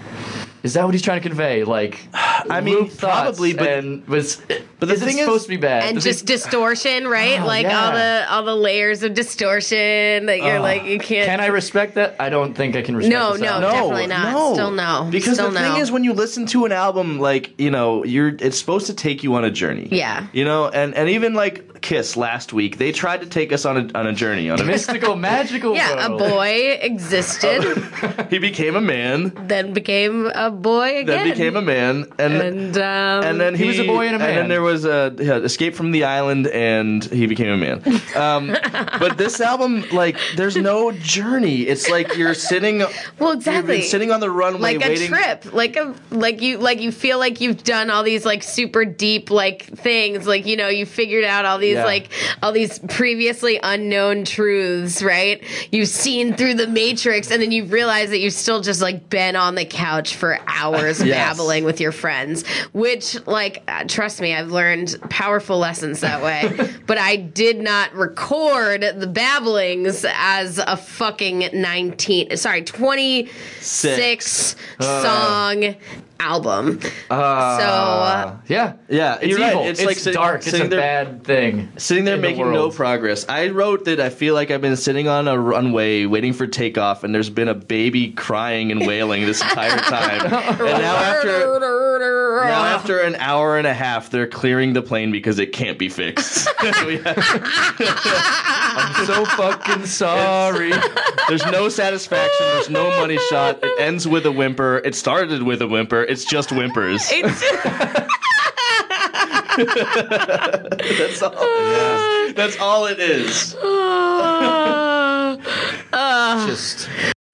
S1: is that what he's trying to convey? Like
S2: (sighs) I mean,
S1: loop thoughts
S2: probably, but-
S1: and was
S2: but the
S1: is it
S2: thing is-
S1: supposed to be bad.
S3: and
S1: Does he-
S3: just distortion, right?
S1: Oh,
S3: like all
S1: yeah.
S3: the all the layers of distortion that you're
S2: Oh,
S3: like you can't.
S1: can I respect that? I don't think I can respect
S3: No,
S1: this
S3: no,
S1: album.
S3: definitely not.
S2: No.
S3: Still no.
S2: Because
S3: Still
S2: the thing
S3: no.
S2: is, when you listen to an album, like you know, you're it's supposed to take you on a journey.
S3: Yeah.
S2: You know, and and even like Kiss last week, they tried to take us on a on a journey. On a,
S1: Mystical, magical
S3: (laughs) yeah, a
S1: world.
S3: boy
S2: (laughs)
S3: existed, (laughs)
S2: he became a man,
S3: then became a boy again.
S2: then became a man, and. and
S3: and um,
S2: then he,
S1: He was a boy and a
S2: And then
S1: man.
S2: there was a yeah, escape from the island, and he became a man.
S1: (laughs)
S2: Um, but this album, like, there's no journey. It's like you're sitting.
S3: well,
S2: You've been
S3: exactly.
S2: sitting on the runway,
S3: like a
S2: waiting.
S3: trip like a like you like you feel like you've done all these like super deep like things like you know you figured out all these
S1: Yeah.
S3: like all these previously unknown truths right you've seen through the matrix and then you realize that you've still just like been on the couch for hours babbling with your friends which like uh, trust me i've learned powerful lessons that way but i did not record the babblings as a fucking 19 sorry 20 six song album. so uh,
S1: Yeah,
S2: Yeah,
S1: It's
S2: you're right.
S1: evil.
S2: It's
S1: It's,
S2: like sit-
S1: dark. It's
S2: sitting
S1: a
S2: there-
S1: bad thing.
S2: Sitting there
S1: in the
S2: making no
S1: world.
S2: progress. I wrote that I feel like I've been sitting on a runway waiting for takeoff, and there's been a baby crying and wailing this entire
S1: (laughs)
S2: time. and now after now
S3: uh,
S2: after an hour and a half, they're clearing the plane because it can't be fixed. (laughs) We have-
S1: I'm so fucking sorry.
S2: there's no satisfaction. There's no money shot. It ends with a whimper. It started with a whimper. It's just whimpers. That's all. That's all it is.
S3: uh,
S1: Just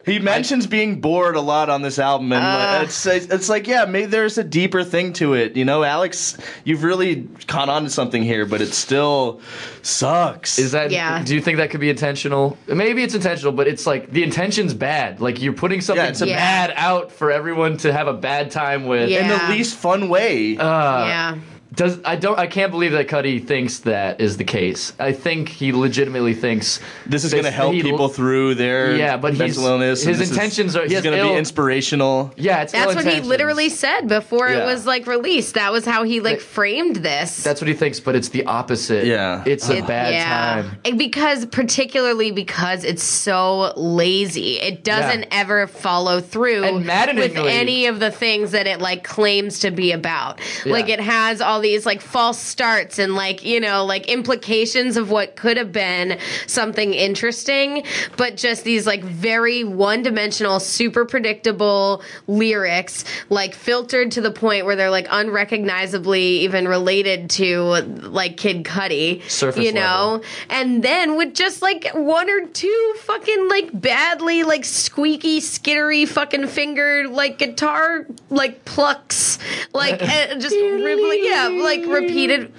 S2: He mentions being bored a lot on this album, and
S1: Ah.
S2: like, it's it's like yeah, maybe there's a deeper thing to it. You know, Alex, you've really caught on to something here, but it still sucks.
S1: is that?
S3: Yeah.
S1: Do you think that could be intentional? Maybe it's intentional, but it's like the intention's bad. Like you're putting something
S2: Yeah, it's a-
S3: Yeah.
S1: bad out for everyone to have a bad time with.
S3: Yeah.
S2: in the least fun way?
S1: Uh,
S3: yeah,
S1: Does I don't I can't believe that Cuddy thinks that is the case. I think he legitimately thinks
S2: this is going to help
S1: he-
S2: people through their
S1: Yeah, but he's-
S2: mental illness. and
S1: his
S2: this is-
S1: intentions are- he
S2: This is
S1: has
S2: going to be
S1: ill-
S2: inspirational.
S1: Yeah, it's
S3: that's what he
S1: ill-intentioned.
S3: literally said before
S2: Yeah.
S3: it was like released. That was how he like
S1: But-
S3: framed this.
S1: That's what he thinks, but it's the opposite.
S2: Yeah.
S1: it's a
S3: (laughs) It-
S1: bad time.
S3: And because particularly because it's so lazy, it doesn't
S1: Yeah.
S3: ever follow through
S1: And
S3: with
S1: maddeningly-
S3: any of the things that it like claims to be about. Like
S1: Yeah.
S3: it has all these like false starts and like you know like implications of what could have been something interesting, but just these like very one-dimensional, super predictable lyrics, like filtered to the point where they're like unrecognizably even related to like Kid Cudi,
S1: Surface
S3: you know,
S1: level.
S3: and then with just like one or two fucking like badly like squeaky skittery fucking finger like guitar like plucks
S1: (laughs)
S3: like and just rippling yeah like repeated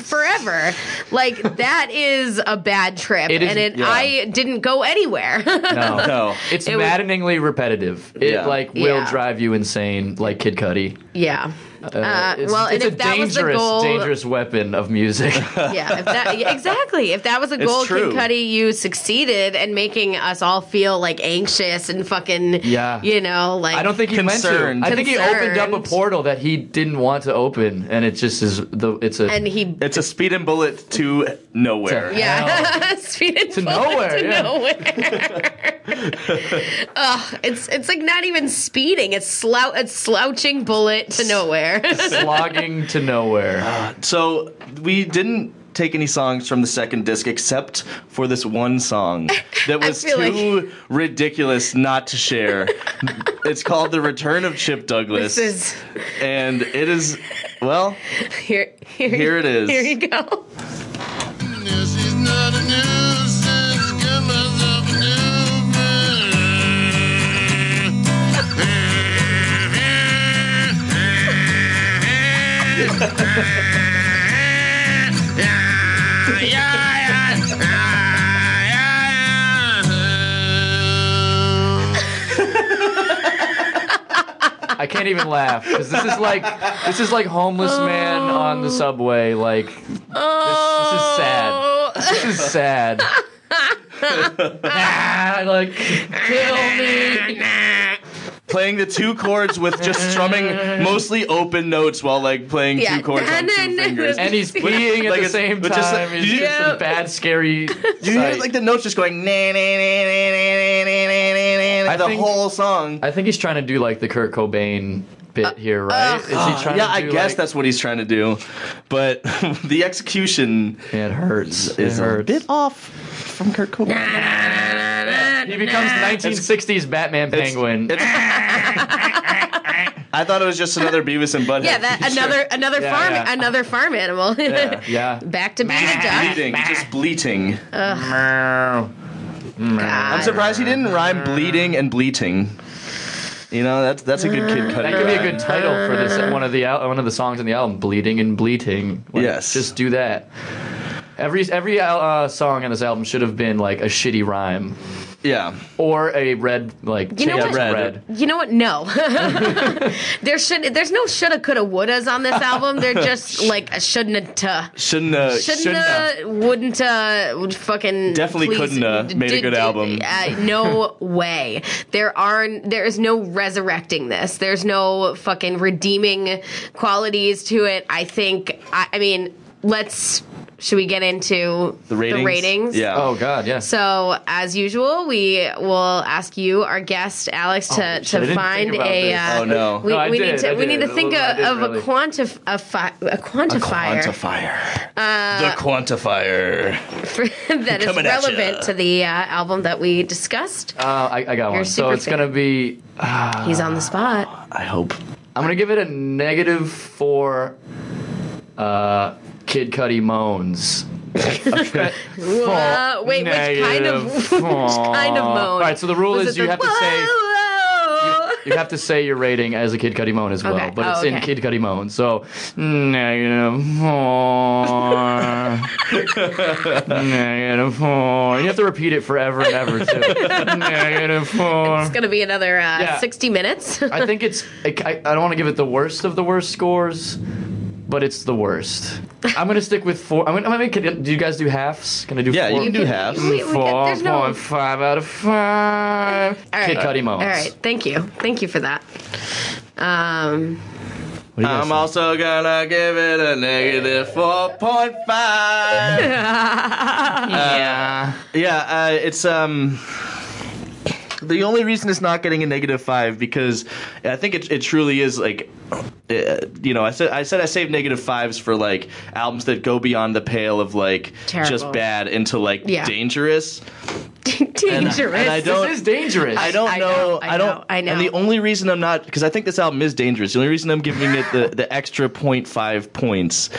S3: forever like that is a bad trip
S1: It is-
S3: and it
S1: yeah.
S3: I didn't go anywhere (laughs)
S1: No.
S2: (laughs)
S1: (laughs)
S2: No.
S1: It's
S3: It was-
S1: maddeningly repetitive. It
S2: Yeah.
S1: like will
S3: Yeah.
S1: drive you insane, like Kid Cudi.
S3: yeah
S1: Uh, it's
S3: well, and
S1: it's a
S3: if that was the
S1: dangerous,
S3: goal-
S1: dangerous weapon of
S2: (laughs)
S1: music.
S3: yeah, if that, yeah, exactly. If that was a goal,
S2: true.
S3: Kid Cudi, you succeeded in making us all feel like anxious and fucking,
S1: Yeah.
S3: you know, like
S1: I don't think he
S2: Concerned.
S1: meant to. I think he opened up a
S3: Concerned.
S1: portal that he didn't want to open, and it just is the. It's a
S3: And he,
S2: It's a speed and bullet to nowhere.
S3: (laughs) yeah, speed and
S1: To
S3: bullet
S1: nowhere,
S3: to
S1: yeah.
S3: nowhere.
S1: (laughs)
S3: Ugh, it's it's like not even speeding. It's slou- it's slouching bullet to nowhere. (laughs)
S1: slogging to nowhere.
S2: So we didn't take any songs from the second disc except for this one song that
S3: I
S2: was
S3: feel like-
S2: too ridiculous not to share. it's called The Return of Chip Douglas.
S3: this is
S2: and it is well,
S3: here. Here,
S2: Here it is.
S3: Here you go.
S4: Now she's not a nuisance. Got myself a new friend. (laughs) Yeah, yeah, yeah, yeah, yeah.
S1: I can't even laugh because this is like this is like homeless man on
S3: Oh.
S1: the subway. Like this, this is sad.
S3: Oh, (laughs)
S1: This is sad. (laughs) ah, like kill me.
S2: playing the two chords with just strumming mostly open notes while like playing
S3: Yeah.
S2: two chords on two fingers.
S1: And he's peeing at
S2: Like
S1: the
S2: it's-
S1: same
S2: but just like-
S1: time. It's just
S2: Yeah.
S1: a bad, scary.
S2: You hear
S1: sight.
S2: like the notes just going na na na na na na na na na
S1: I
S2: the
S1: think-
S2: whole song.
S1: I think he's trying to do like the Kurt Cobain bit here, right? Is he trying?
S2: uh, yeah,
S1: to
S2: I
S1: do,
S2: guess
S1: like-
S2: that's what he's trying to do, but (laughs) the execution
S1: It hurts. It
S2: is a
S1: hurts.
S2: bit off from Kurt Cobain.
S1: He becomes 1960s Batman Penguin.
S2: I thought it was just another Beavis and Butthead.
S3: yeah, that
S2: (laughs)
S3: another another
S1: Yeah,
S3: farm
S1: yeah.
S3: another farm animal.
S1: yeah.
S3: (laughs) Back to being a duck.
S2: bleating, just bleating.
S3: God.
S2: I'm surprised he didn't rhyme bleeding and bleating. You know, that's that's a good kid cut.
S1: That could be a good title for this one of the al- one of the songs on the album, "Bleeding and Bleating." Like,
S2: Yes.
S1: just do that. Every every al- uh, song on this album should have been like a shitty rhyme
S2: Yeah,
S1: or a red like
S3: You know
S1: chicken
S3: what?
S1: red.
S2: Red.
S3: You know what? No. (laughs) there should there's no shoulda coulda wouldas on this album.
S2: (laughs)
S3: They're just like a shouldn't have
S2: shouldn't uh,
S3: shouldn't
S2: shouldn't have.
S3: have wouldn't uh would fucking
S2: Definitely
S3: please-
S2: couldn't, uh, made a
S3: did-
S2: good
S3: did-
S2: album.
S3: uh, no way. There are there is no resurrecting this. There's no fucking redeeming qualities to it. I think I, I mean, let's should we get into
S2: the ratings.
S3: The ratings?
S2: Yeah.
S1: Oh God, yeah.
S3: So, as usual, we will ask you, our guest Alex, to,
S1: Oh, shit, I
S3: to
S1: didn't
S3: find
S1: think about
S3: a. uh,
S1: this.
S2: Oh, no.
S3: We,
S1: No, I
S3: we
S1: did,
S3: need to
S1: I
S3: we need to
S1: did.
S3: think
S1: I
S3: of,
S1: did,
S3: of
S1: really.
S3: a quantif a, fi- a quantifier
S2: Quantifier. the
S3: Uh,
S2: quantifier.
S3: (laughs) that is
S2: Coming at ya.
S3: relevant to the uh, album that we discussed.
S1: Uh, I, I got one. So
S3: super
S1: it's
S3: fan.
S1: gonna be. Ah.
S3: He's on the spot.
S2: I hope.
S1: I'm gonna give it a negative four. Uh, Kid Cudi moans.
S3: Uh, wait, which kind of (laughs) which
S1: Negative
S3: kind of
S1: four.
S3: moan?
S1: All right, so the rule
S3: Was
S1: is
S3: it
S1: you
S3: the,
S1: have to say-
S3: "Whoa!"
S1: you have to say your rating as a Kid Cudi moan as well,
S3: Okay.
S1: but
S3: Oh,
S1: it's in
S3: okay.
S1: Kid Cudi moan. So mm, negative four, (laughs) negative four. You have to repeat it forever and ever
S3: (laughs)
S1: too. negative four.
S3: It's gonna be another uh,
S1: Yeah.
S3: sixty minutes. (laughs)
S1: I think it's. I, I I don't want to give it the worst of the worst scores, but it's the worst. I'm gonna stick with four. I'm gonna. I'm gonna can, do you guys do halves? Can I do?
S2: Yeah,
S1: four?
S2: you can do halves.
S3: We- we get-
S1: Four
S3: there's no-
S1: point five out of five.
S3: All right.
S1: Kid Cudi moans.
S3: All right, thank you, thank you for that. Um, (laughs)
S1: What do you guys
S2: I'm
S1: think?
S2: also gonna give it a negative 4.5.
S3: (laughs)
S1: (laughs) yeah.
S2: yeah, uh, it's um. uh, The only reason it's not getting a negative five because I think it, it truly is like, uh, you know, I said I said I saved negative fives for like albums that go beyond the pale of like just
S3: Terrible.
S2: bad into like
S3: Yeah.
S2: dangerous.
S3: dangerous.
S2: and I don't-
S1: This is dangerous.
S2: I don't
S3: I
S2: know.
S3: know, I
S2: I don't.
S3: know, I know.
S2: And the only reason I'm not because I think this album is dangerous. The only reason I'm giving it the the extra 0.5 points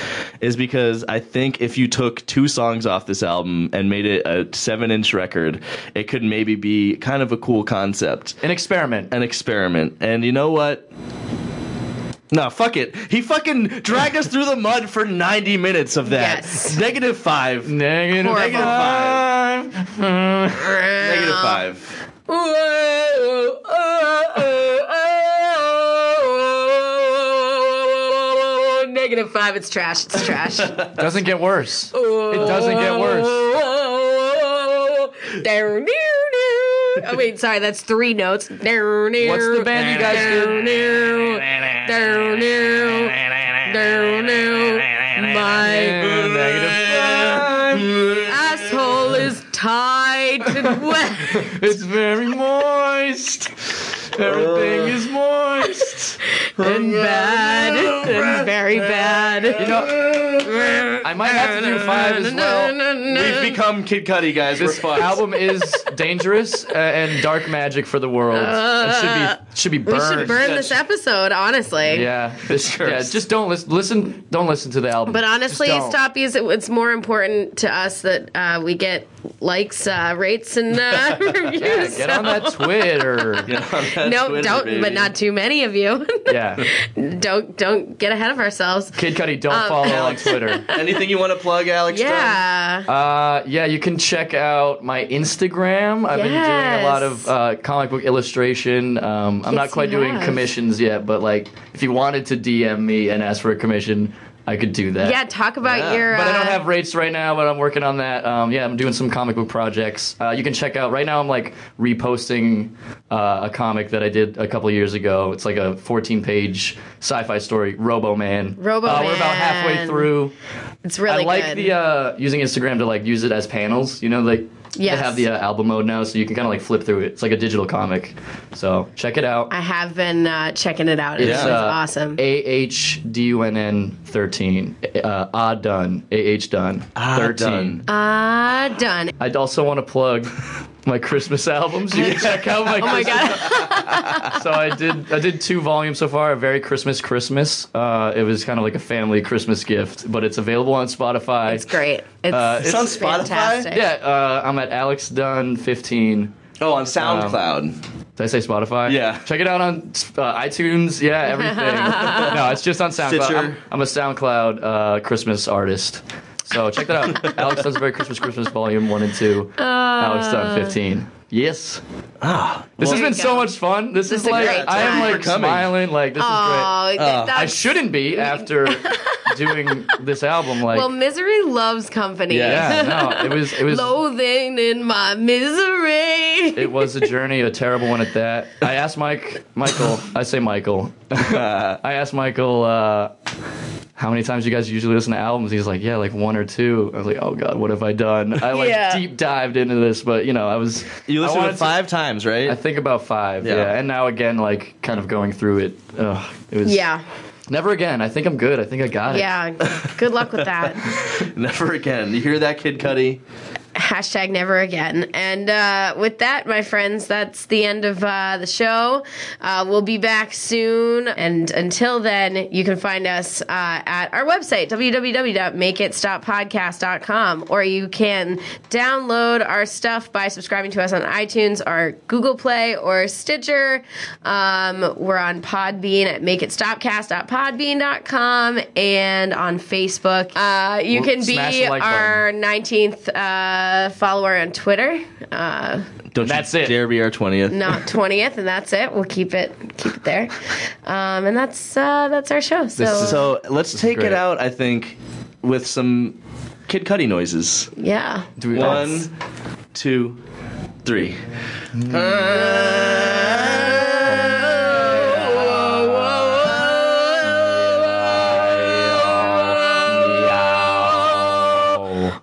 S2: is because I think if you took two songs off this album and made it a seven inch record, it could maybe be kind of a cool concept
S1: An experiment.
S2: an experiment. And you know what? No, fuck it. He fucking dragged us through the mud for 90 minutes of that.
S3: Yes.
S2: Negative five. Negative
S1: Negative
S3: Horrible.
S2: five. Negative five.
S3: Negative five. It's trash.
S1: (laughs)
S3: It's trash.
S1: Doesn't get worse. It doesn't get
S3: (laughs)
S1: worse.
S3: Oh wait, sorry, that's three notes. What's the
S1: band you guys
S3: My
S1: Negative
S3: asshole is tied to the wet.
S1: five. It's very moist. Everything is moist. (laughs)
S3: and bad and very bad.
S1: You know, I might have to do five as well.
S2: We've become Kid Cudi, guys. We're
S1: This
S2: fucked.
S1: album is dangerous uh, and dark magic for the world. It should be should be
S3: Uh, We
S1: burned.
S3: should burn this episode, honestly.
S1: Yeah, this, yeah. Just don't listen. Listen, don't listen to the album.
S3: But honestly,
S1: Just don't.
S3: stoppies, it, it's more important to us that uh, we get likes, uh, rates, and
S1: (laughs)
S3: uh, reviews.
S1: Get on
S3: (laughs)
S1: that Twitter. yeah.
S3: no, don't, but not too many of you. (laughs) don't don't get ahead of ourselves.
S1: Kid Cudi, don't
S3: Um,
S1: follow
S3: (laughs)
S1: on Twitter.
S2: Anything you want to plug, Alex?
S3: Yeah.
S1: Uh, yeah, you can check out my Instagram. I've been doing a lot of
S3: Yes.
S1: uh, comic book illustration. Um, I'm not
S3: Yes,
S1: quite
S3: you
S1: doing
S3: have.
S1: commissions yet, but like, if you wanted to DM me and ask for a commission, I could do that.
S3: yeah, talk about
S2: Yeah.
S3: your.
S1: But I don't
S3: uh,
S1: have rates right now, but I'm working on that. Um, yeah, I'm doing some comic book projects. Uh, you can check out right now. I'm like reposting uh, a comic that I did a couple years ago. It's like a 14 page sci-fi story, Robo Man.
S3: Robo
S1: Uh, we're about
S3: Man.
S1: halfway through.
S3: It's really
S1: I like
S3: good.
S1: the uh, using Instagram to like use it as panels. You know, like
S3: Yes.
S1: they have the uh, album mode now, so you can kind of like flip through it. It's like a digital comic. So check it out.
S3: I have been uh, checking it out. It's,
S2: It's,
S3: it's
S1: uh,
S3: awesome.
S1: A H D U N N thirteen. Uh, ah done. A H done. Thirteen.
S2: Uh,
S3: Ah, done.
S1: I also want to plug my Christmas albums.
S3: (laughs)
S1: You can check out my.
S3: Oh my god.
S1: So I did. I did two volumes so far. A very Christmas Christmas. Uh, it was kind of like a family Christmas gift, but it's available on Spotify.
S3: (laughs) It's great. It's,
S1: Uh, it's
S2: on Spotify?
S3: Fantastic.
S1: Yeah, uh, I'm at Alex Dunn 15.
S2: Oh, on SoundCloud.
S1: Did I say Spotify?
S2: Yeah.
S1: Check it out on uh, iTunes.
S2: (laughs)
S1: Yeah, everything. no, it's just on SoundCloud.
S2: Stitcher.
S1: I'm, I'm a SoundCloud uh, Christmas artist. So check that
S2: (laughs)
S1: out. Alex Dunn's Very Christmas Christmas Volume 1 and 2.
S3: Uh,
S1: Alex Dunn 15. Yes. Ah, this has
S3: There
S1: been
S3: you
S1: so
S3: go.
S1: much fun. This, is
S3: is a
S1: like
S3: great
S1: I am
S3: time.
S1: like
S2: Thanks for coming.
S1: smiling. Like this
S3: Oh,
S1: is
S3: th-
S1: great. Uh, I
S3: that's-
S1: shouldn't be
S3: (laughs)
S1: after doing this album. Like
S3: well, misery loves company.
S1: yeah, no, it was it was
S3: (laughs) Loathing in my misery.
S1: It was a journey, a terrible one at that. I asked Mike, Michael, I say Michael. (laughs) I asked Michael uh, how many times you guys usually listen to albums. He's like, yeah, like one or two. I was like, oh god, what have I done? I like
S3: Yeah.
S1: deep dived into this, but you know, I was.
S2: You
S1: I
S2: listened to
S1: wanted
S2: it five times, right?
S1: I think about five, yeah.
S2: Yeah.
S1: and now again, like kind of going through it. Ugh, it was
S3: Yeah.
S1: Never again. I think I'm good. I think I got it.
S3: Yeah. Good luck with that.
S2: Never again. You hear that, Kid Cudi?
S3: hashtag never again and uh, with that my friends that's the end of uh, the show uh, we'll be back soon and until then you can find us uh, at our website www.makeitstoppodcast.com or you can download our stuff by subscribing to us on itunes or google play or stitcher um, we're on podbean at makeitstopcast.podbean.com and on facebook uh, you
S1: Well,
S3: can be
S1: smash the like button.
S3: our our 19th uh, follower on Twitter, uh,
S2: Don't
S1: That's
S2: you
S1: it.
S2: dare be our 20th.
S3: not 20th, and that's it. We'll keep it keep it there, um, and that's uh, that's our show. So,
S2: So let's take
S1: great.
S2: it out, I think, with some Kid Cudi noises.
S3: yeah,
S1: Do we-
S2: One, two, three.
S1: Meow.